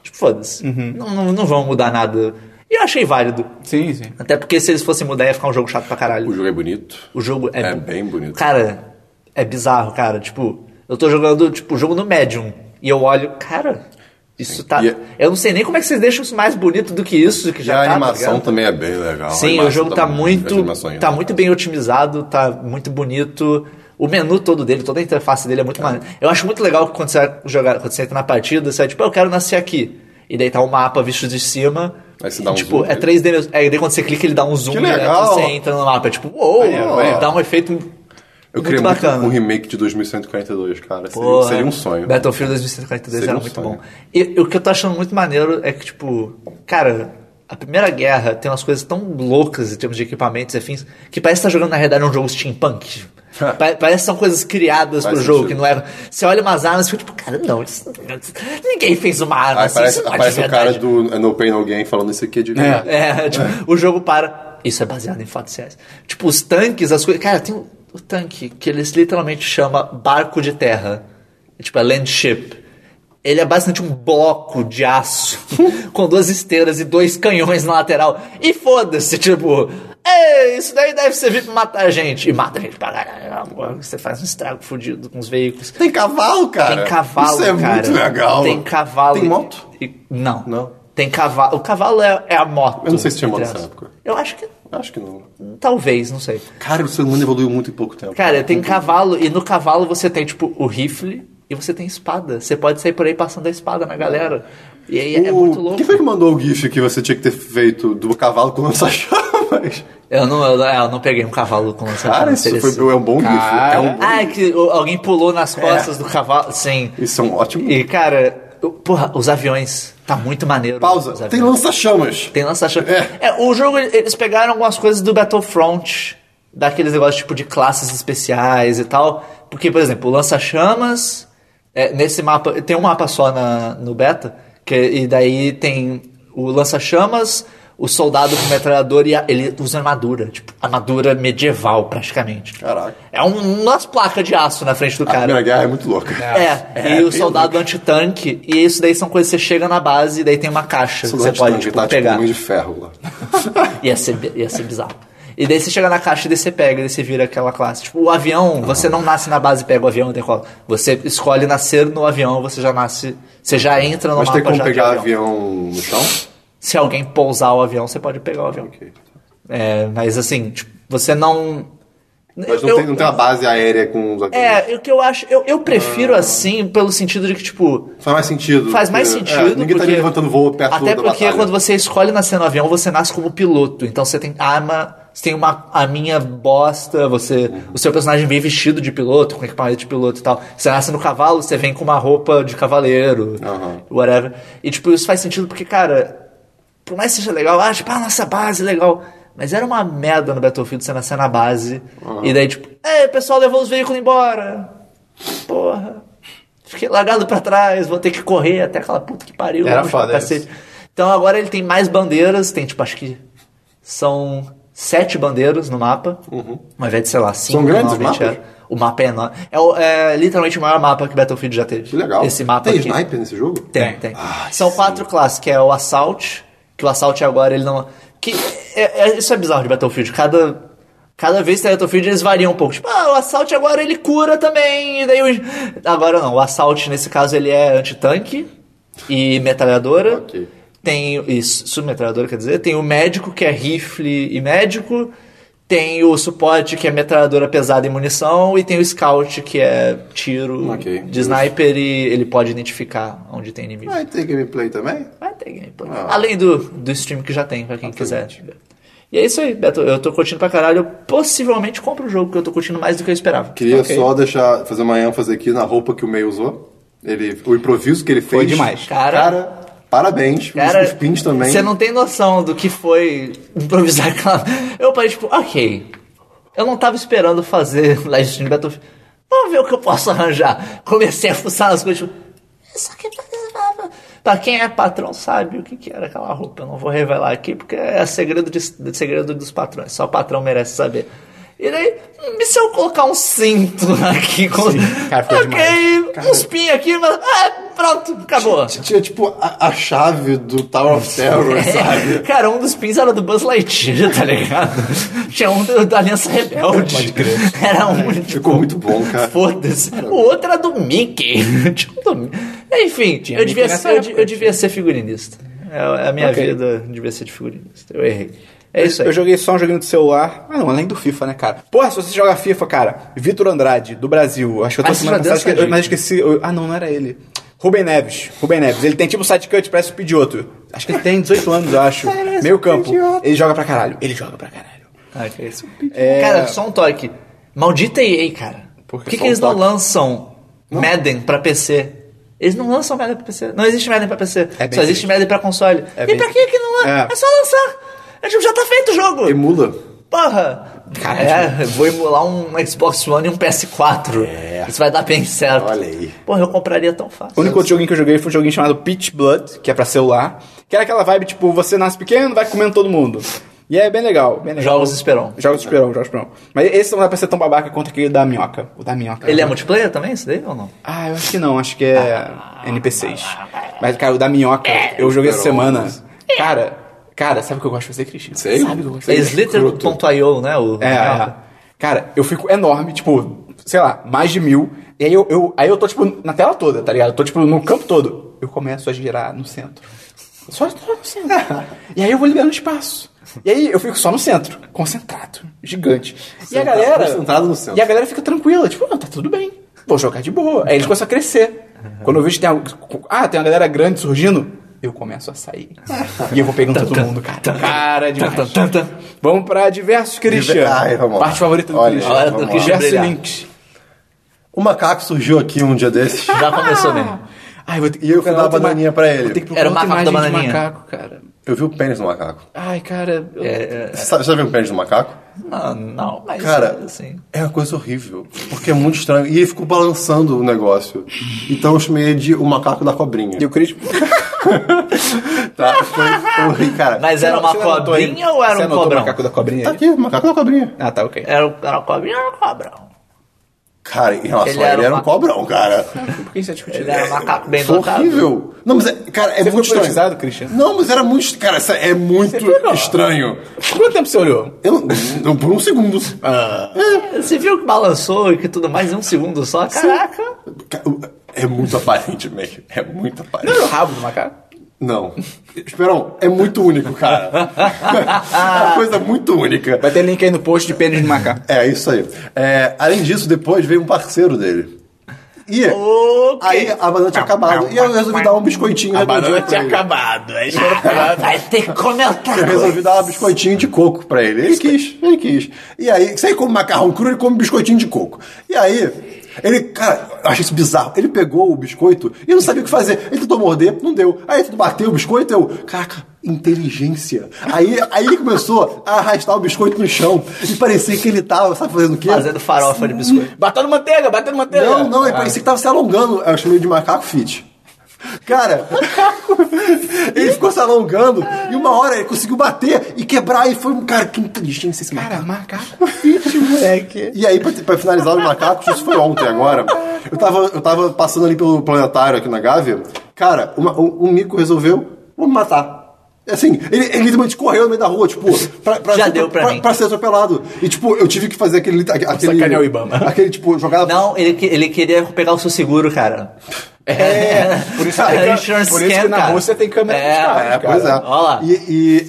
Speaker 3: Tipo, foda-se.
Speaker 2: Uhum.
Speaker 3: Não, não, não vão mudar nada. E eu achei válido.
Speaker 5: Sim, sim.
Speaker 3: Até porque se eles fossem mudar ia ficar um jogo chato pra
Speaker 2: O
Speaker 3: caralho.
Speaker 2: jogo é bonito.
Speaker 3: O jogo é,
Speaker 2: É bem bonito.
Speaker 3: Cara, é bizarro, cara. Tipo, eu tô jogando, tipo, o jogo no Medium. E eu olho, cara, isso tá.
Speaker 2: E é-
Speaker 3: Eu não sei nem como é que vocês deixam isso mais bonito do que isso, que
Speaker 2: E
Speaker 3: já
Speaker 2: a
Speaker 3: tá. tá
Speaker 2: animação
Speaker 3: ligado?
Speaker 2: também é bem legal. A
Speaker 3: Sim,
Speaker 2: animação
Speaker 3: o jogo tá
Speaker 2: as
Speaker 3: muito,
Speaker 2: animações,
Speaker 3: tá
Speaker 2: né?
Speaker 3: muito bem otimizado, tá muito bonito. O menu todo dele, toda a interface dele é muito maneiro. Eu acho muito legal que quando você, vai jogar, quando você entra na partida, você é tipo, eu quero nascer aqui. E daí tá o mapa visto de cima.
Speaker 2: Aí você dá um
Speaker 3: tipo,
Speaker 2: zoom
Speaker 3: é
Speaker 2: nele.
Speaker 3: 3D mesmo. É, daí quando você clica, ele dá um zoom
Speaker 2: Que
Speaker 3: direto,
Speaker 2: legal!
Speaker 3: você entra no mapa. É tipo, uou,
Speaker 2: Maneiro,
Speaker 3: dá um efeito
Speaker 2: Eu
Speaker 3: muito
Speaker 2: queria muito
Speaker 3: bacana.
Speaker 2: um remake de 2142, cara. Seria,
Speaker 3: Pô,
Speaker 2: seria um sonho.
Speaker 3: Battlefield 2042
Speaker 2: Seria
Speaker 3: era
Speaker 2: um
Speaker 3: muito
Speaker 2: sonho.
Speaker 3: bom. E, e o que eu tô achando muito maneiro é que, tipo, cara, a Primeira Guerra tem umas coisas tão loucas em termos de equipamentos e afins, que parece que tá jogando, na realidade, um jogo steampunk. Pa- Parece que são coisas criadas
Speaker 2: Faz
Speaker 3: pro jogo,
Speaker 2: sentido.
Speaker 3: que não é. Você olha umas armas e fica tipo, cara, não, isso- ninguém fez uma arma
Speaker 2: Aí
Speaker 3: assim,
Speaker 2: aparece,
Speaker 3: isso não é de
Speaker 2: aparece o cara
Speaker 3: verdade.
Speaker 2: do No Pain No Gain falando isso aqui é de verdade.
Speaker 3: É, tipo, o jogo para. Isso é baseado em fatos reais. Tipo, os tanques, as coisas. Cara, tem o, o tanque que eles literalmente chama barco de terra. É, Tipo, é land ship. Ele é basicamente um bloco de aço com duas esteiras e dois canhões na lateral. E foda-se, tipo, "Ei, isso daí deve servir pra matar a gente. E mata a gente pra caralho. Você faz um estrago fudido com os veículos.
Speaker 2: Tem cavalo, cara.
Speaker 3: Tem cavalo,
Speaker 2: Isso é
Speaker 3: cara.
Speaker 2: muito legal.
Speaker 3: Tem cavalo.
Speaker 2: Tem moto?
Speaker 3: E- não.
Speaker 2: Não?
Speaker 3: Tem cavalo. O cavalo é, é a moto.
Speaker 2: Eu não sei se tinha moto
Speaker 3: entre
Speaker 2: nessa
Speaker 3: aspas.
Speaker 2: época.
Speaker 3: Eu acho que...
Speaker 2: Acho que não.
Speaker 3: Talvez, não sei.
Speaker 2: Cara, o ser humano evoluiu muito em pouco tempo.
Speaker 3: Cara, tem cavalo. E no cavalo você tem, tipo, o rifle e você tem espada. Você pode sair por aí passando a espada na galera. E aí é
Speaker 2: O-
Speaker 3: muito louco.
Speaker 2: Quem foi que mandou o GIF que você tinha que ter feito do cavalo com lança-chamas?
Speaker 3: Eu, não, eu, eu não peguei um cavalo com lança
Speaker 2: Cara, isso foi, é um bom GIF. É um bom-
Speaker 3: Ah, é que o- alguém pulou nas costas do cavalo. Sim.
Speaker 2: Isso é um ótimo.
Speaker 3: E, cara... eu- Porra, os aviões. Tá muito maneiro. os
Speaker 2: Pausa.
Speaker 3: aviões.
Speaker 2: Tem lança-chamas.
Speaker 3: Tem lança-chamas. É.
Speaker 2: É.
Speaker 3: o jogo, eles pegaram algumas coisas do Battlefront, daqueles negócios tipo de classes especiais e tal. Porque, por exemplo, o lança-chamas, é, nesse mapa, tem um mapa só na, no beta, que, e daí tem o lança-chamas, o soldado com metralhador e a- ele usa armadura, tipo, armadura medieval praticamente.
Speaker 2: Caraca.
Speaker 3: É um, umas placas de aço na frente do
Speaker 2: A
Speaker 3: cara.
Speaker 2: Primeira Guerra é muito louca.
Speaker 3: É, e o soldado antitanque, e isso daí são coisas que você chega na base e daí tem uma caixa que você pode tipo,
Speaker 2: tá,
Speaker 3: pegar.
Speaker 2: Tipo, um de ferro lá.
Speaker 3: Ia ser, bi- ia ser bizarro. E daí você chega na caixa e daí você pega, e daí você vira aquela classe. Tipo, o avião, você não nasce na base e pega o avião e decola. Você escolhe nascer no avião, você já nasce. Você já entra no
Speaker 2: Mas
Speaker 3: mapa
Speaker 2: tem como
Speaker 3: já de
Speaker 2: pegar
Speaker 3: avião.
Speaker 2: avião. no chão?
Speaker 3: Se alguém pousar o avião, você pode pegar o avião.
Speaker 2: Ok.
Speaker 3: É, mas assim, tipo, você não.
Speaker 2: Mas não,
Speaker 3: Eu-
Speaker 2: tem, não tem uma base aérea com os aviões.
Speaker 3: É, o que eu acho. Eu, eu prefiro
Speaker 2: Ah.
Speaker 3: assim, pelo sentido de que, tipo,
Speaker 2: Faz mais sentido.
Speaker 3: Faz mais
Speaker 2: porque-
Speaker 3: sentido.
Speaker 2: é, ninguém tá
Speaker 3: porque-
Speaker 2: levantando voo perto
Speaker 3: Até
Speaker 2: da
Speaker 3: porque
Speaker 2: batalha.
Speaker 3: quando você escolhe nascer no avião, você nasce como piloto. Então você tem arma, você tem uma a minha bosta, você. O seu personagem vem vestido de piloto, com equipamento de piloto e tal. Você nasce no cavalo, você vem com uma roupa de cavaleiro,
Speaker 2: Aham.
Speaker 3: whatever. E tipo, isso faz sentido porque, cara, por mais que seja legal, ah, tipo, a nossa base é legal. Mas era uma merda no Battlefield você nascer na base. E daí, tipo, é, o pessoal levou os veículos embora. Porra. Fiquei largado pra trás, vou ter que correr até aquela puta que pariu.
Speaker 5: Era
Speaker 3: vamos pra
Speaker 5: foda
Speaker 3: cacete. Então agora ele tem mais bandeiras, tem tipo, acho que são sete bandeiras no mapa.
Speaker 5: Uhum.
Speaker 3: Ao invés de, sei lá, cinco.
Speaker 2: São grandes os
Speaker 3: normalmente
Speaker 2: mapas?
Speaker 3: era. O mapa é enorme. É, o- é literalmente o maior mapa que Battlefield já teve.
Speaker 2: Que legal.
Speaker 3: Esse mapa
Speaker 2: Tem
Speaker 3: aqui.
Speaker 2: sniper nesse jogo?
Speaker 3: Tem, tem.
Speaker 2: Ai,
Speaker 3: São quatro classes, que é o Assault, que o Assault agora ele não... Que, é- é- isso é bizarro de Battlefield, cada... Cada vez que tem Battlefield eles variam um pouco. Tipo, ah, o assalto agora ele cura também, e daí o... Agora não, o assalto nesse caso ele é antitanque e metralhadora.
Speaker 2: Ok.
Speaker 3: Tem. E su- submetralhadora, quer dizer, tem o médico que é rifle e médico, tem o suporte que é metralhadora pesada e munição, e tem o scout que é tiro
Speaker 2: Ok.
Speaker 3: de sniper e ele pode identificar onde tem inimigo.
Speaker 2: Vai ter gameplay também?
Speaker 3: Vai ter gameplay.
Speaker 2: é. Ah.
Speaker 3: Além do, do stream que já tem, pra quem quiser.
Speaker 2: Exatamente.
Speaker 3: E é isso aí, Beto. Eu tô curtindo pra caralho. Eu possivelmente compro o jogo, que eu tô curtindo mais do que eu esperava.
Speaker 2: Queria
Speaker 5: Ok.
Speaker 2: só deixar, fazer uma ênfase aqui na roupa que o May usou. Ele, o improviso que ele fez.
Speaker 5: Foi demais.
Speaker 3: Cara-
Speaker 2: Cara, parabéns. Os-
Speaker 3: Cara,
Speaker 2: os pins também.
Speaker 3: Você não tem noção do que foi improvisar aquela. Eu parei, tipo, ok. Eu não tava esperando fazer live stream de Battlefield. Vamos ver o que eu posso arranjar. Comecei a fuçar as coisas, tipo. Isso aqui precisava. Pra quem é patrão sabe o que, que era aquela roupa. Eu não vou revelar aqui porque é segredo, de, segredo dos patrões. Só o patrão merece saber. E daí, hum, e se eu colocar um cinto aqui? Com...
Speaker 5: cara, ficou
Speaker 3: ok,
Speaker 5: demais.
Speaker 3: uns pin aqui, mas. Ah, pronto, acabou.
Speaker 2: Tinha tipo a, a chave do Tower of
Speaker 3: É.
Speaker 2: Terror, sabe?
Speaker 3: Cara, um dos pins era do Buzz Lightyear, tá ligado? Tinha um do- da Aliança Rebelde.
Speaker 5: Pode crer. É.
Speaker 3: Era um. tipo,
Speaker 2: Ficou muito bom, cara.
Speaker 3: Foda-se. O outro era do Mickey. Tinha um do Mi- Enfim, eu
Speaker 5: Mickey
Speaker 3: devia,
Speaker 5: nessa
Speaker 3: ser, eu, de-
Speaker 5: época,
Speaker 3: eu devia ser figurinista. É- A minha
Speaker 5: Ok.
Speaker 3: vida devia ser de figurinista. Eu errei. É isso aí.
Speaker 5: Eu joguei só um joguinho do celular. Ah, não, além do FIFA, né, cara? Porra, se você joga FIFA, cara, Vitor Andrade, do Brasil. Acho que eu tô
Speaker 3: Ah, você
Speaker 5: semana
Speaker 3: já deu
Speaker 5: passada,
Speaker 3: essa
Speaker 5: esque- mas
Speaker 3: dica.
Speaker 5: esqueci. eu- ah, não, não era ele. Rubem Neves. Rubem Neves. Ele tem tipo um sidecut, parece um pedioto. Acho que ele tem 18 anos, eu acho.
Speaker 2: Parece
Speaker 5: Meio
Speaker 2: um
Speaker 5: campo.
Speaker 2: pedioto.
Speaker 5: Ele joga pra caralho. Ele joga pra caralho.
Speaker 3: Ah, que isso. Cara, só um toque. Maldita EA, cara. Por
Speaker 5: É. Por
Speaker 3: que, que
Speaker 5: que só um
Speaker 3: eles não
Speaker 5: toque?
Speaker 3: lançam Madden pra PC? Eles não lançam Madden pra PC. Não existe Madden pra PC.
Speaker 5: É bem
Speaker 3: só existe
Speaker 5: triste.
Speaker 3: Madden pra console.
Speaker 5: É
Speaker 3: e
Speaker 5: bem
Speaker 3: pra que que não lança? É.
Speaker 5: É.
Speaker 3: só lançar. É tipo, já tá feito o jogo.
Speaker 2: Emula.
Speaker 3: Porra. é, eu
Speaker 5: tipo-
Speaker 3: vou emular um Xbox One e um PS4.
Speaker 5: É.
Speaker 3: Isso vai dar bem certo.
Speaker 2: Olha aí.
Speaker 3: Porra, eu compraria tão
Speaker 5: O
Speaker 3: fácil.
Speaker 5: único outro joguinho que eu joguei foi um joguinho chamado Pitch Blood, que é pra celular. Que era aquela vibe, tipo, você nasce pequeno, vai comendo todo mundo. E é bem legal, bem legal.
Speaker 3: Jogos Esperon.
Speaker 5: Jogos de esperão, jogos de esperão. Mas esse não dá pra ser tão babaca quanto aquele da minhoca. O da minhoca.
Speaker 3: Ele é multiplayer também, isso daí ou não?
Speaker 5: Ah, eu acho que não, acho que é NPCs. Mas, cara, o da minhoca,
Speaker 2: É.
Speaker 5: eu joguei essa
Speaker 2: Esperou.
Speaker 5: semana. Cara, cara, sabe o que eu gosto de fazer, Cristian?
Speaker 2: Sei.
Speaker 5: Sabe o que eu gosto de
Speaker 3: É
Speaker 5: fazer?
Speaker 3: Slitter.io, né? O
Speaker 5: É, é. Cara, eu fico enorme, tipo, sei lá, mais de mil. E aí eu, eu- aí eu tô, tipo, na tela toda, tá ligado? Eu tô, tipo, no campo todo. Eu começo a girar no centro. Só, só no centro. e aí eu vou liberando espaço. E aí eu fico só no centro, concentrado, gigante. E a
Speaker 2: Concentrado-
Speaker 5: galera.
Speaker 2: concentrado no centro.
Speaker 5: E a galera fica tranquila, tipo, não, tá tudo bem. Vou jogar de boa. Aí eles começam a crescer. Quando eu vejo que tem algo. Ah, tem uma galera grande surgindo. Eu começo a sair. e eu vou pegando todo mundo, cara. Cara, demais.
Speaker 3: Tan, tan, tan.
Speaker 5: Vamos pra diversos, Christian.
Speaker 2: Ai, vamos lá.
Speaker 5: Parte favorita do
Speaker 2: Olha,
Speaker 5: Christian.
Speaker 3: olha,
Speaker 5: Vamos
Speaker 3: do
Speaker 5: lá.
Speaker 3: Christian
Speaker 5: Diversos
Speaker 3: brilhar.
Speaker 5: links.
Speaker 2: O macaco surgiu aqui um dia desses.
Speaker 5: é.
Speaker 3: Já começou mesmo.
Speaker 5: Ai, vou ter,
Speaker 2: E eu fui
Speaker 5: procurar
Speaker 2: dar uma
Speaker 5: outra
Speaker 2: bananinha
Speaker 5: ima-
Speaker 2: pra
Speaker 5: Vou ter
Speaker 2: ele.
Speaker 5: que procurar
Speaker 3: Era o
Speaker 5: outra
Speaker 3: macaco da
Speaker 5: imagem de
Speaker 3: bananinha.
Speaker 5: macaco, cara.
Speaker 2: Eu vi o pênis do macaco.
Speaker 5: Ai, cara. eu-
Speaker 3: É, é,
Speaker 2: Você sabe, você já viu o pênis do macaco?
Speaker 3: não, não, mas
Speaker 2: Cara,
Speaker 3: assim.
Speaker 2: é uma coisa horrível. Porque é muito estranho. E ele ficou balançando o negócio. Então eu chamei ele de o macaco da cobrinha.
Speaker 5: E o Christian.
Speaker 2: Tá? Foi, foi, cara.
Speaker 3: Mas era uma
Speaker 5: Você anotou aí?
Speaker 3: cobrinha ou era
Speaker 5: Você
Speaker 3: um
Speaker 5: anotou
Speaker 3: cobrão?
Speaker 5: o macaco da cobrinha?
Speaker 2: Tá
Speaker 5: aí?
Speaker 2: aqui, o macaco da cobrinha.
Speaker 5: Ah, tá, ok.
Speaker 3: Era, um- era uma cobrinha ou era um cobrão?
Speaker 2: Cara, em relação
Speaker 3: Ele
Speaker 2: a ele,
Speaker 3: era
Speaker 2: era,
Speaker 3: uma-
Speaker 2: um cobrão, cara.
Speaker 5: Por que você discutiu?
Speaker 3: Ele era um macaco bem
Speaker 2: Foi
Speaker 3: dotado.
Speaker 2: horrível. Não, mas, é, cara, é muito
Speaker 5: Você ficou
Speaker 2: estranho.
Speaker 5: hipnotizado, Christian?
Speaker 2: Não, mas era muito. Cara, essa- é muito
Speaker 5: pegou?
Speaker 2: estranho.
Speaker 5: Quanto tempo você olhou?
Speaker 2: Eu, não- por um segundo.
Speaker 3: É, Você viu que balançou e que tudo mais em um segundo só? Caraca!
Speaker 2: Ca- É muito aparente, meio. É muito aparente.
Speaker 5: Não era o rabo do macaco?
Speaker 2: Não. Esperão, é muito único, cara. é uma coisa muito única.
Speaker 5: Vai ter link aí no post de pênis de macaco.
Speaker 2: É, isso aí. É, além disso, depois veio um parceiro dele. E
Speaker 5: Oh,
Speaker 3: Ok.
Speaker 2: aí a banana tinha acabado. E eu resolvi dar um biscoitinho.
Speaker 5: A
Speaker 2: redondinho
Speaker 5: banana
Speaker 2: pra
Speaker 5: tinha
Speaker 2: ele.
Speaker 5: acabado. Aí chegou no final,
Speaker 3: Vai ter que comentar!
Speaker 2: Eu resolvi dar um biscoitinho de coco pra ele. Ele quis, ele quis. E aí, se ele come macarrão cru, ele come biscoitinho de coco. E aí, ele, cara, eu achei isso bizarro. Ele pegou o biscoito e não sabia o que fazer. Ele tentou morder, não deu. Aí ele tentou bater o biscoito, eu, caraca, inteligência. Aí, aí ele começou a arrastar o biscoito no chão. E parecia que ele tava, sabe fazendo o quê?
Speaker 3: Fazendo farofa de biscoito.
Speaker 5: Batendo manteiga, batendo manteiga. Ah,
Speaker 2: Não, não, é ele parecia que tava se alongando. Eu chamei de macaco fit. Cara, ele ficou se alongando e uma hora ele conseguiu bater e quebrar e foi um cara que inteligência esse macaco.
Speaker 5: Cara, macaco fit, moleque.
Speaker 2: E aí, pra, pra finalizar os macacos, isso foi ontem agora. Eu tava, eu tava passando ali pelo planetário aqui na Gávea. Cara, uma- um, um mico resolveu, vou me matar. Assim, ele, ele literalmente correu no meio da rua, tipo, pra, pra,
Speaker 3: Já
Speaker 2: ser,
Speaker 3: deu pra mim.
Speaker 2: pra ser atropelado. E, tipo, eu tive que fazer aquele. aquele
Speaker 5: Sacanear o Ibama.
Speaker 2: Aquele, tipo, jogar.
Speaker 3: Não, ele, que- ele queria pegar o seu seguro, cara.
Speaker 5: É, por isso, que, tem câmera-
Speaker 3: Insurance
Speaker 5: por isso que
Speaker 3: scam,
Speaker 5: na
Speaker 3: cara.
Speaker 5: Rússia tem câmera
Speaker 3: É,
Speaker 5: nos carros,
Speaker 2: É,
Speaker 5: cara.
Speaker 2: pois é.
Speaker 3: Ó lá.
Speaker 2: E,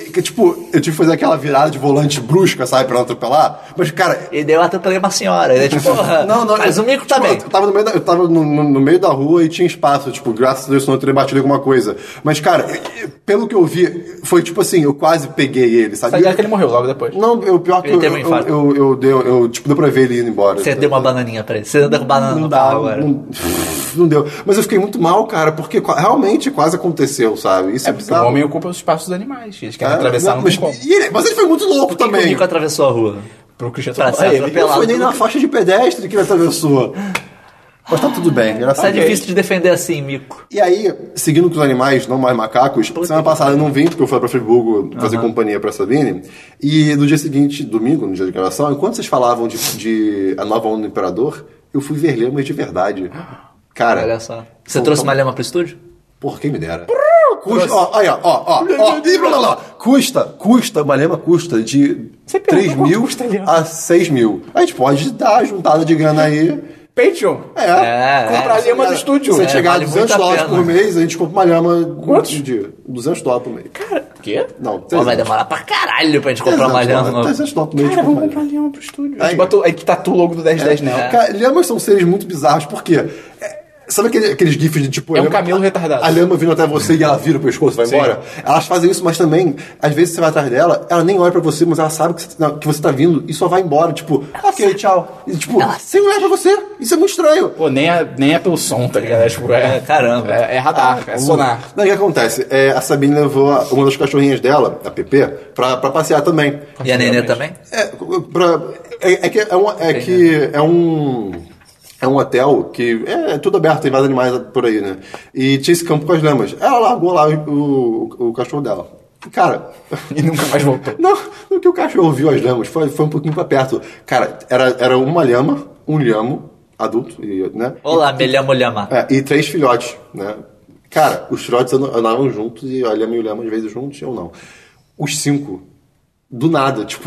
Speaker 2: e que, tipo, eu tive que fazer aquela virada de volante brusca, sabe, pra não atropelar. Mas, cara,
Speaker 3: E daí eu atropelei uma senhora. Ele, tipo, porra,
Speaker 2: Não, não,
Speaker 3: mas
Speaker 2: eu-
Speaker 3: o mico tá
Speaker 2: tipo,
Speaker 3: também.
Speaker 2: Eu tava, no meio, da, eu tava no, no- no meio da rua e tinha espaço, tipo, graças a Deus não teria batido em alguma coisa. Mas, cara, eu- eu- pelo que eu vi, foi tipo assim, eu quase peguei ele, sabe?
Speaker 5: Sabe é que ele morreu logo depois.
Speaker 2: Não, eu pior que
Speaker 3: Ele
Speaker 2: eu,
Speaker 3: teve um
Speaker 2: eu,
Speaker 3: infarto.
Speaker 2: eu, eu dei- eu, tipo, deu pra ver ele indo embora.
Speaker 3: Você deu uma bananinha pra ele. Você anda com banana
Speaker 2: Não
Speaker 3: no
Speaker 2: dá,
Speaker 3: carro agora.
Speaker 2: Não, não deu. Mas eu fiquei muito mal, cara, porque qua- realmente quase aconteceu, sabe? Isso
Speaker 5: É
Speaker 2: é,
Speaker 5: porque
Speaker 2: bizarro.
Speaker 5: o homem ocupa os espaços dos animais. Eles querem
Speaker 2: É,
Speaker 5: atravessar,
Speaker 2: não,
Speaker 5: não,
Speaker 2: mas,
Speaker 5: tem como.
Speaker 2: e ele- mas ele foi muito louco
Speaker 3: Por que que o
Speaker 2: também.
Speaker 3: mico atravessou a rua?
Speaker 5: Pro Cristiano
Speaker 3: Pra ser
Speaker 5: Ah, ele-
Speaker 3: atropelado.
Speaker 2: Não foi nem na faixa de pedestre que ele atravessou. Mas tá tudo bem,
Speaker 3: Isso
Speaker 2: engraçado.
Speaker 3: é difícil de defender assim, mico.
Speaker 2: E aí, seguindo com os animais, não mais macacos, semana passada eu não vim, porque eu fui pra Friburgo fazer companhia pra Sabine. E no dia seguinte, domingo, no dia de gravação, enquanto vocês falavam de, de A Nova Onda do Imperador, eu fui ver Lemas de verdade. Cara.
Speaker 3: Olha só. Você
Speaker 2: tá
Speaker 3: trouxe uma lema pro estúdio?
Speaker 2: Porra, quem me dera. Custa, ó, aí, ó, ó, ó, ó, ih, blá, blá, blá. custa, custa, uma lema custa de
Speaker 5: Você perguntou
Speaker 2: 3
Speaker 5: quanto
Speaker 2: mil
Speaker 5: custa, Leandro?
Speaker 2: a 6 mil. A gente pode dar juntada de grana aí.
Speaker 5: Patreon.
Speaker 2: É.
Speaker 3: É,
Speaker 5: Comprar
Speaker 3: é.
Speaker 5: lema do estúdio.
Speaker 2: Se
Speaker 5: É,
Speaker 2: chegar
Speaker 3: vale
Speaker 2: a 200
Speaker 3: muito a
Speaker 2: dólares
Speaker 3: pena.
Speaker 2: por mês, a gente compra uma lhama
Speaker 5: Quantos?
Speaker 2: de dia. 200 dólares por mês.
Speaker 5: Cara, o quê?
Speaker 2: Não,
Speaker 3: Pô, vai
Speaker 2: 300
Speaker 3: demorar pra caralho pra gente comprar uma
Speaker 2: 300
Speaker 3: lema.
Speaker 2: dólares,
Speaker 3: nova.
Speaker 2: 300 dólares por mês.
Speaker 5: Cara,
Speaker 2: a gente
Speaker 5: vamos
Speaker 2: compra
Speaker 5: comprar
Speaker 2: uma lhama.
Speaker 5: lema pro estúdio. A
Speaker 2: Aí.
Speaker 5: gente bota, aí que tatua o logo do
Speaker 3: É.
Speaker 5: 1010 nela.
Speaker 2: Cara, lhamas são seres muito bizarros, por quê? É, Sabe aquele- aqueles gifs de tipo.
Speaker 5: É um
Speaker 2: lhama-
Speaker 5: camelo retardado.
Speaker 2: A lhama vindo até você e ela vira o pescoço e vai
Speaker 5: Sim.
Speaker 2: embora? Elas fazem isso, mas também, às vezes você vai atrás dela, ela nem olha pra você, mas ela sabe que você, não, que você tá vindo e só vai embora. Tipo, ok, tchau. E, tipo, sem olhar pra você. Isso é muito estranho.
Speaker 5: Pô, nem é, nem é pelo som, tá ligado? É, tipo, é,
Speaker 3: É, caramba. Ah.
Speaker 5: É, é radar, é sonar.
Speaker 2: Não, o que acontece? É, a Sabine levou a- uma das cachorrinhas dela, a Pepe, pra, pra passear também.
Speaker 3: E a nenê também?
Speaker 2: É, pra- é- é que é um. É,
Speaker 5: né?
Speaker 2: que é um é um hotel que é tudo aberto, tem vários animais por aí, né? E tinha esse campo com as lamas. Ela largou lá o, o, o cachorro dela. Cara,
Speaker 5: E nunca mais voltou.
Speaker 2: não, o que o cachorro viu as lamas foi, foi um pouquinho pra perto. Cara, era, era uma lhama, um lhamo, adulto, e, né?
Speaker 3: Olá, me lhamo lhama.
Speaker 2: É, e três filhotes, né? Cara, os filhotes andam- andavam juntos e a Lhama e o Lhama às vezes juntos, eu não. Os cinco, do nada, tipo,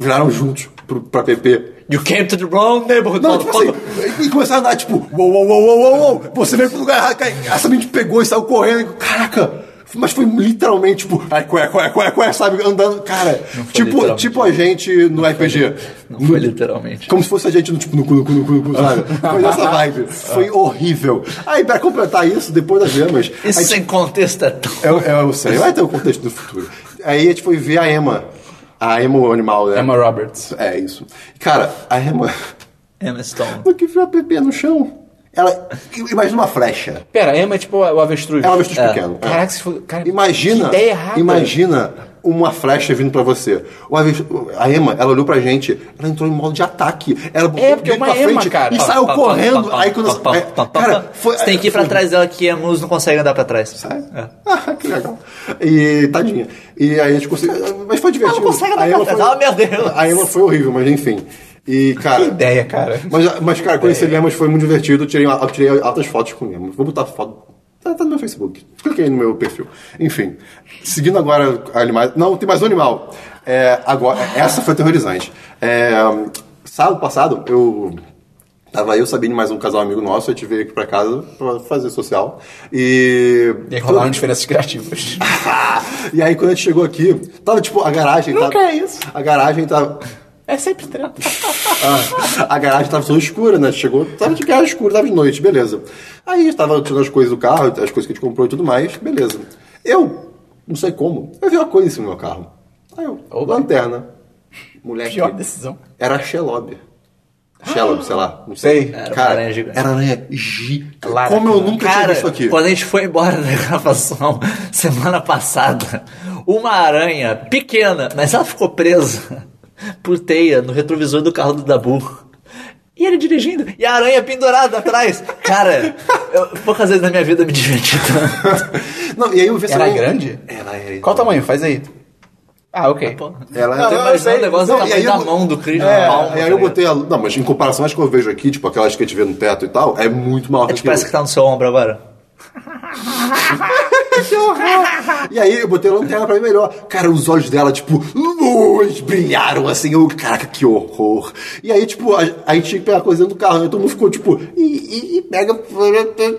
Speaker 2: viraram juntos pro, pra PP.
Speaker 3: You came to the wrong neighborhood.
Speaker 2: Não, tipo assim,
Speaker 3: motherfucker.
Speaker 2: e começaram a andar, tipo, uou, uou, uou, uou, uou, uou, você veio pro lugar errado, cara. Essa mente pegou e saiu correndo, caraca. Mas foi literalmente, tipo, ai, qual é, qual é, qual é, qual é, sabe, andando, cara.
Speaker 3: foi
Speaker 2: Tipo,
Speaker 3: literalmente. né?
Speaker 2: tipo a gente no RPG.
Speaker 3: Não foi literalmente.
Speaker 2: Como se fosse a gente no tipo no cu, no cu, no cu, no cu, sabe? Foi nessa vibe. Foi horrível. Aí, pra completar isso, depois das gemas.
Speaker 3: Isso sem
Speaker 2: tipo-
Speaker 3: contexto é tão...
Speaker 2: Eu, eu, eu sei, vai ter o contexto do futuro. Aí a gente foi ver a Emma. A Emma, o animal, né?
Speaker 5: Emma Roberts.
Speaker 2: É isso. Cara, a Emma.
Speaker 3: Emma Stone.
Speaker 2: No que viu a Pepe no chão? Ela. Imagina uma flecha.
Speaker 5: Pera, Emma é tipo o avestruz.
Speaker 2: É um avestruz pequeno. É.
Speaker 5: Caraca, se for- cara,
Speaker 2: Imagina,
Speaker 5: que ideia errada.
Speaker 2: imagina uma flecha vindo pra você. O avi- A Emma, ela olhou pra gente, ela entrou em modo de ataque. Ela botou
Speaker 5: É,
Speaker 2: o
Speaker 5: porque
Speaker 2: dedo
Speaker 5: é uma
Speaker 2: pra
Speaker 5: Emma,
Speaker 2: frente
Speaker 5: cara.
Speaker 2: E saiu
Speaker 3: Pá, pá,
Speaker 2: correndo.
Speaker 3: pá, pá,
Speaker 2: aí quando.
Speaker 3: pá,
Speaker 2: é,
Speaker 3: pá, pá, pá.
Speaker 2: cara, foi.
Speaker 3: tá,
Speaker 2: é,
Speaker 3: Você tem que ir pra
Speaker 2: foi-
Speaker 3: trás dela que a Mus não consegue andar pra trás. É.
Speaker 2: Ah, que legal. E tadinha. E aí a gente conseguiu. Mas foi divertido.
Speaker 3: Ela não consegue andar
Speaker 2: A Emma
Speaker 3: pra
Speaker 2: foi-
Speaker 3: trás. Ah, meu Deus.
Speaker 2: A Emma foi horrível, mas enfim. E, cara.
Speaker 5: Que ideia, cara.
Speaker 2: Mas, mas cara,
Speaker 5: É.
Speaker 2: conhecer Lemos foi muito divertido. Eu tirei, eu tirei altas fotos com Lemos. Vou botar foto. Tá, tá no meu Facebook. Cliquei no meu perfil. Enfim. Seguindo agora animais. Não, tem mais um animal. É, agora, essa foi aterrorizante. É, sábado passado, eu. Tava eu, Sabine, mais um casal amigo nosso. A gente veio aqui pra casa pra fazer social. E.
Speaker 5: E aí rolaram um diferenças criativas.
Speaker 2: E aí, quando a gente chegou aqui, tava tipo, a garagem.
Speaker 5: Nunca
Speaker 2: tava,
Speaker 5: é isso.
Speaker 2: A garagem tava.
Speaker 5: É sempre treta.
Speaker 2: Ah, A garagem tava toda escura, né? Chegou, tava de garagem escura, tava de noite, beleza. Aí tava tirando as coisas do carro, as coisas que a gente comprou e tudo mais, beleza. Eu, não sei como, eu vi uma coisa em cima do meu carro. Aí eu,
Speaker 5: Oba.
Speaker 2: lanterna. Moleque.
Speaker 5: Pior decisão.
Speaker 2: Era a Shelob. Shelob, sei lá, não
Speaker 5: Sei.
Speaker 2: sei.
Speaker 5: Era
Speaker 3: uma
Speaker 2: cara,
Speaker 3: aranha gigante. né?
Speaker 2: era aranha gigante.
Speaker 5: Lara,
Speaker 2: Como eu nunca tinha
Speaker 3: Cara,
Speaker 2: visto aqui.
Speaker 3: quando a gente foi embora da gravação semana passada, uma aranha pequena, mas ela ficou presa por teia no retrovisor do carro do Dabu. E ele dirigindo, e a aranha pendurada atrás. Cara, eu, poucas vezes na minha vida eu me diverti tanto.
Speaker 2: Não, e aí eu vi essa
Speaker 5: Era
Speaker 2: aranha-
Speaker 5: grande?
Speaker 2: Ela era.
Speaker 5: Qual o tamanho? Faz aí. Ah, ok.
Speaker 2: Ela é
Speaker 5: Não,
Speaker 3: eu tô
Speaker 5: eu
Speaker 3: imaginando
Speaker 5: sei.
Speaker 3: o um negócio
Speaker 2: Não,
Speaker 3: do
Speaker 2: e aí
Speaker 3: tamanho
Speaker 2: eu
Speaker 3: da
Speaker 2: bo-
Speaker 3: mão do Chris
Speaker 2: É,
Speaker 3: na palma.
Speaker 2: aí
Speaker 3: tá
Speaker 2: eu
Speaker 3: ligado?
Speaker 2: botei a. Não, mas em comparação às que eu vejo aqui, tipo aquelas
Speaker 3: tá-
Speaker 2: que a gente vê no teto e tal, é muito mal.
Speaker 3: É tipo, parece que tá no seu ombro agora.
Speaker 2: que horror! E aí eu botei a lanterna pra ver melhor. Cara, os olhos dela, tipo, luz, brilharam assim. Eu, caraca, que horror. E aí, tipo, a, a gente tinha que pegar a coisa dentro do carro. Aí todo mundo ficou, tipo, e, e, e pega.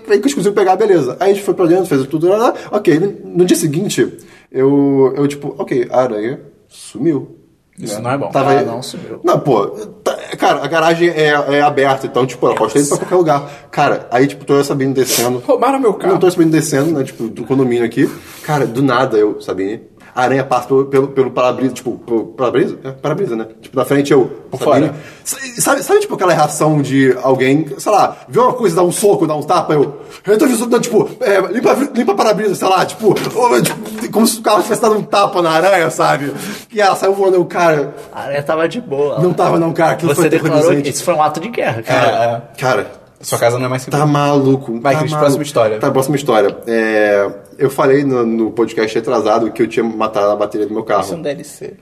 Speaker 2: Aí que conseguiu pegar, beleza. Aí a gente foi pra dentro, fez tudo. lá, lá. Ok, no, no dia seguinte, eu, eu, tipo, ok, a aranha sumiu.
Speaker 5: Isso não é bom.
Speaker 2: Tava
Speaker 3: Ah,
Speaker 2: aí-
Speaker 3: não, sumiu.
Speaker 2: Não, pô, tá- cara, a garagem é, é aberta, então, tipo, ela pode ter ido pra qualquer lugar. Cara, aí, tipo, tô eu sabendo descendo.
Speaker 5: Roubaram meu carro.
Speaker 2: Não, tô sabendo descendo, né, tipo, do condomínio aqui. Cara, do nada eu, Sabine, a aranha passa pelo, pelo, pelo para-brisa, tipo, pelo para-brisa? É, para-brisa, né? Tipo, na frente eu, Por
Speaker 5: fora.
Speaker 2: Sabe, sabe, tipo, aquela reação de alguém, sei lá, vê uma coisa, dá um soco, dá um tapa, eu... Eu tô visitando, tipo, é, limpa, limpa para-brisa, sei lá, tipo, ô, tipo, como se o carro tivesse dado um tapa na aranha, sabe? E ela saiu voando, eu, cara...
Speaker 3: A aranha tava de boa.
Speaker 2: Não tava não, cara. Aquilo
Speaker 3: Você
Speaker 2: foi
Speaker 3: declarou que
Speaker 2: aterrorizante.
Speaker 3: isso foi um ato de guerra, cara.
Speaker 2: Cara, cara,
Speaker 5: Sua casa não é mais segura.
Speaker 2: É. tá maluco.
Speaker 5: Vai,
Speaker 2: tá
Speaker 5: Cris,
Speaker 2: maluco.
Speaker 5: próxima história.
Speaker 2: Tá, próxima história. É, eu falei no, no podcast atrasado que eu tinha matado a bateria do meu carro.
Speaker 4: Isso é um DLC.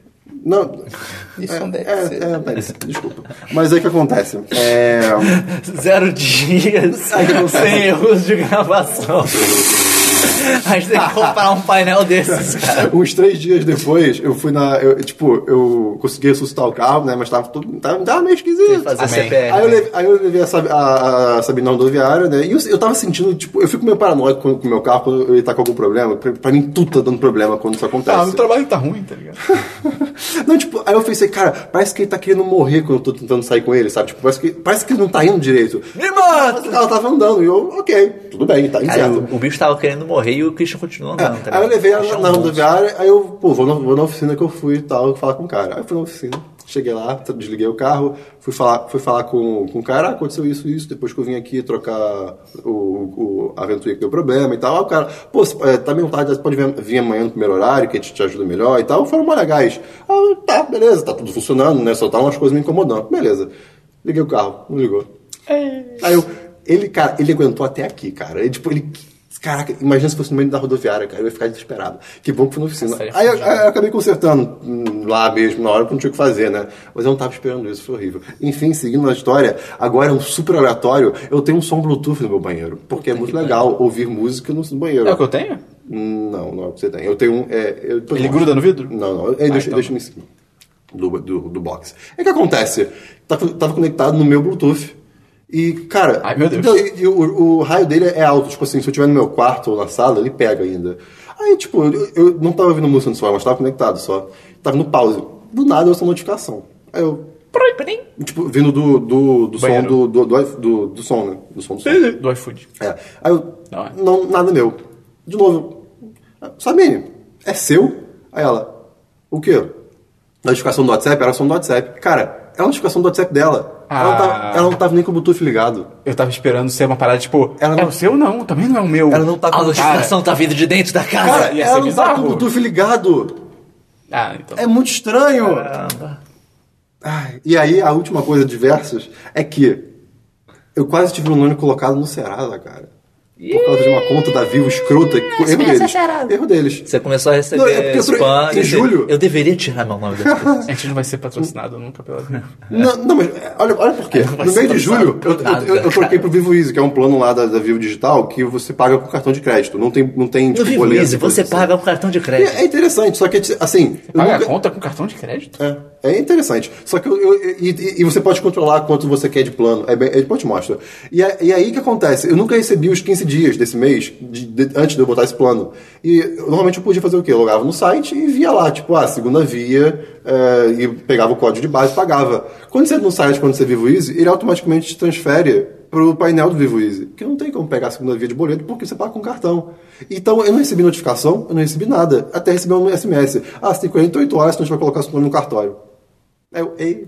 Speaker 2: Não.
Speaker 4: Isso um
Speaker 2: é,
Speaker 4: não deve
Speaker 2: é,
Speaker 4: ser.
Speaker 2: é, deve ser, desculpa. Mas aí o que acontece? É...
Speaker 3: Zero dias
Speaker 2: Ai, que não sei.
Speaker 3: sem erros de gravação. A gente
Speaker 2: Tá.
Speaker 3: tem que comprar um painel desses, cara.
Speaker 2: Uns três dias depois, eu fui na. eu, tipo, eu consegui ressuscitar o carro, né? Mas tava, tudo, tava, tava meio esquisito.
Speaker 3: Fazer
Speaker 5: Amém.
Speaker 3: CPR.
Speaker 2: Aí eu, levei, aí eu levei a, Sabi- a- a Sabina na rodoviária, né? E eu, eu tava sentindo, tipo, eu fico meio paranoico com com o meu carro quando ele tá com algum problema. Pra, pra mim, tudo tá dando problema quando isso acontece.
Speaker 5: Ah, meu trabalho tá ruim, tá ligado?
Speaker 2: Não, tipo, aí eu pensei, cara, parece que ele tá querendo morrer quando eu tô tentando sair com ele, sabe? Tipo, parece que, parece que ele não tá indo direito.
Speaker 3: Me mata!
Speaker 2: Mas o carro tava andando, e eu, ok, tudo bem, tá
Speaker 3: Cara,
Speaker 2: incerto.
Speaker 3: o, o bicho tava querendo morrer e o Christian continuou andando, cara.
Speaker 2: Aí eu levei ela
Speaker 3: Christian é um
Speaker 2: na
Speaker 3: monstro.
Speaker 2: rodoviária, aí eu, pô, vou na, vou na oficina que eu fui e tal, falar com o cara. Aí eu fui na oficina, cheguei lá, t- desliguei o carro, fui falar, fui falar com, com o cara, ah, aconteceu isso e isso, depois que eu vim aqui trocar o, o a aventura que deu problema e tal. Aí o cara, pô, se- é, tá meio tarde, você pode vir, vir amanhã no primeiro horário, que a gente te ajuda melhor e tal. Foram mó legais. Ah, tá, beleza, tá tudo funcionando, né? Só tá umas coisas me incomodando. Beleza. Liguei o carro, não ligou. Aí eu, ele, cara, ele aguentou até aqui, cara. Ele, tipo, ele. Caraca, imagina se fosse no meio da rodoviária, cara. Eu ia ficar desesperado. Que bom que foi na oficina.
Speaker 5: Nossa, ele é
Speaker 2: Aí eu, aí eu acabei consertando hum, lá mesmo, na hora, porque não tinha o que fazer, né? Mas eu não tava esperando isso, foi horrível. Enfim, seguindo a história, agora é um super aleatório. Eu tenho um som Bluetooth no meu banheiro, porque é muito legal ouvir música no banheiro.
Speaker 5: É o que eu tenho?
Speaker 2: Hum, Não, não é o que você tem. Eu tenho um. é, eu-
Speaker 5: Ele gruda no vidro?
Speaker 2: Não, não. Ele deixa,
Speaker 5: então.
Speaker 2: deixa em cima do, do, do box. É que acontece. Tava, tava conectado no meu Bluetooth. E, cara.
Speaker 5: Ai, meu Deus.
Speaker 2: então, e- e o, o raio dele é alto. Tipo assim, se eu estiver no meu quarto ou na sala, ele pega ainda. Aí, tipo, eu, eu não tava ouvindo música no celular, mas tava conectado só. Tava no pause. Do nada eu ouço uma notificação. Aí eu. Tipo, vindo do, do, do som
Speaker 5: Banheiro.
Speaker 2: do, do, do, do, do som, né? Do som do som.
Speaker 5: Do iFood.
Speaker 2: É. Aí eu,
Speaker 5: Não é.
Speaker 2: não, nada meu. De novo, eu, Sabine, é seu? Aí ela, o quê? Notificação do WhatsApp? Era som do WhatsApp. Cara, é a notificação do WhatsApp dela. Ela, não
Speaker 5: Ah.
Speaker 2: tava, ela não tava nem com o Bluetooth ligado.
Speaker 5: Eu tava esperando ser uma parada tipo.
Speaker 2: Ela
Speaker 5: É
Speaker 2: não-
Speaker 5: o seu, não. Também não é o meu.
Speaker 2: Ela não tava
Speaker 3: A
Speaker 2: com
Speaker 3: notificação tá vindo de dentro da casa.
Speaker 2: Ah, Cara,
Speaker 5: ia
Speaker 2: ela não tava com o
Speaker 5: ser bizarro.
Speaker 2: Bluetooth ligado.
Speaker 5: Ah, então.
Speaker 2: É muito estranho.
Speaker 5: É.
Speaker 2: Ai, e aí, a última coisa de versos é que eu quase tive meu nome colocado no Serasa, cara. Por causa de uma conta da Vivo escrota. Erro deles. Erro deles.
Speaker 3: Você começou a receber
Speaker 2: Não, é porque eu tô-
Speaker 3: spam.
Speaker 2: em
Speaker 3: e você-
Speaker 2: julho.
Speaker 3: Eu deveria tirar meu nome das pessoas.
Speaker 5: A gente não vai ser patrocinado nunca pela.
Speaker 2: Não, não, mas é, olha, olha por quê.
Speaker 3: vai
Speaker 2: No meio
Speaker 3: ser
Speaker 2: de julho, eu, eu,
Speaker 3: nada,
Speaker 2: eu, eu troquei
Speaker 3: cara.
Speaker 2: pro Vivo Easy, que é um plano lá da, da Vivo Digital que você paga com cartão de crédito. Não tem, não tem
Speaker 3: No
Speaker 2: tipo,
Speaker 3: Vivo
Speaker 2: boleto.
Speaker 3: Easy, você
Speaker 2: coisa
Speaker 3: paga o cartão de
Speaker 2: assim.
Speaker 3: crédito.
Speaker 2: É, é interessante, só que assim. eu
Speaker 5: Paga
Speaker 2: nunca-
Speaker 5: a conta com cartão de crédito?
Speaker 2: É, é interessante. Só que eu, eu- e, e- e você pode controlar quanto você quer de plano. É bem, ele pode te mostra. E, é- e aí que acontece? Eu nunca recebi os 15 dias desse mês de- de- antes de eu botar esse plano. E eu- normalmente eu podia fazer o quê? Eu logava no site e via lá, tipo, ah, segunda via, é, e pegava o código de base e pagava. Quando você entra no site, quando você é Vivo Easy, ele automaticamente te transfere pro painel do Vivo Easy, que não tem como pegar a segunda via de boleto porque você paga com cartão. Então eu não recebi notificação, eu não recebi nada, até recebi um SMS. Ah, você tem 48 horas, senão a gente vai colocar seu nome no cartório. Aí eu, ei.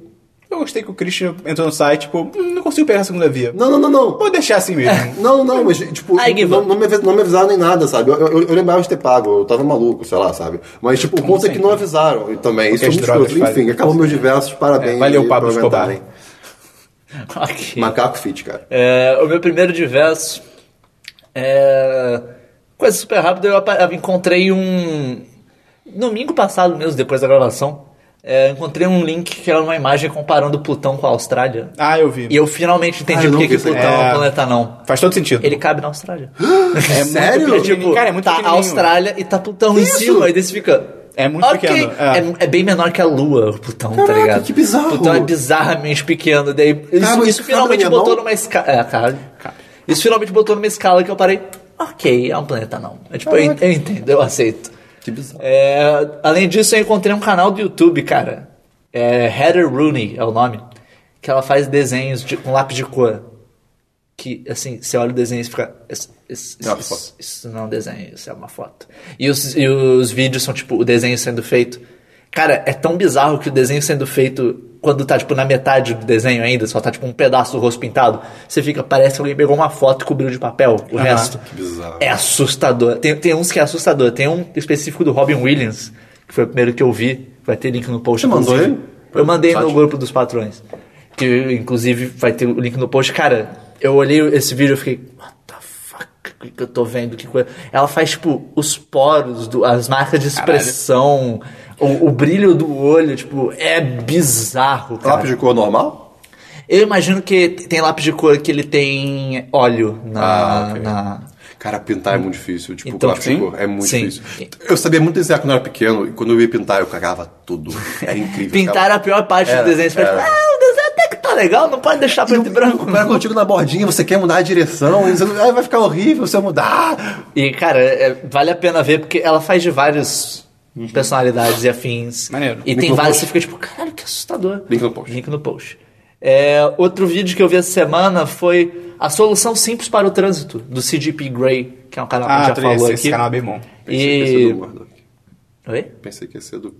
Speaker 5: Eu gostei que o Christian entrou no site, tipo, "Hum, não consigo pegar a segunda via.
Speaker 2: Não, não, não, não.
Speaker 5: Vou deixar assim mesmo.
Speaker 2: Não, não, mas tipo,
Speaker 3: I give
Speaker 2: não,
Speaker 3: up.
Speaker 2: não me avisaram, não me avisaram nem nada, sabe? Eu, eu, eu lembrava de ter pago, eu tava maluco, sei lá, sabe? Mas tipo, o ponto é que
Speaker 5: sempre.
Speaker 2: não avisaram e também. Isso
Speaker 5: as
Speaker 2: é muito
Speaker 5: drogas
Speaker 2: escroto. Enfim,
Speaker 5: fazem.
Speaker 2: acabou meus diversos, parabéns.
Speaker 5: É, valeu,
Speaker 2: aí
Speaker 5: Pablo
Speaker 2: por
Speaker 5: Escobar.
Speaker 2: aguentarem. É.
Speaker 3: Ok.
Speaker 2: Macaco fit, cara.
Speaker 3: É, o meu primeiro diverso é. Coisa super rápida, eu apa- eu encontrei um. Domingo passado mesmo, depois da gravação, é, encontrei um link que era uma imagem comparando Plutão com a Austrália.
Speaker 5: Ah, eu vi.
Speaker 3: E eu finalmente
Speaker 2: Ah,
Speaker 3: entendi
Speaker 2: eu
Speaker 3: por
Speaker 2: não
Speaker 3: que
Speaker 2: vi
Speaker 3: que
Speaker 2: isso aí.
Speaker 3: Plutão é um
Speaker 5: É.
Speaker 3: planeta não.
Speaker 5: Faz todo sentido.
Speaker 3: Ele cabe na Austrália.
Speaker 5: é
Speaker 2: Sério?
Speaker 5: Muito
Speaker 3: É
Speaker 5: pequenininho.
Speaker 3: tipo,
Speaker 5: cara, é muito
Speaker 3: tá a
Speaker 5: pequenininho.
Speaker 3: Austrália e tá Plutão em
Speaker 2: Isso!
Speaker 3: cima, e daí você fica.
Speaker 5: É muito
Speaker 3: ok.
Speaker 5: pequeno, é.
Speaker 3: É, é bem menor que a Lua, o Plutão, tá
Speaker 2: Caraca,
Speaker 3: ligado?
Speaker 2: que bizarro.
Speaker 3: Plutão é bizarramente pequeno. Daí, isso,
Speaker 2: Cabe-
Speaker 3: isso
Speaker 2: cabe
Speaker 3: finalmente
Speaker 2: na minha
Speaker 3: botou
Speaker 2: mão?
Speaker 3: numa escala. É, cabe. Isso finalmente botou numa escala que eu parei. Ok, é um planeta não. É tipo, eu, en- eu entendo, eu aceito.
Speaker 2: Que bizarro.
Speaker 3: É, além disso, eu encontrei um canal do YouTube, cara. É, Heather Rooney é o nome. Que ela faz desenhos de, com lápis de cor. Que, assim, você olha o desenho e fica. "Isso- Isso
Speaker 2: É uma
Speaker 3: isso-
Speaker 2: foto."
Speaker 3: isso não é um desenho, isso é uma foto. E os, e os vídeos são, tipo, o desenho sendo feito. Cara, é tão bizarro que o desenho sendo feito. Quando tá, tipo, na metade do desenho ainda, só tá, tipo, um pedaço do rosto pintado, você fica, parece que alguém pegou uma foto e cobriu de papel o resto.
Speaker 2: que bizarro.
Speaker 3: É assustador. Tem, tem uns que é assustador. Tem um específico do Robin Williams, que foi o primeiro que eu vi. Vai ter link no
Speaker 2: Você
Speaker 3: post.
Speaker 2: mandou
Speaker 3: inclusive.
Speaker 2: ele?
Speaker 3: Eu mandei no
Speaker 2: Site?
Speaker 3: grupo dos patrões. Que inclusive vai ter o link no post. Cara, eu olhei esse vídeo e fiquei. What the fuck? O que que eu tô vendo? Que coisa. Ela faz, tipo, os poros, do- as marcas de expressão, o, o brilho do olho, tipo, é bizarro. Cara.
Speaker 2: Lápis de cor normal?
Speaker 3: Eu imagino que tem lápis de cor que ele tem óleo
Speaker 2: Ah,
Speaker 3: na- na,
Speaker 2: Cara, pintar é muito difícil. Tipo,
Speaker 3: Então,
Speaker 2: lápis
Speaker 3: sim.
Speaker 2: de cor é muito
Speaker 3: Sim.
Speaker 2: difícil. Eu sabia muito desenhar quando eu era pequeno e quando eu ia pintar eu cagava tudo. Era incrível.
Speaker 3: Pintar a pior parte do
Speaker 2: Era,
Speaker 3: desenho. Você fala,
Speaker 2: era.
Speaker 3: ah, o desenho até que tá legal, não pode deixar preto e branco.
Speaker 2: Para contigo na bordinha, você quer mudar a direção, e você não- ah, vai ficar horrível se eu mudar.
Speaker 3: E, cara, é- vale a pena ver, porque ela faz de várias personalidades e afins.
Speaker 5: Maneiro.
Speaker 3: E
Speaker 2: Uhum. Link
Speaker 3: tem
Speaker 2: no
Speaker 3: vários,
Speaker 2: post.
Speaker 3: você fica tipo, caralho, que assustador.
Speaker 2: Link no post.
Speaker 3: Link no post. É, outro vídeo que eu vi essa semana foi A Solução Simples para o Trânsito, do CGP Grey, que é um canal que a
Speaker 5: Ah,
Speaker 3: gente já falou
Speaker 5: esse,
Speaker 3: aqui.
Speaker 5: esse canal é bem bom.
Speaker 2: Pensei que ia ser
Speaker 3: E...
Speaker 2: do Murdoch.
Speaker 3: Oi?
Speaker 2: Pensei que ia ser do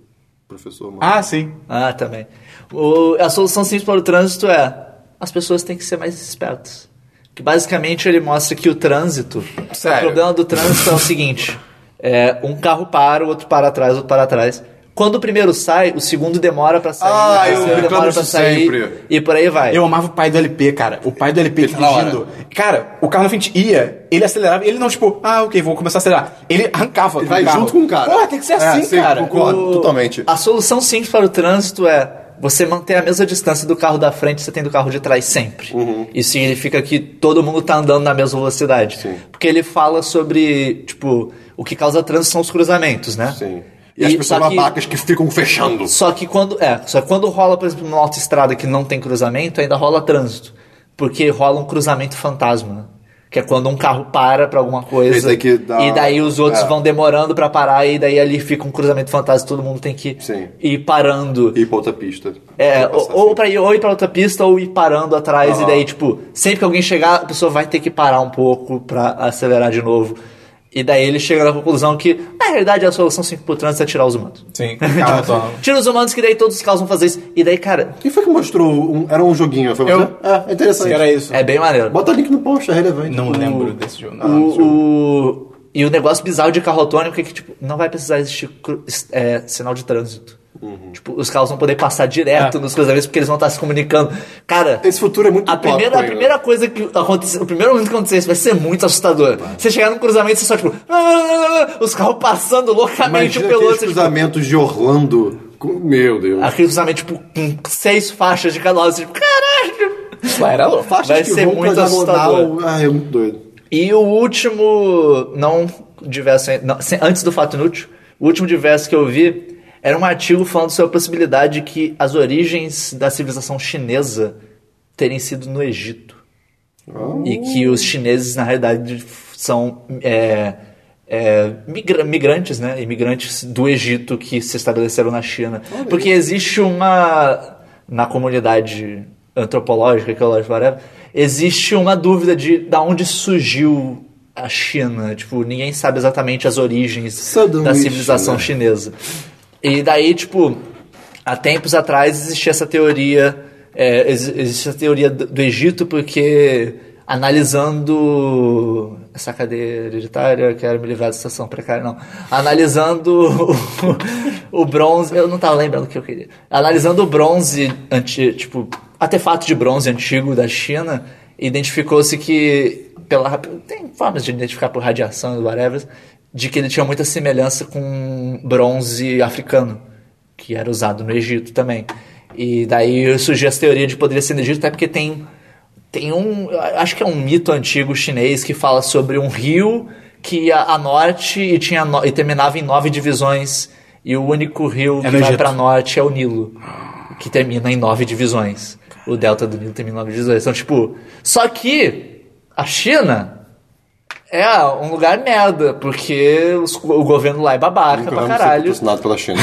Speaker 2: professor Murdoch.
Speaker 5: Ah, sim.
Speaker 3: Ah, também. O- a solução simples para o trânsito é as pessoas têm que ser mais espertas. Que basicamente ele mostra que o trânsito.
Speaker 5: Sério?
Speaker 3: O problema do trânsito é o seguinte: é, um carro para, o outro para atrás, o outro para atrás. Quando o primeiro sai, o segundo demora para sair,
Speaker 2: Ah,
Speaker 3: o
Speaker 2: eu
Speaker 3: terceiro
Speaker 2: reclamo
Speaker 3: demora
Speaker 2: disso
Speaker 3: pra sair
Speaker 2: sempre.
Speaker 3: e por aí vai.
Speaker 5: Eu amava o pai do LP, cara. O pai do LP
Speaker 2: Ele tá na
Speaker 5: dirigindo. Cara, o carro na frente ia, ele acelerava, ele não, tipo, ah, ok, vou começar a acelerar. Ele arrancava.
Speaker 2: Ele
Speaker 5: do
Speaker 2: vai
Speaker 5: carro.
Speaker 2: junto com o cara.
Speaker 5: Porra, tem que ser
Speaker 2: É,
Speaker 5: assim,
Speaker 2: sim,
Speaker 5: cara.
Speaker 2: concordo.
Speaker 5: O-
Speaker 2: Totalmente.
Speaker 3: A solução simples para o trânsito é você manter a mesma distância do carro da frente que você tem do carro de trás sempre.
Speaker 2: Uhum.
Speaker 3: Isso significa que todo mundo está andando na mesma velocidade. Porque ele fala sobre, tipo, o que causa trânsito são os cruzamentos, né?
Speaker 2: Sim. E, as pessoas
Speaker 3: só que-
Speaker 2: babacas que ficam fechando.
Speaker 3: só que quando. É, só que quando rola, por exemplo, numa autoestrada que não tem cruzamento, ainda rola trânsito. Porque rola um cruzamento fantasma. né? Que é quando um carro para pra alguma
Speaker 2: Esse
Speaker 3: coisa.
Speaker 2: daqui dá-
Speaker 3: E daí os outros
Speaker 2: é.
Speaker 3: vão demorando pra parar, e daí ali fica um cruzamento fantasma, todo mundo tem que
Speaker 2: Sim.
Speaker 3: ir parando.
Speaker 2: E ir pra outra pista.
Speaker 3: É,
Speaker 2: Vai
Speaker 3: ou,
Speaker 2: passar
Speaker 3: ou,
Speaker 2: assim.
Speaker 3: pra ir, ou ir pra outra pista ou ir parando atrás, e daí, tipo, sempre que alguém chegar, a pessoa vai ter que parar um pouco pra acelerar de novo. E daí ele chega na conclusão que, na realidade, a solução 5 pro trânsito é tirar os humanos.
Speaker 5: Sim, calma, Tom.
Speaker 3: Tira os humanos que daí todos os carros vão fazer isso. E daí, cara,
Speaker 2: Quem foi que mostrou? um- era um joguinho, foi
Speaker 5: Eu.
Speaker 2: você? É, é interessante.
Speaker 5: Era isso.
Speaker 3: é bem maneiro.
Speaker 2: Bota um link no post, é relevante.
Speaker 5: Não
Speaker 3: Hum.
Speaker 2: O-
Speaker 5: lembro desse jogo. Não,
Speaker 3: O,
Speaker 5: desse jogo.
Speaker 3: o- e o negócio bizarro de carro autônomo é que, tipo, não vai precisar existir cru- es- é, sinal de trânsito.
Speaker 2: Uhum.
Speaker 3: Tipo, os carros vão poder passar direto nos cruzamentos porque eles vão estar se comunicando. Cara,
Speaker 2: Esse futuro é muito
Speaker 3: a primeira,
Speaker 2: utópico
Speaker 3: a
Speaker 2: ainda.
Speaker 3: primeira coisa que acontecer, o primeiro momento que acontecer isso vai ser muito assustador. Você chegar num cruzamento, você só, tipo, os carros passando loucamente
Speaker 2: Imagina aqueles
Speaker 3: pelo outro. você, tipo,
Speaker 2: cruzamentos de Orlando. com- Meu Deus.
Speaker 3: Aquele cruzamento, tipo, com seis faixas de cada lado. Você, tipo, caralho!
Speaker 5: Lá era louco.
Speaker 2: Faixas
Speaker 3: vai
Speaker 2: que
Speaker 3: ser
Speaker 2: vão pra
Speaker 3: muito
Speaker 2: diagonal.
Speaker 3: assustador.
Speaker 2: Ah, é muito doido.
Speaker 3: E o último, não diverso, não, sem- antes do fato inútil, o último diverso que eu vi era um artigo falando sobre a possibilidade que as origens da civilização chinesa terem sido no Egito. E que os chineses, na realidade, são é, é, migra- migrantes, né? Imigrantes do Egito que se estabeleceram na China. Porque existe uma. Na comunidade antropológica, arqueológica, whatever, existe uma dúvida de da onde surgiu a China. Tipo, ninguém sabe exatamente as origens
Speaker 2: Suddenly
Speaker 3: da civilização
Speaker 2: China.
Speaker 3: chinesa. E daí, tipo, há tempos atrás existia essa teoria, é, ex- existe a teoria do, do Egito, porque analisando essa cadeia hereditária, eu quero me livrar dessa situação precária, não. Analisando o, o bronze, eu não tava lembrando o que eu queria. Analisando o bronze, anti, tipo, artefato de bronze antigo da China, identificou-se que pela rap- tem formas de identificar por radiação e whatever, de que ele tinha muita semelhança com bronze africano que era usado no Egito também. E daí surgiu essa teoria de poderia ser no Egito, até porque tem, tem um. Acho que é um mito antigo chinês que fala sobre um rio que ia a norte e, tinha no- e terminava em nove divisões. E o único rio que
Speaker 5: É no
Speaker 3: vai
Speaker 5: Egito.
Speaker 3: para norte é o Nilo, que termina em nove divisões. O delta do Nilo termina em nove divisões. Então, tipo. Só que a China é um lugar merda, porque os- o governo lá é babaca pra caralho.
Speaker 2: patrocinado pela China.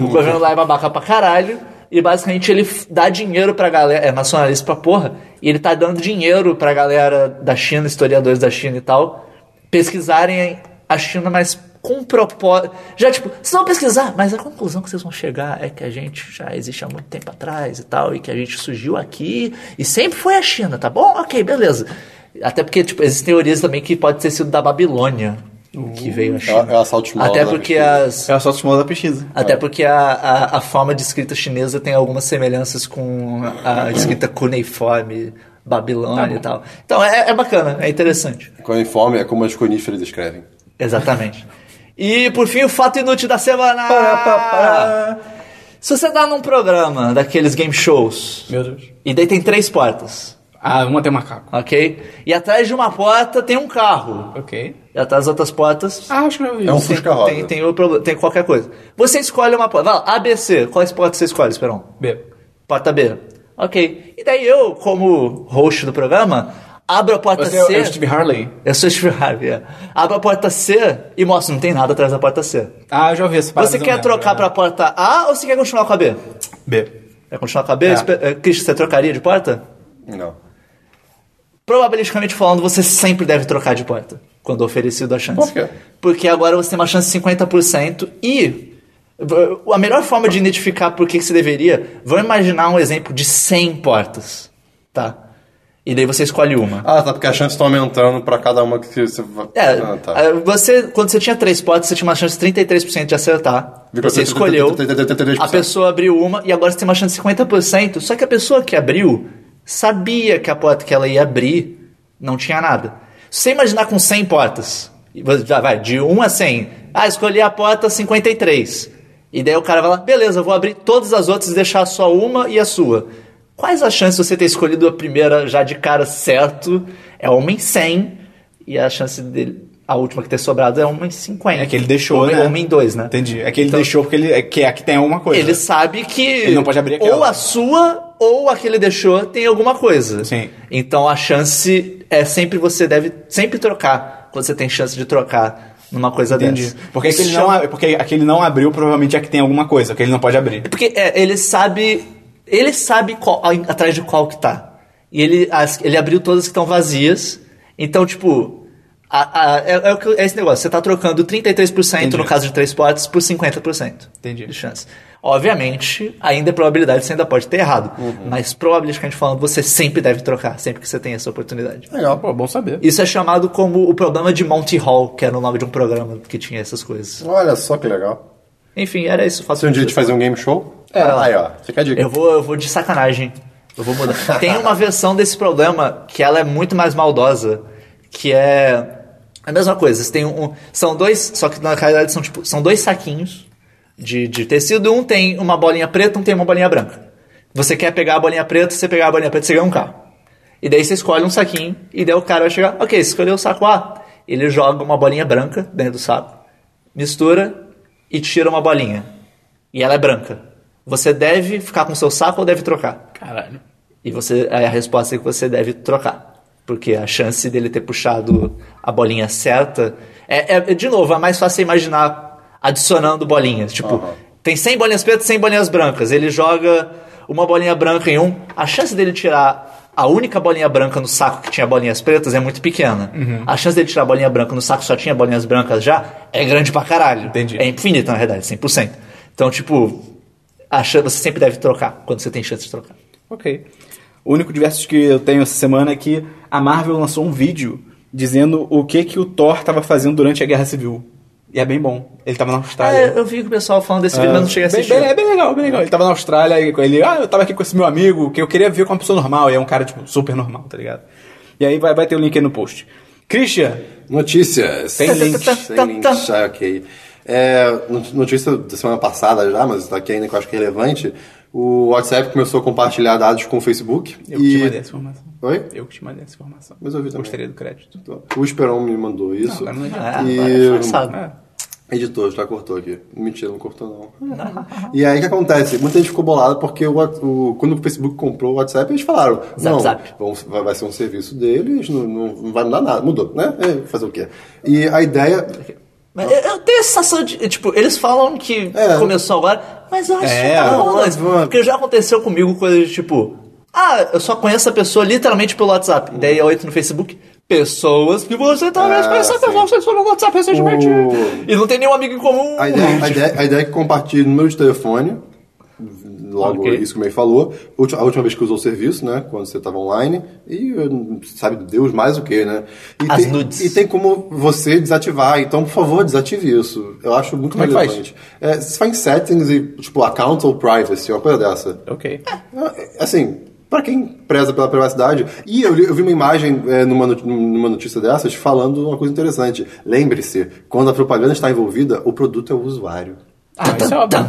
Speaker 3: O governo lá é babaca pra caralho. E basicamente ele f- dá dinheiro pra galera. É nacionalista pra porra. E ele tá dando dinheiro pra galera da China, historiadores da China e tal, pesquisarem a China, mas com propósito. Já, tipo, vocês vão pesquisar, mas a conclusão que vocês vão chegar é que a gente já existe há muito tempo atrás e tal, e que a gente surgiu aqui. E sempre foi a China, tá bom? Ok, beleza. Até porque, tipo, existem teorias também que pode ter sido da Babilônia. Que veio a China.
Speaker 2: é o assalto de mola,
Speaker 3: Até
Speaker 2: né,
Speaker 3: porque
Speaker 2: pesquisa.
Speaker 3: as,
Speaker 5: É o salto da pesquisa.
Speaker 3: até porque a, a, a forma de escrita chinesa tem algumas semelhanças com a
Speaker 5: Uhum.
Speaker 3: escrita cuneiforme,
Speaker 5: Tá
Speaker 3: babilônia e tal. Então é, é bacana, é interessante.
Speaker 2: Cuneiforme é como as coníferas escrevem.
Speaker 3: Exatamente. E por fim, o fato inútil da semana! Se você tá num programa daqueles game shows,
Speaker 5: Meu Deus.
Speaker 3: e daí tem três portas,
Speaker 5: Ah, uma tem macaco.
Speaker 3: ok? E atrás de uma porta tem um carro.
Speaker 5: Ok.
Speaker 3: E atrás das outras portas
Speaker 5: Ah, acho que já vi.
Speaker 2: É um
Speaker 5: isso.
Speaker 3: tem,
Speaker 2: Fusca rosa.
Speaker 3: tem, tem, o problema- tem qualquer coisa. Você escolhe uma porta. Vai lá, ABC. Qual porta você escolhe, Esperão?
Speaker 5: B.
Speaker 3: Porta B. Ok. E daí eu, como host do programa, abro a porta
Speaker 5: Você
Speaker 3: C.
Speaker 5: é o Steve Harley?
Speaker 3: Eu sou Steve Harvey. é. Abro a porta C e mostro, não tem nada atrás da porta C.
Speaker 5: Ah, eu já vi essa parada. né?
Speaker 3: você
Speaker 5: eu
Speaker 3: quer
Speaker 5: lembro,
Speaker 3: trocar
Speaker 5: é.
Speaker 3: pra porta A ou você quer continuar com a B?
Speaker 5: B.
Speaker 3: Quer continuar com a B?
Speaker 5: É.
Speaker 3: Espe- eh, Christian, você trocaria de porta?
Speaker 2: Não.
Speaker 3: Probabilisticamente falando, você sempre deve trocar de porta quando é oferecido a chance.
Speaker 2: Por quê?
Speaker 3: Porque agora você tem uma chance de 50% e v- a melhor forma de identificar por que que você deveria, vamos imaginar um exemplo de 100 portas, tá? E daí você escolhe uma.
Speaker 2: Ah, tá, porque as chances estão aumentando pra cada uma que você vai.
Speaker 3: É,
Speaker 2: ah, tá.
Speaker 3: eh, você, quando você tinha três portas, você tinha uma chance de 33% de acertar.
Speaker 2: Vírgula
Speaker 3: Você escolheu,
Speaker 2: 33%.
Speaker 3: a pessoa abriu uma e agora você tem uma chance de 50%. Só que a pessoa que abriu sabia que a porta que ela ia abrir não tinha nada. Se você imaginar com 100 portas, e você já vai, de 1 a 100. Ah, escolhi a porta 53. E daí o cara vai lá, beleza, eu vou abrir todas as outras e deixar só uma e a sua. Quais as chances de você ter escolhido a primeira já de cara certo? É uma em 100 e a chance dele, a última que ter sobrado é uma em 50.
Speaker 5: É que ele deixou,
Speaker 3: uma,
Speaker 5: né?
Speaker 3: Uma em 2, né?
Speaker 5: Entendi. É que ele
Speaker 3: Então-
Speaker 5: deixou porque ele. É que é que tem alguma coisa.
Speaker 3: Ele sabe que
Speaker 5: não pode abrir aquela.
Speaker 3: ou a sua ou a que ele deixou tem alguma coisa.
Speaker 5: Sim.
Speaker 3: Então a chance é sempre você deve sempre trocar quando você tem chance de trocar numa coisa
Speaker 5: Entendi.
Speaker 3: dessa.
Speaker 5: Porque
Speaker 3: Isso
Speaker 5: aquele, não,
Speaker 3: chama-
Speaker 5: a- porque aquele não abriu, provavelmente é que tem alguma coisa, que ele não pode abrir.
Speaker 3: porque é, ele sabe ele sabe qual- a- atrás de qual que tá. E ele as- ele abriu todas que estão vazias. Então tipo a- a- é, é o que- é esse negócio, você tá trocando 33% no
Speaker 5: Entendi.
Speaker 3: caso de três potes por 50%.
Speaker 5: Entendi.
Speaker 3: de chance. Obviamente, ainda é probabilidade, você ainda pode ter errado.
Speaker 5: Uhum.
Speaker 3: Mas probabilisticamente falando, você sempre deve trocar, sempre que você tem essa oportunidade.
Speaker 5: Legal, pô, bom saber.
Speaker 3: Isso é chamado como o problema de Monty Hall, que era o nome de um programa que tinha essas coisas.
Speaker 2: Olha só que legal.
Speaker 3: Enfim, era isso. Faço
Speaker 5: é
Speaker 2: Se um dia a gente fazer um game show,
Speaker 3: É.
Speaker 2: aí ó, fica a dica.
Speaker 3: Eu vou, eu vou de sacanagem. Eu vou mudar. Tem uma versão desse problema que ela é muito mais maldosa, que é a mesma coisa. Você tem um, são dois, só que na realidade são tipo, são dois saquinhos de, de tecido. Um tem uma bolinha preta, um tem uma bolinha branca. Você quer pegar a bolinha preta, você pegar a bolinha preta, você ganha um carro. E daí você escolhe um saquinho, e daí o cara vai chegar, ok, você escolheu o saco A. Ele joga uma bolinha branca dentro do saco, mistura e tira uma bolinha. E ela é branca. Você deve ficar com o seu saco ou deve trocar?
Speaker 5: Caralho.
Speaker 3: E você, aí a resposta é que você deve trocar. Porque a chance dele ter puxado a bolinha certa. É, é- é, de novo, é mais fácil você imaginar adicionando bolinhas. Tipo, tem 100 bolinhas pretas e 100 bolinhas brancas. Ele joga uma bolinha branca em um. A chance dele tirar a única bolinha branca no saco que tinha bolinhas pretas é muito pequena. A chance dele tirar a bolinha branca no saco que só tinha bolinhas brancas já é grande pra caralho.
Speaker 5: Entendi.
Speaker 3: É infinita, na verdade, 100%. Então, tipo, a chan- você sempre deve trocar quando você tem chance de trocar.
Speaker 5: Ok. O único diversos que eu tenho essa semana é que a Marvel lançou um vídeo dizendo o que que o Thor tava fazendo durante a Guerra Civil. E é bem bom. Ele tava na Austrália.
Speaker 3: É, eu vi que o pessoal falando desse vídeo, mas não cheguei a
Speaker 5: Bem-
Speaker 3: assistir. Ah,
Speaker 5: Bem, é bem legal, bem legal. Ele tava na Austrália e ele, ah, eu tava aqui com esse meu amigo, que eu queria ver com uma pessoa normal, e é um cara, tipo, super normal, tá ligado? E aí vai, vai ter o link aí no post. Christian,
Speaker 2: Notícias.
Speaker 5: Tem
Speaker 2: Sem
Speaker 5: links,
Speaker 2: links.
Speaker 3: tá, tá, tá.
Speaker 2: Ah, ok. É, not- notícia da semana passada já, mas está aqui ainda que eu acho que é relevante. O WhatsApp começou a compartilhar dados com o Facebook.
Speaker 5: Eu que
Speaker 2: e...
Speaker 5: te mandei essa informação.
Speaker 2: Oi?
Speaker 5: Eu é que te mandei essa informação.
Speaker 2: Mas eu vi também.
Speaker 5: Gostaria é do crédito.
Speaker 2: O Esperão me mandou isso.
Speaker 5: Agora não adianta.
Speaker 3: Ah,
Speaker 2: E-
Speaker 3: agora é forçado.
Speaker 2: Editor, já cortou aqui. Mentira, não cortou não. e aí o que acontece? Muita gente ficou bolada porque o, What- o- quando o Facebook comprou o WhatsApp, eles falaram: não,
Speaker 3: zap.
Speaker 2: vão- vai, vai ser um serviço deles, não, não- não vai mudar nada. Mudou, né? É, fazer o quê? E a ideia.
Speaker 3: Mas eu, eu tenho a sensação de. Tipo, eles falam que
Speaker 2: É.
Speaker 3: começou agora, mas eu acho
Speaker 5: É,
Speaker 3: que tá
Speaker 2: vamos,
Speaker 3: rolando antes.
Speaker 2: vamos.
Speaker 3: Porque já aconteceu comigo coisa de tipo. Ah, eu só conheço a pessoa literalmente pelo
Speaker 5: Hum.
Speaker 3: WhatsApp. Daí eu entro no Facebook. Pessoas que você tá talvez
Speaker 2: Ah,
Speaker 3: conheça,
Speaker 2: sim.
Speaker 3: pessoas que foram no WhatsApp recentemente.
Speaker 5: Uh.
Speaker 2: O-
Speaker 3: E não tem nenhum amigo em comum. Tipo,
Speaker 2: A ideia, a ideia- a ideia é que compartilhe número de telefone, logo
Speaker 3: Ok.
Speaker 2: isso que o May falou, Ulti- a última vez que usou o serviço, né, quando você estava online, e eh, sabe Deus mais o que, né? E
Speaker 3: As
Speaker 2: tem,
Speaker 3: nudes.
Speaker 2: E tem como você desativar, então por favor desative isso, eu acho muito
Speaker 5: Como é que faz?
Speaker 2: relevante. É, você faz em settings e, tipo, account ou privacy, uma coisa dessa.
Speaker 5: Ok.
Speaker 2: É, Assim, pra quem preza pela privacidade. E eu, li- eu vi uma imagem é, numa, not- numa notícia dessas falando uma coisa interessante. Lembre-se, quando a propaganda está envolvida, o produto é o usuário.
Speaker 5: Ah, isso é óbvio.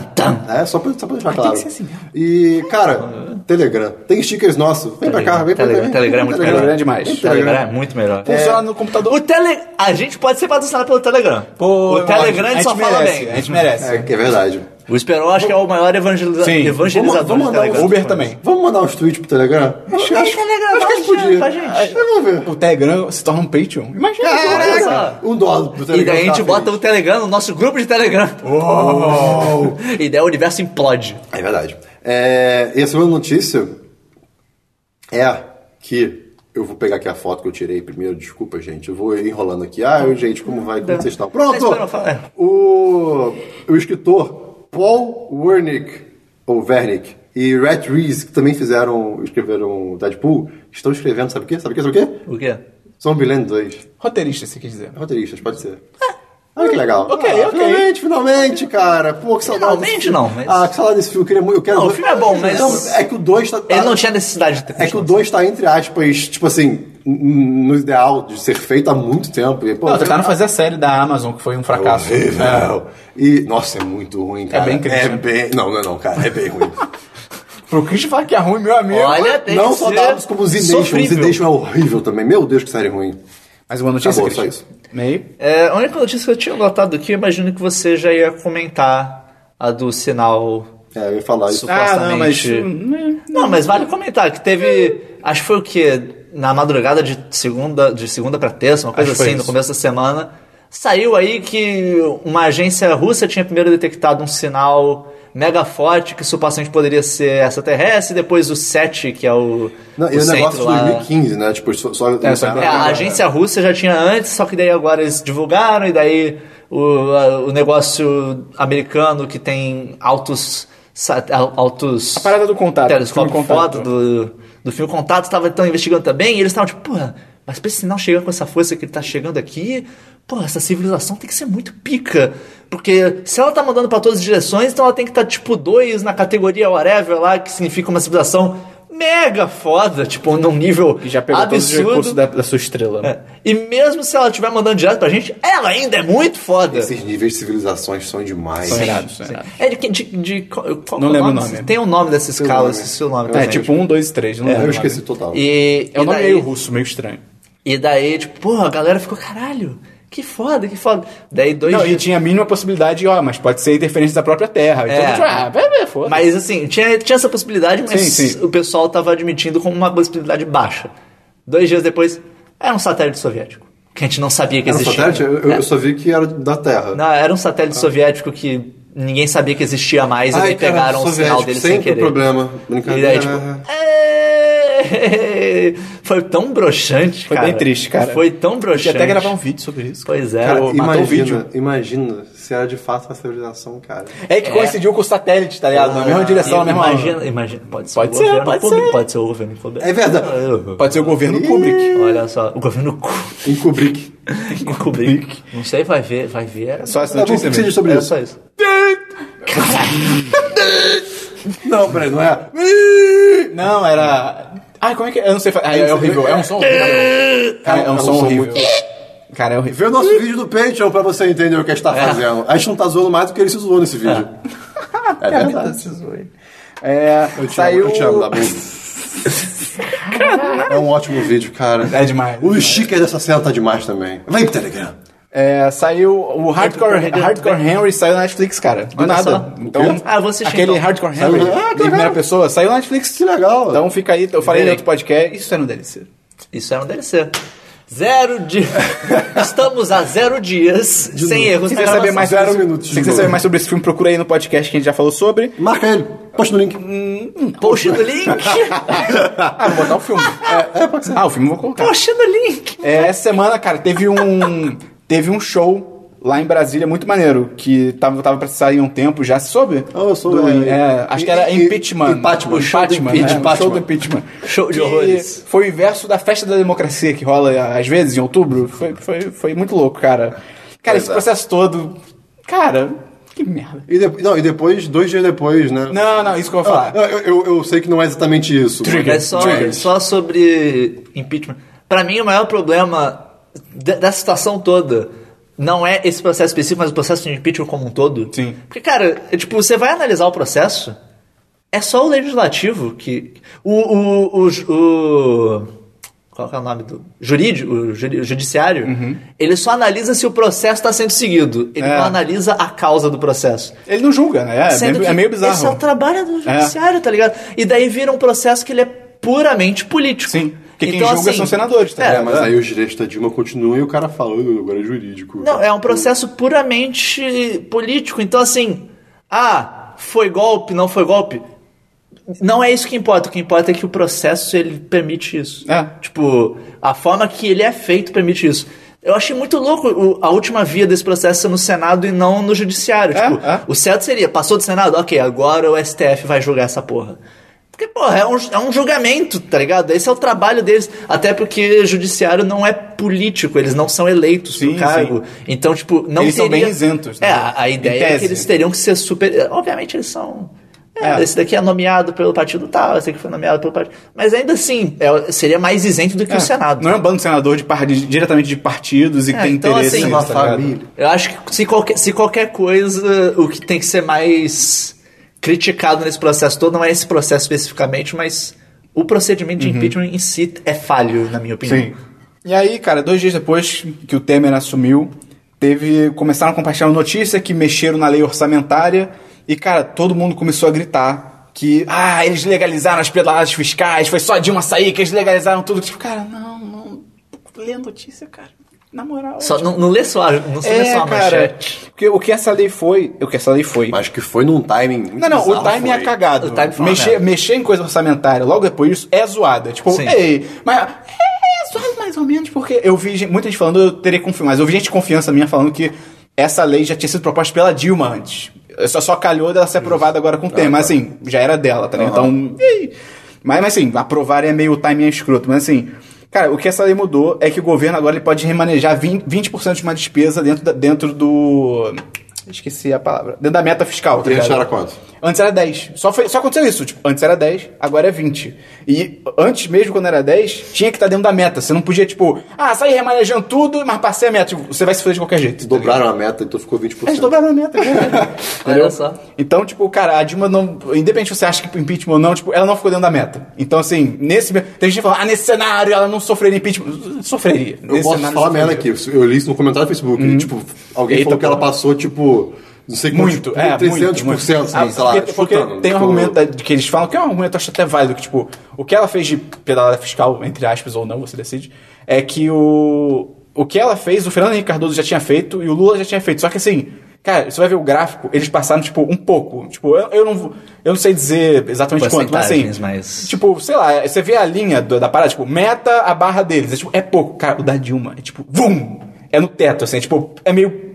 Speaker 2: É, só pra, só pra deixar
Speaker 5: tem
Speaker 2: claro.
Speaker 5: que ser assim mesmo.
Speaker 2: E, cara, Telegram. Tem stickers nossos. Vem pra cá, vem pra cá.
Speaker 3: Telegram,
Speaker 2: vem,
Speaker 3: Telegram é
Speaker 2: vem
Speaker 3: muito
Speaker 2: Telegram.
Speaker 5: melhor. demais.
Speaker 2: Vem
Speaker 3: Telegram
Speaker 2: Telegram.
Speaker 3: é muito melhor.
Speaker 5: Funciona no computador.
Speaker 3: O tele... A gente pode ser patrocinado pelo Telegram.
Speaker 5: Pô, é
Speaker 3: o Telegram
Speaker 5: a gente
Speaker 3: só fala
Speaker 5: merece,
Speaker 3: bem.
Speaker 5: A gente merece.
Speaker 2: É, que é verdade.
Speaker 3: O Esperon acho que é o maior evangeliza...
Speaker 5: Sim.
Speaker 3: evangelizador
Speaker 2: Vamos- vamos
Speaker 3: do
Speaker 2: mandar um
Speaker 3: Telegram.
Speaker 5: Uber também.
Speaker 2: Vamos mandar uns tweets pro Telegram? Acho, acho,
Speaker 3: Telegram,
Speaker 2: acho que a gente
Speaker 3: dá um
Speaker 2: podia.
Speaker 3: pra gente.
Speaker 2: Vamos ver.
Speaker 5: É. O Telegram se torna um Patreon. Imagina.
Speaker 3: Olha
Speaker 2: Caraca!
Speaker 3: só.
Speaker 2: Um dólar pro Telegram.
Speaker 3: E daí a gente
Speaker 2: tá
Speaker 3: bota
Speaker 2: feito.
Speaker 3: o Telegram no nosso grupo de Telegram. E daí o universo implode.
Speaker 2: É verdade. É, e a segunda notícia é que. Eu vou pegar aqui a foto que eu tirei primeiro, desculpa, gente. Eu vou enrolando aqui. Ah, eu, gente, como vai? Como vocês estão? Pronto!
Speaker 3: Espera, fala.
Speaker 2: O, o escritor Paul Wernick, ou Wernick, e Rhett Reese, que também fizeram, escreveram Deadpool, estão escrevendo, sabe o quê? Sabe o quê? Sabe o quê?
Speaker 3: O quê?
Speaker 2: Zombieland 2.
Speaker 5: Roteirista, você quer dizer.
Speaker 2: Roteiristas, É pode ser. Olha que legal.
Speaker 5: É.
Speaker 2: Ah,
Speaker 5: ok, ok.
Speaker 2: Finalmente, finalmente, cara. Pô, que saudade.
Speaker 3: Finalmente
Speaker 2: desse filme.
Speaker 3: não, mas-
Speaker 2: Ah, que saudade desse filme. Eu, queria, muito- eu quero...
Speaker 3: Não, o filme é bom, mas-
Speaker 2: Não, é que o 2 tá...
Speaker 3: Ele não tinha necessidade de ter
Speaker 2: É que o 2 tá, entre aspas, tipo assim, n- no ideal de ser feito há muito tempo. E, pô, tá- É
Speaker 5: Não, tentaram fazer a série da Amazon, que foi um fracasso.
Speaker 3: É
Speaker 2: Horrível. E, nossa, é muito ruim, cara.
Speaker 5: bem crítico,
Speaker 2: É
Speaker 5: né?
Speaker 2: bem... Não, não, não, cara. É bem ruim.
Speaker 5: Pro Christian falar que é ruim, meu amigo.
Speaker 3: Olha, tem
Speaker 2: não
Speaker 3: que
Speaker 2: só
Speaker 3: ser
Speaker 2: dados como Zination.
Speaker 3: sofrível.
Speaker 2: Zination é horrível também. Meu Deus, que série ruim.
Speaker 5: Mais uma notícia,
Speaker 2: Acabou,
Speaker 5: Christian?
Speaker 2: só isso.
Speaker 5: Meio.
Speaker 3: É, a única notícia que eu tinha notado aqui, eu imagino que você já ia comentar a do sinal.
Speaker 2: É, eu ia falar isso.
Speaker 3: Ah, não, mas-
Speaker 5: Supostamente.
Speaker 3: Não, mas vale comentar que teve. Acho que foi o quê? Na madrugada de segunda, de segunda pra terça, uma coisa
Speaker 5: Acho que foi
Speaker 3: assim, no
Speaker 5: isso.
Speaker 3: começo da semana. Saiu aí que uma agência russa tinha primeiro detectado um sinal mega forte que supostamente poderia ser extraterrestre, depois o 7, que é o.
Speaker 2: Não, e o
Speaker 3: centro
Speaker 2: negócio de
Speaker 3: lá.
Speaker 2: 2015, né? Tipo, só... só
Speaker 5: É, só-
Speaker 3: É, a agência russa já tinha antes, só que daí agora eles divulgaram, e daí o, a- o negócio americano que tem altos. sa- al- altos
Speaker 5: A parada do contato,
Speaker 3: Telescópio
Speaker 5: filme Contato.
Speaker 3: foto do, do filme Contato, estava tão investigando também, e eles estavam tipo, porra, mas pra esse sinal chegar com essa força que ele tá chegando aqui, porra, essa civilização tem que ser muito pica. Porque se ela tá mandando pra todas as direções, então ela tem que estar tipo 2 na categoria whatever lá, que significa uma civilização mega foda, tipo, num nível
Speaker 5: E já pegou todos os
Speaker 3: absurdo.
Speaker 5: recursos da, da sua estrela. né?
Speaker 3: É. E mesmo se ela estiver mandando direto pra gente, ela ainda é muito foda.
Speaker 2: Esses níveis de civilizações são demais.
Speaker 5: São irados, são
Speaker 3: Sim.
Speaker 5: irados.
Speaker 3: É de, que- de, de qual, qual
Speaker 5: Não
Speaker 3: que é
Speaker 5: lembro o nome.
Speaker 3: Tem o nome dessa escala,
Speaker 2: nome.
Speaker 3: esse seu nome.
Speaker 2: Eu
Speaker 5: É,
Speaker 3: também.
Speaker 2: sei.
Speaker 5: tipo um, dois, três. Não
Speaker 2: É,
Speaker 5: lembro
Speaker 2: eu
Speaker 5: o
Speaker 2: esqueci
Speaker 5: nome.
Speaker 2: total.
Speaker 3: E,
Speaker 5: É um
Speaker 3: e
Speaker 5: nome
Speaker 3: daí-
Speaker 5: meio russo, meio estranho.
Speaker 3: E daí, tipo, porra, a galera ficou, caralho, que foda, que foda. Daí dois
Speaker 5: Não, e
Speaker 3: dias-
Speaker 5: tinha a mínima possibilidade, ó, mas pode ser interferência da própria Terra. Então,
Speaker 3: É.
Speaker 5: tipo, ah, vai ver, foda
Speaker 3: Mas assim, tinha, tinha essa possibilidade, mas
Speaker 5: Sim, sim.
Speaker 3: o pessoal tava admitindo como uma possibilidade baixa. Dois dias depois, era um satélite soviético. Que a gente não sabia que
Speaker 2: Era um
Speaker 3: existia.
Speaker 2: satélite? Eu, eu
Speaker 3: É.
Speaker 2: só vi que era da Terra.
Speaker 3: Não, era um
Speaker 5: Ah.
Speaker 3: satélite soviético que ninguém sabia que existia mais, e
Speaker 2: Ai,
Speaker 3: daí
Speaker 5: então,
Speaker 2: cara,
Speaker 3: pegaram o
Speaker 2: soviético,
Speaker 3: sinal dele sem
Speaker 2: sempre
Speaker 3: querer.
Speaker 2: problema.
Speaker 3: E
Speaker 2: Brincadeira.
Speaker 3: daí, tipo.
Speaker 5: É.
Speaker 3: "Ê!" Foi tão broxante,
Speaker 5: Foi
Speaker 3: cara.
Speaker 5: bem triste, cara.
Speaker 3: Foi tão
Speaker 5: A gente
Speaker 3: broxante.
Speaker 5: até gravar um vídeo sobre isso. cara.
Speaker 3: Pois é.
Speaker 2: Cara,
Speaker 5: Pô, matou
Speaker 2: imagina,
Speaker 5: o vídeo.
Speaker 2: imagina se era de fato uma civilização, cara.
Speaker 5: É que coincidiu com o satélite, tá ligado? Na mesma direção, na mesma
Speaker 3: imagina,
Speaker 5: hora.
Speaker 3: imagina, pode ser
Speaker 5: Pode
Speaker 3: o
Speaker 5: ser,
Speaker 3: governo
Speaker 5: pode
Speaker 3: público,
Speaker 5: ser.
Speaker 3: pode ser o governo público.
Speaker 2: É verdade.
Speaker 5: Pode ser o governo público.
Speaker 3: Olha só, o governo cu-
Speaker 2: Em Kubrick.
Speaker 3: Kubrick. Não sei, vai ver, vai ver.
Speaker 5: É Só essa
Speaker 2: Tá bom, o
Speaker 5: notícia
Speaker 2: que que você
Speaker 5: mesmo.
Speaker 2: diz sobre
Speaker 3: Era
Speaker 2: isso?
Speaker 3: É, só isso.
Speaker 2: Não, peraí, não é?
Speaker 5: Não,
Speaker 2: É um
Speaker 5: era. Ah, como é que é? Eu não sei. fa- Ah, é horrível. É um som horrível. Cara, é um som horrível. Cara, é horrível.
Speaker 2: Vê o nosso vídeo do Patreon pra você entender o que a gente tá fazendo. A gente não tá zoando mais do que ele se zoou nesse vídeo. É,
Speaker 5: Ah,
Speaker 2: verdade.
Speaker 5: É,
Speaker 2: Eu te,
Speaker 5: saiu...
Speaker 2: amo, eu te amo, Dabu. É um ótimo vídeo, cara.
Speaker 5: É demais,
Speaker 2: O
Speaker 5: demais.
Speaker 2: sticker dessa cena tá demais também. Vem pro Telegram.
Speaker 5: É, saiu o Hardcore, Hardcore Henry saiu na Netflix, cara. Do
Speaker 3: Olha
Speaker 5: nada.
Speaker 3: só.
Speaker 5: Então,
Speaker 3: Ah, eu vou assistir,
Speaker 5: aquele
Speaker 3: então.
Speaker 5: Hardcore Henry
Speaker 2: Saiu- Ah,
Speaker 5: em primeira pessoa saiu na Netflix.
Speaker 2: Que legal.
Speaker 5: Então fica aí, eu falei
Speaker 3: Vê
Speaker 5: no
Speaker 3: aí.
Speaker 5: outro podcast. Isso é no DLC.
Speaker 3: Isso era um DLC. Zero dias. Estamos a zero dias sem erros.
Speaker 5: Se
Speaker 3: na
Speaker 5: quiser saber
Speaker 3: gravação.
Speaker 5: mais,
Speaker 2: Zero
Speaker 5: sobre-
Speaker 2: minutos
Speaker 5: se
Speaker 2: de
Speaker 5: quiser
Speaker 2: novo.
Speaker 5: saber mais sobre esse filme, procura aí no podcast que a gente já falou sobre.
Speaker 2: Marca ele. Posta no link.
Speaker 3: Post do link!
Speaker 5: Ah, vou botar o filme.
Speaker 2: É,
Speaker 5: Ah, o filme eu vou colocar.
Speaker 3: Post do link!
Speaker 5: É, essa semana, cara, teve um. teve um show lá em Brasília muito maneiro. Que tava, tava pra sair há um tempo já, se soube?
Speaker 2: Ah, eu soube,
Speaker 5: Do-
Speaker 2: é.
Speaker 5: é, acho que era
Speaker 2: E- e-
Speaker 5: Impeachment.
Speaker 2: Impeachment,
Speaker 5: O
Speaker 2: show do
Speaker 5: Impeachment, né?
Speaker 2: impeachment.
Speaker 5: O Show do Impeachment.
Speaker 3: Show de
Speaker 5: Que
Speaker 3: horrores.
Speaker 5: Foi o inverso da festa da democracia que rola às vezes em outubro. Foi, foi, foi muito louco, cara. Cara,
Speaker 2: Pois
Speaker 5: esse
Speaker 2: é.
Speaker 5: processo todo. Cara, que merda.
Speaker 2: E, de- não, e depois, dois dias depois, né?
Speaker 5: Não, não, isso que eu vou
Speaker 2: Ah,
Speaker 5: falar.
Speaker 2: eu, eu- eu sei que não é exatamente isso.
Speaker 5: Trigger.
Speaker 3: É só,
Speaker 5: Triggers.
Speaker 3: só sobre impeachment. Pra mim, o maior problema da, da situação toda não é esse processo específico, mas o processo de impeachment como um todo.
Speaker 5: Sim.
Speaker 3: Porque, cara, é, tipo, você vai analisar o processo, é só o legislativo que. O. o, o, ju- o- qual que é o nome do. Jurídico, o juri- o judiciário, ele só analisa se o processo está sendo seguido. Ele
Speaker 5: É.
Speaker 3: não analisa a causa do processo.
Speaker 5: Ele não julga, né? É,
Speaker 3: Sendo
Speaker 5: meio- é
Speaker 3: que
Speaker 5: meio bizarro.
Speaker 3: Esse é o trabalho do
Speaker 5: É.
Speaker 3: judiciário, tá ligado? E daí vira um processo que ele é puramente político. Então,
Speaker 5: Sim. Porque quem julga são senadores, tá
Speaker 3: é,
Speaker 2: É, mas aí os direitos da Dilma continuam e o cara fala, "Ô, agora é jurídico.
Speaker 3: Não,
Speaker 5: né?
Speaker 3: é um processo puramente político. Então, assim, ah, foi golpe, não foi golpe. Não é isso que importa. O que importa é que o processo ele permite isso.
Speaker 5: É.
Speaker 3: Tipo, a forma que ele é feito permite isso. Eu achei muito louco o- a última via desse processo ser no Senado e não no Judiciário.
Speaker 5: É,
Speaker 3: tipo,
Speaker 5: é.
Speaker 3: o certo seria, passou do Senado, ok, agora o STF vai julgar essa porra. Porque, porra, é um, é um julgamento, tá ligado? Esse é o trabalho deles. Até porque o judiciário não é político, eles não são eleitos
Speaker 5: Sim,
Speaker 3: pro cargo. Então, tipo, não
Speaker 5: Eles são
Speaker 3: teria-
Speaker 5: bem isentos, né?
Speaker 3: É, a, a
Speaker 5: Em
Speaker 3: ideia é
Speaker 5: tese.
Speaker 3: que eles teriam que ser super. Obviamente eles são. É,
Speaker 5: É.
Speaker 3: Esse daqui é nomeado pelo partido tal, esse daqui foi nomeado pelo partido. Mas ainda assim, é, seria mais isento do que
Speaker 5: É,
Speaker 3: o Senado.
Speaker 5: Não é um bando de senador de par- de- diretamente de partidos e que
Speaker 3: É,
Speaker 5: tem
Speaker 3: então,
Speaker 5: interesse
Speaker 3: assim,
Speaker 5: nisso,
Speaker 2: uma
Speaker 5: tá ligado?
Speaker 2: família.
Speaker 3: Eu acho que se qualquer, se qualquer coisa, o que tem que ser mais criticado nesse processo todo não é esse processo especificamente, mas o procedimento de impeachment em si é falho, na minha opinião.
Speaker 5: Uhum. Sim. E aí, cara, dois dias depois que o Temer assumiu, teve começaram a compartilhar uma notícia que mexeram na lei orçamentária e, cara, todo mundo começou a gritar que, ah, eles legalizaram as pedaladas fiscais, foi só a Dilma sair que eles legalizaram tudo. Tipo, cara, não, não, lê a notícia, cara, na moral.
Speaker 3: Só, não, não lê só, a- não se lê
Speaker 5: é,
Speaker 3: só a
Speaker 5: cara,
Speaker 3: manchete.
Speaker 5: porque o que essa lei foi, o que essa lei foi...
Speaker 2: Mas que foi num timing muito
Speaker 5: Não, não, o
Speaker 2: bizarro,
Speaker 5: time é
Speaker 2: foi.
Speaker 5: cagado.
Speaker 3: O timing foi uma
Speaker 5: mexer,
Speaker 3: merda.
Speaker 5: mexer em coisa orçamentária logo depois disso é zoada. Tipo,
Speaker 3: Sim.
Speaker 5: ei, mas. É zoado mais ou menos, porque eu vi gente- muita gente falando, eu teria confiança, mas eu vi gente de confiança minha falando que essa lei já tinha sido proposta pela Dilma antes. Só, só calhou dela ser aprovada agora
Speaker 3: Ah,
Speaker 5: com o
Speaker 3: tá.
Speaker 5: tema. Mas assim, já era dela, tá ligado? Então. ei. Mas, mas assim, aprovar é meio o timing é escroto, mas assim. Cara, o que essa lei mudou é que o governo agora ele pode remanejar 20%, 20 de uma despesa dentro, da- dentro do. Esqueci a palavra. Dentro da meta fiscal, tá
Speaker 2: E antes
Speaker 5: ligado?
Speaker 2: era quanto?
Speaker 5: Antes era 10. Só, foi- só aconteceu isso. Tipo, antes era 10, agora é 20. E antes mesmo, quando era 10, tinha que estar dentro da meta. Você não podia, tipo, ah, sair remanejando tudo, mas passei a meta. Tipo, você vai se fuder de qualquer jeito. tá ligado?
Speaker 2: Dobraram a meta, então ficou 20%.
Speaker 5: Eles dobraram a meta, cara. Entendeu?
Speaker 3: só.
Speaker 5: Então, tipo, cara, a Dilma não. Independente se você acha que impeachment ou não, tipo, ela não ficou dentro da meta. Então, assim, nesse. Tem gente falando, ah, nesse cenário ela não sofreria impeachment. Sofreria.
Speaker 2: Eu
Speaker 5: nesse
Speaker 2: posso
Speaker 5: cenário,
Speaker 2: falar
Speaker 5: sofreria.
Speaker 2: merda aqui. Eu li isso no comentário do Facebook. e, tipo, alguém
Speaker 5: Eita,
Speaker 2: falou que ela passou, tipo, não sei quanto,
Speaker 5: Muito, é,
Speaker 2: 300%,
Speaker 5: muito, muito.
Speaker 2: sabe,
Speaker 5: Ah,
Speaker 2: sei lá.
Speaker 5: porque, porque
Speaker 2: chutando,
Speaker 5: tem um
Speaker 2: tipo,
Speaker 5: argumento da- que eles falam, que é um argumento, eu acho até válido, que, tipo, o que ela fez de pedalada fiscal, entre aspas, ou não, você decide, é que o... O que ela fez, o Fernando Henrique Cardoso já tinha feito e o Lula já tinha feito. Só que, assim, cara, você vai ver o gráfico, eles passaram, tipo, um pouco. Tipo, eu, eu não vou- eu não sei dizer exatamente quanto, mas assim...
Speaker 3: Porcentagens, mas-
Speaker 5: Tipo, sei lá, você vê a linha do- da parada, tipo, meta a barra deles. É, tipo, é pouco. Cara, o da Dilma é tipo, vum! É no teto, assim, é, tipo, é meio.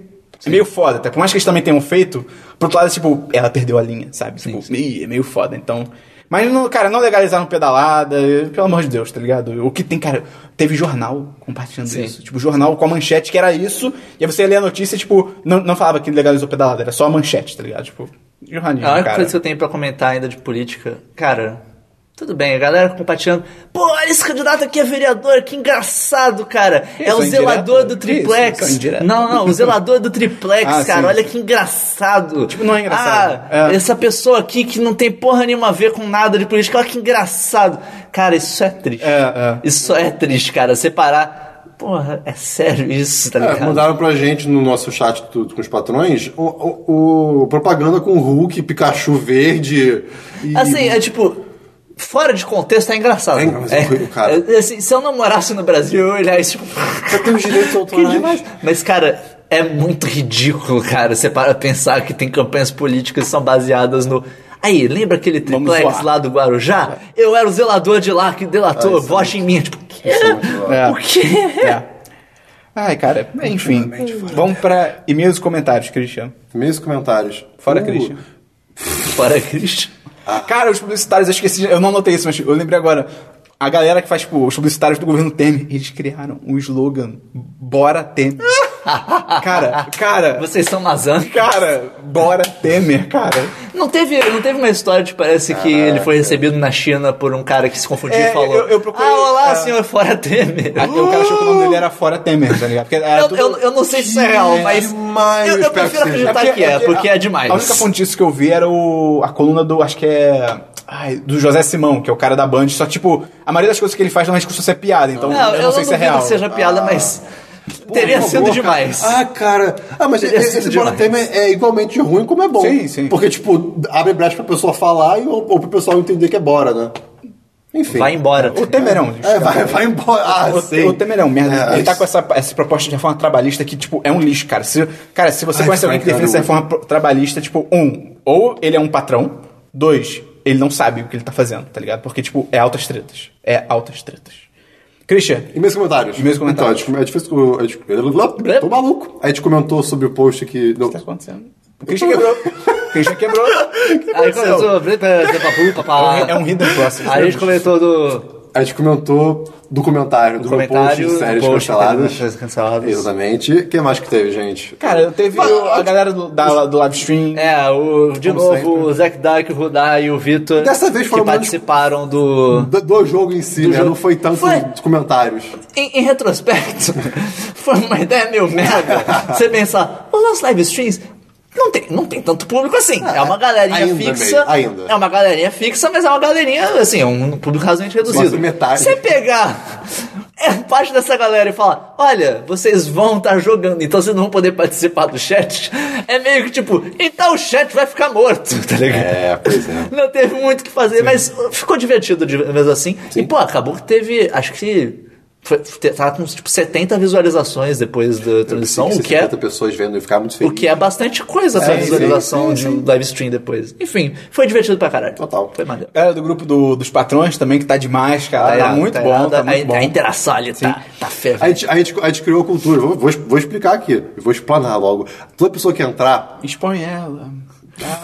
Speaker 5: É meio foda, até por mais que eles também tenham feito, pro outro lado, é, tipo, ela perdeu a linha, sabe? tipo, Ih, é meio foda, então. Mas, não, cara, não legalizaram pedalada, eh, pelo amor de Deus, tá ligado? O que tem, cara, teve jornal compartilhando isso. Tipo, jornal com a manchete que era isso, e aí você ia ler a notícia e, tipo, não, não falava que legalizou pedalada, era só a manchete, tá ligado? Tipo, jornalismo,
Speaker 3: A única
Speaker 5: cara.
Speaker 3: coisa que eu tenho pra comentar ainda de política, cara, Tudo bem, a galera compartilhando. Pô, olha esse candidato aqui é vereador, que engraçado, cara. é
Speaker 5: Isso,
Speaker 3: o
Speaker 5: é
Speaker 3: zelador
Speaker 5: indireto?
Speaker 3: do
Speaker 5: Que isso?
Speaker 3: triplex.
Speaker 5: Isso é indireto?
Speaker 3: não, não, o zelador do triplex,
Speaker 5: Ah,
Speaker 3: cara.
Speaker 5: sim,
Speaker 3: olha
Speaker 5: sim.
Speaker 3: que engraçado.
Speaker 5: Tipo, não é engraçado.
Speaker 3: Ah,
Speaker 5: É.
Speaker 3: essa pessoa aqui que não tem porra nenhuma a ver com nada de política, olha que engraçado. Cara, isso é triste.
Speaker 5: É,
Speaker 3: Isso é triste, cara. Separar. Porra, é sério isso, tá
Speaker 2: É,
Speaker 3: ligado?
Speaker 2: mandaram pra gente no nosso chat do- com os patrões o, o- o- propaganda com Hulk, Pikachu verde. E...
Speaker 3: Assim, é tipo. Fora de contexto é engraçado.
Speaker 2: É, mas é horrível, cara.
Speaker 3: é, assim, se eu não morasse no Brasil, eu olhar isso, tipo.
Speaker 2: Você tem os direitos
Speaker 3: Que
Speaker 2: autorais.
Speaker 3: demais. Mas, cara, é muito ridículo, cara, você para pensar que tem campanhas políticas que são baseadas no. Aí, lembra aquele
Speaker 5: Vamos
Speaker 3: triplex
Speaker 5: zoar. Ah,
Speaker 3: lá do Guarujá? Eu era o zelador de lá que delatou, vote em mim. Tipo, o quê?
Speaker 5: É.
Speaker 3: O quê?
Speaker 5: É. Ai, cara, enfim. Vamos pra e-mails e comentários, Cristiano.
Speaker 2: Meios comentários.
Speaker 5: Fora,
Speaker 2: Uh,
Speaker 5: Christian.
Speaker 3: Fora Cristo.
Speaker 5: Cara, os publicitários, eu esqueci, eu não anotei isso, mas eu lembrei agora. A galera que faz, tipo, os publicitários do governo Temer, eles criaram um slogan, Bora Temer. cara, cara,
Speaker 3: Vocês são mazãs.
Speaker 5: cara, Bora Temer, cara.
Speaker 3: Não teve, não teve uma história de parece que ele foi recebido na China por um cara que se confundiu
Speaker 5: É,
Speaker 3: e falou.
Speaker 5: eu- eu procurei-
Speaker 3: ah, olá,
Speaker 5: é.
Speaker 3: senhor Fora Temer.
Speaker 5: Aí o cara achou que o nome dele era Fora Temer, tá ligado? Porque era
Speaker 3: Uh! Eu,
Speaker 5: tudo-
Speaker 3: eu, eu não sei se isso é real, mas.
Speaker 2: demais,
Speaker 3: eu, eu
Speaker 2: espero que
Speaker 3: prefiro
Speaker 2: seja.
Speaker 3: acreditar que é, porque
Speaker 5: a-
Speaker 3: é demais.
Speaker 5: A única fonte disso que eu vi era o, a coluna do, acho que é. ai, do José Simão, que é o cara da Band. Só, tipo, a maioria das coisas que ele faz não é discurso, é piada. Então, eu,
Speaker 3: Não,
Speaker 5: não sei se
Speaker 3: duvido
Speaker 5: é real.
Speaker 3: que seja piada, mas teria
Speaker 2: Por
Speaker 3: sido
Speaker 2: favor,
Speaker 3: demais.
Speaker 2: cara. Ah, cara. Ah, mas
Speaker 3: Teria
Speaker 2: esse,
Speaker 3: sido
Speaker 2: esse Bora
Speaker 3: demais.
Speaker 2: Temer é igualmente ruim como é bom.
Speaker 5: Sim, sim.
Speaker 2: Porque, tipo, abre brecha pra pessoa falar e, ou, ou pro pessoal entender que é bora, né? Enfim.
Speaker 3: Vai embora.
Speaker 5: O Temer é um.
Speaker 2: É, vai, vai embora. Ah,
Speaker 5: O,
Speaker 2: sei.
Speaker 5: o Temer é um merda.
Speaker 2: É,
Speaker 5: ele tá
Speaker 2: isso.
Speaker 5: com essa, essa proposta de reforma trabalhista que, tipo, é um lixo, cara. Se, cara, se você tá
Speaker 2: Ai,
Speaker 5: conhece alguém que
Speaker 2: cara,
Speaker 5: defende essa
Speaker 2: eu-
Speaker 5: reforma pro- trabalhista, tipo, um, ou ele é um patrão, dois, ele não sabe o que ele tá fazendo, tá ligado? Porque, tipo, é altas tretas. É altas tretas. Christian,
Speaker 2: E meus comentários.
Speaker 5: E meus comentários.
Speaker 2: Então, a gente, a gente fez. A gente, eu tô maluco. A gente comentou sobre o post que.
Speaker 5: O que tá acontecendo? O Christian quebrou. O Christian quebrou.
Speaker 3: Aí começou. eh, blá, blá, blá, blá, blá, blá.
Speaker 5: É um hidden process.
Speaker 3: Aí a gente comentou do
Speaker 2: A gente comentou do comentário, do, é, meu
Speaker 3: comentário,
Speaker 2: post de séries
Speaker 3: do post,
Speaker 2: canceladas.
Speaker 3: séries canceladas.
Speaker 2: Exatamente. O que mais que teve, gente?
Speaker 5: Cara, eu teve o- a galera do, da, do live stream.
Speaker 3: É, o, de
Speaker 5: Como
Speaker 3: novo,
Speaker 5: sempre.
Speaker 3: o Zack Dyke, o Rudá e o Vitor.
Speaker 2: Dessa vez
Speaker 3: que
Speaker 2: foram menos-
Speaker 3: participaram do.
Speaker 2: Do, do jogo em si,
Speaker 3: Do
Speaker 2: né?
Speaker 3: jogo.
Speaker 2: Não foi tanto
Speaker 3: Foi.
Speaker 2: de comentários.
Speaker 3: Em, em retrospecto, foi uma ideia meio merda. Você pensar, os nossos live streams. Não tem, não tem tanto público assim. É uma galerinha
Speaker 2: ainda
Speaker 3: fixa.
Speaker 2: bem, ainda.
Speaker 3: É uma galerinha fixa, mas é uma galerinha, assim, é um público razoavelmente reduzido.
Speaker 2: Quase metade.
Speaker 3: Você pegar é, parte dessa galera e falar: olha, vocês vão estar jogando, então vocês não vão poder participar do chat. É meio que tipo, então o chat vai ficar morto, tá ligado?
Speaker 2: É, pois é.
Speaker 3: Não teve muito o que fazer, mas ficou divertido de- mesmo assim. E, pô, acabou que teve, acho que. Foi, te- tava com tipo 70 visualizações depois da transição, o que, é,
Speaker 2: 50 pessoas vendo e ficar muito feliz.
Speaker 3: o que é bastante coisa essa
Speaker 5: sim,
Speaker 3: visualização
Speaker 5: sim,
Speaker 3: de um live stream depois. Enfim, foi divertido pra caralho.
Speaker 2: Total.
Speaker 3: Foi maneiro.
Speaker 5: A galera do grupo do- dos patrões também, que tá demais, cara. Tá, muito bom,
Speaker 3: irado.
Speaker 5: tá muito
Speaker 3: a,
Speaker 5: bom.
Speaker 3: a interação ali tá, tá ferro.
Speaker 2: A gente, a, gente, a gente criou a cultura. Vou, vou, vou explicar aqui. Eu vou explanar logo. Toda pessoa que entrar.
Speaker 5: Expõe ela.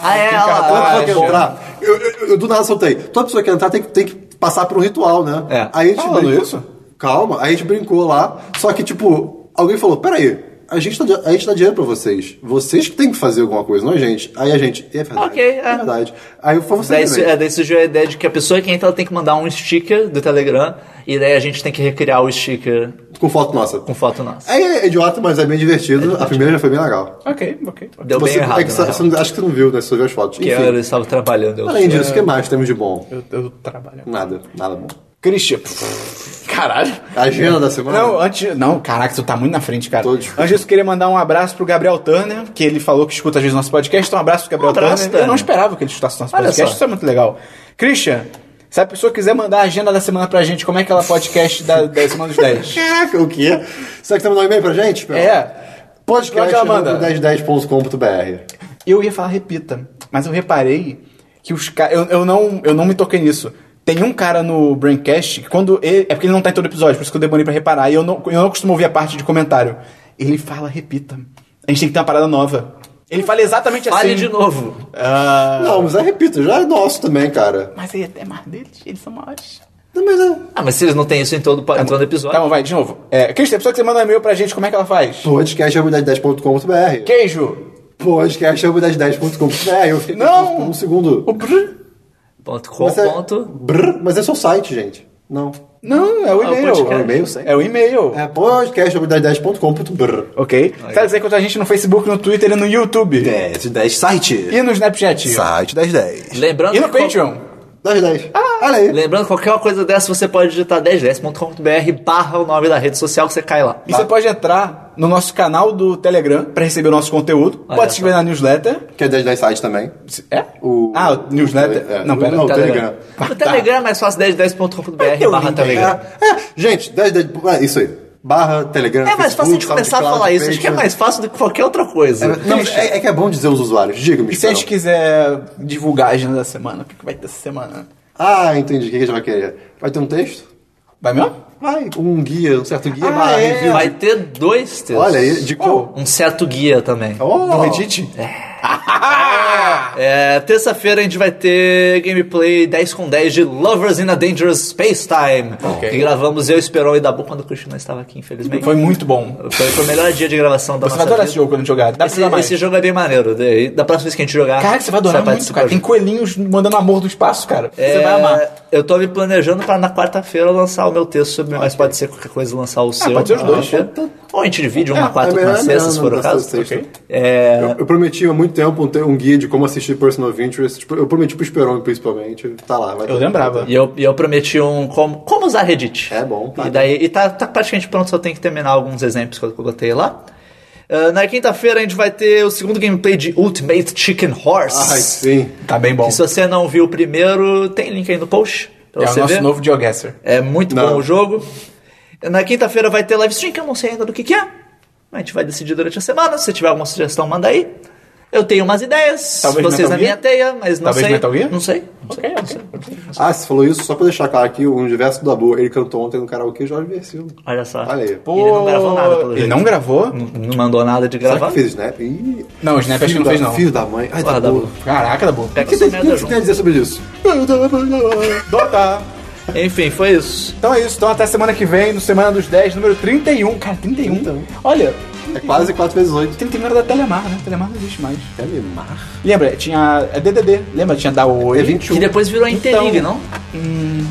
Speaker 3: Ah, é,
Speaker 5: cara,
Speaker 2: Toda
Speaker 3: ela,
Speaker 5: Ah,
Speaker 2: pessoa
Speaker 5: é
Speaker 2: que
Speaker 5: bom.
Speaker 2: entrar. Eu, eu- eu do nada soltei. Toda pessoa que entrar tem, que- tem que passar por um ritual, né?
Speaker 3: É.
Speaker 2: Aí a gente
Speaker 5: Falando
Speaker 2: brincou-
Speaker 5: isso?
Speaker 2: Calma. Aí a gente brincou lá. Só que, tipo, alguém falou: peraí. A gente, tá, di- a gente dá dinheiro pra vocês. Vocês que têm que fazer alguma coisa, não a gente. Aí a gente. É verdade.
Speaker 3: Ok, é.
Speaker 2: verdade. Aí foi você.
Speaker 3: Daí,
Speaker 2: né?
Speaker 3: su- é, daí surgiu a ideia de que a pessoa que entra ela tem que mandar um sticker do Telegram e daí a gente tem que recriar o sticker
Speaker 2: Com foto nossa.
Speaker 3: com foto nossa.
Speaker 2: Aí é idiota, mas é bem divertido. A primeira já foi bem legal.
Speaker 5: Ok, ok. tá
Speaker 3: Deu
Speaker 2: Você-
Speaker 3: bem errado.
Speaker 2: é que
Speaker 3: na
Speaker 2: você-
Speaker 3: real.
Speaker 2: você não- acho que você não viu, né? Você só viu as fotos.
Speaker 3: Que
Speaker 2: Enfim.
Speaker 3: eu estava trabalhando. eu-
Speaker 2: Além disso, o que mais temos de bom?
Speaker 5: Eu, eu trabalho.
Speaker 2: Nada, nada bom.
Speaker 5: Christian. Caralho.
Speaker 2: A agenda da semana?
Speaker 5: Não, antes. Não, caraca, tu tá muito na frente, cara.
Speaker 2: Tô de-
Speaker 5: Antes disso, eu queria mandar um abraço pro Gabriel Turner, que ele falou que escuta às vezes nosso podcast. Então, um abraço pro Gabriel
Speaker 3: Um abraço,
Speaker 5: Turner. Eu
Speaker 3: Turner.
Speaker 5: não esperava que ele escutasse nosso
Speaker 3: Olha
Speaker 5: podcast,
Speaker 3: só.
Speaker 5: isso é muito legal. Christian, se a pessoa quiser mandar a agenda da semana pra gente, como é que ela podcast da, da semana dos 10?
Speaker 2: Caraca, o quê? Será que você mandou um e-mail pra gente? Pel?
Speaker 5: É. Onde
Speaker 2: Podcast
Speaker 5: ela manda?
Speaker 2: 1010.com.br
Speaker 5: Eu ia falar repita, mas eu reparei que os caras. Eu, eu, não, eu não me toquei nisso. Tem um cara no Braincast que quando. ele- é porque ele não tá em todo episódio, por isso que eu demorei pra reparar. E eu não, eu não costumo ouvir a parte de comentário. Ele fala repita. A gente tem que ter uma parada nova. Ele fala exatamente assim.
Speaker 3: Fale de novo.
Speaker 5: Ah,
Speaker 2: Não, mas eu repito, já é nosso também, cara.
Speaker 5: mas aí até mais deles, eles são maiores.
Speaker 2: Não, mas é.
Speaker 3: Ah, mas se eles não têm isso em todo, pa- em todo episódio.
Speaker 5: Tá bom, vai, de novo. É, Cristian, a pessoa que você manda um e-mail pra gente, como é que ela faz?
Speaker 2: Podcast 1010.com.br
Speaker 5: Queijo!
Speaker 2: Podcast 1010.com.br Eu fiquei
Speaker 5: Não!
Speaker 2: por um segundo.
Speaker 5: O br...
Speaker 3: Ponto com,
Speaker 2: Mas é,
Speaker 3: ponto.
Speaker 2: Brr, mas esse é o site, gente. Não.
Speaker 5: Não, é o e-mail.
Speaker 3: podcast. É o
Speaker 2: e-mail, sim.
Speaker 5: É o e-mail.
Speaker 2: É podcast.com.br.
Speaker 5: Ok? Tá você encontrar a gente no Facebook, no Twitter e no YouTube.
Speaker 2: 10, 10 site.
Speaker 5: E no Snapchat.
Speaker 2: Site 10, 10.
Speaker 3: Lembrando
Speaker 5: E no
Speaker 3: que qual-
Speaker 5: Patreon.
Speaker 2: 10, 10. Ah, olha aí.
Speaker 3: Lembrando, qualquer coisa dessa você pode digitar 1010.com.br barra o nome da rede social que você cai lá.
Speaker 5: E você pode entrar no nosso canal do Telegram pra receber o nosso conteúdo.
Speaker 3: Olha
Speaker 5: pode se inscrever na newsletter.
Speaker 2: Que é 10, 10 site também.
Speaker 5: Se- É?
Speaker 2: O-
Speaker 5: ah, o newsletter.
Speaker 2: É,
Speaker 5: não, pera.
Speaker 2: não, o
Speaker 5: tá-
Speaker 2: Telegram.
Speaker 3: O Telegram é mais fácil, 1010.com.br
Speaker 5: Eu
Speaker 3: barra
Speaker 5: ninguém.
Speaker 3: Telegram.
Speaker 2: É, é, gente, 10, 10, é, isso aí. Barra, Telegram,
Speaker 3: É mais fácil a gente começar a falar isso, acho que é mais fácil do que qualquer outra coisa.
Speaker 2: Não, é, é que é bom dizer os usuários. Diga-me,
Speaker 3: é
Speaker 5: E se a gente
Speaker 2: Esperão.
Speaker 5: quiser divulgar a agenda da semana, o que que vai ter essa semana?
Speaker 2: Ah, entendi. O que a gente vai querer? Vai ter um texto?
Speaker 5: Vai mesmo?
Speaker 2: Vai. Um guia, um certo guia.
Speaker 5: Ah,
Speaker 2: barra
Speaker 5: é.
Speaker 2: review.
Speaker 3: Vai ter dois textos.
Speaker 2: Olha aí, de cor.
Speaker 3: Um certo guia também.
Speaker 2: Oh.
Speaker 5: Do Reddit?
Speaker 3: É, terça-feira a gente vai ter gameplay 10 com 10 de Lovers in a Dangerous Space Time.
Speaker 5: Ok.
Speaker 3: Que gravamos eu, Esperon e Dabu quando o Christian não estava aqui, infelizmente.
Speaker 5: Foi muito bom.
Speaker 3: Foi, foi o melhor dia de gravação da
Speaker 5: Você vai
Speaker 3: nossa
Speaker 5: adorar
Speaker 3: vida.
Speaker 5: esse jogo quando jogar. Dá pra
Speaker 3: Esse,
Speaker 5: jogar mais.
Speaker 3: esse jogo é bem maneiro. E Da próxima vez que a gente jogar.
Speaker 5: Caraca, você vai adorar muito,
Speaker 3: participar
Speaker 5: cara. Tem
Speaker 3: junto.
Speaker 5: coelhinhos mandando amor do espaço, cara. Você
Speaker 3: É,
Speaker 5: vai amar.
Speaker 3: Eu tô me planejando pra na quarta-feira lançar o meu texto sobre. Mas pode ser qualquer coisa lançar o seu.
Speaker 5: Ah, pode ser os
Speaker 3: na
Speaker 5: dois.
Speaker 3: quarta-feira. Ou a gente divide um na quarta
Speaker 2: é
Speaker 3: ou na
Speaker 2: melhor,
Speaker 3: sexta, se
Speaker 2: melhor,
Speaker 3: for o
Speaker 2: na
Speaker 3: caso.
Speaker 2: sexta, sexta.
Speaker 3: É,
Speaker 2: Eu, eu prometi há muito tempo um, te- um guia de como assistir Personal of Interest. Tipo, Eu prometi pro Esperon, principalmente. Tá lá. Vai
Speaker 5: Eu
Speaker 2: ter.
Speaker 5: lembrava.
Speaker 3: E eu, e eu prometi um como, como usar Reddit.
Speaker 2: É bom, tá
Speaker 3: e daí e tá, tá praticamente pronto, só tem que terminar alguns exemplos que eu botei lá. Ah, na quinta-feira a gente vai ter o segundo gameplay de Ultimate Chicken Horse.
Speaker 2: Ai, sim.
Speaker 5: Tá bem bom.
Speaker 3: E se você não viu o primeiro, tem link aí no post pra
Speaker 5: É o
Speaker 3: você
Speaker 5: nosso
Speaker 3: ver.
Speaker 5: novo Geoguessr.
Speaker 3: É muito
Speaker 2: Não.
Speaker 3: bom o jogo. Na quinta-feira vai ter live stream, que eu não sei ainda do que, que é. A gente vai decidir durante a semana. Se tiver alguma sugestão, manda aí. Eu tenho umas ideias,
Speaker 5: Talvez
Speaker 3: vocês
Speaker 5: Metal
Speaker 3: na
Speaker 5: Gear?
Speaker 3: minha teia, mas não
Speaker 5: Talvez
Speaker 3: sei.
Speaker 5: Metal Gear?
Speaker 3: Não sei. Não sei.
Speaker 5: Ok, ok.
Speaker 2: Ah, você falou isso só pra deixar claro aqui, o universo do Dabu, ele cantou ontem no karaokê e Jorge Versilo.
Speaker 3: Olha só.
Speaker 2: Olha aí.
Speaker 5: Pô,
Speaker 3: Ele não gravou nada, pelo
Speaker 5: Ele
Speaker 3: jeito.
Speaker 5: não gravou?
Speaker 3: Não- Não mandou nada de
Speaker 2: Será
Speaker 3: gravar.
Speaker 2: que fez Snap? Ih,
Speaker 5: Não, o Snap acho que
Speaker 2: filho
Speaker 5: não
Speaker 2: da-
Speaker 5: fez, não.
Speaker 2: Filho da mãe. Ai,
Speaker 3: Ah,
Speaker 2: Dabu.
Speaker 3: Dabu.
Speaker 5: Caraca, da boa.
Speaker 2: O que
Speaker 3: Pega
Speaker 2: você tem,
Speaker 3: sua
Speaker 2: o que
Speaker 3: merda
Speaker 2: você
Speaker 3: junto.
Speaker 2: tem a dizer sobre isso?
Speaker 5: Dota!
Speaker 3: Enfim, foi isso.
Speaker 5: Então é isso. Então até semana que vem, no Semana dos 10, número 31. Cara, 31?
Speaker 2: Então.
Speaker 5: Olha,
Speaker 2: É quase 4 vezes 8.
Speaker 5: 31 era da Telemar, né? Telemar não existe mais.
Speaker 2: Telemar?
Speaker 5: Lembra, tinha... É DDD. Lembra, tinha da Oi.
Speaker 2: É 21.
Speaker 3: Que depois virou a Interliga,
Speaker 5: Então,
Speaker 3: não? hum,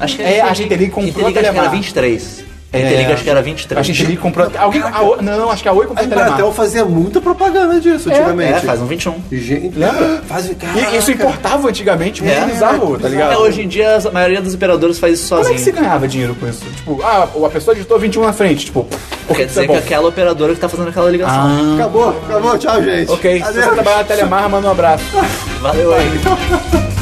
Speaker 3: Acho que
Speaker 5: é, a Interliga
Speaker 3: Interliga
Speaker 5: comprou a
Speaker 3: acho que era
Speaker 5: Telemar.
Speaker 3: 23.
Speaker 5: É,
Speaker 3: Interliga acho que era 23.
Speaker 5: A gente ali comprou... Alguém... a Oi- não, acho que a Oi
Speaker 2: A
Speaker 5: comprou a Telemar.
Speaker 2: Embratel fazia muita propaganda disso antigamente.
Speaker 3: É, faz um 21.
Speaker 2: Gente,
Speaker 5: Lembra?
Speaker 2: faz...
Speaker 5: E isso importava antigamente, muito
Speaker 3: É.
Speaker 5: bizarro, tá ligado?
Speaker 3: É, hoje em dia a maioria dos operadores faz isso
Speaker 5: Como é que se
Speaker 3: sozinho.
Speaker 5: ganhava dinheiro com isso? Tipo, ah, a pessoa digitou 21 na frente, tipo...
Speaker 3: Quer
Speaker 1: tá
Speaker 3: dizer que
Speaker 5: bom.
Speaker 3: aquela operadora que tá fazendo aquela ligação.
Speaker 2: Acabou, acabou, tchau, gente.
Speaker 5: Ok, se você
Speaker 2: Adeus.
Speaker 5: trabalhar na Telemar, manda um abraço.
Speaker 3: Valeu aí.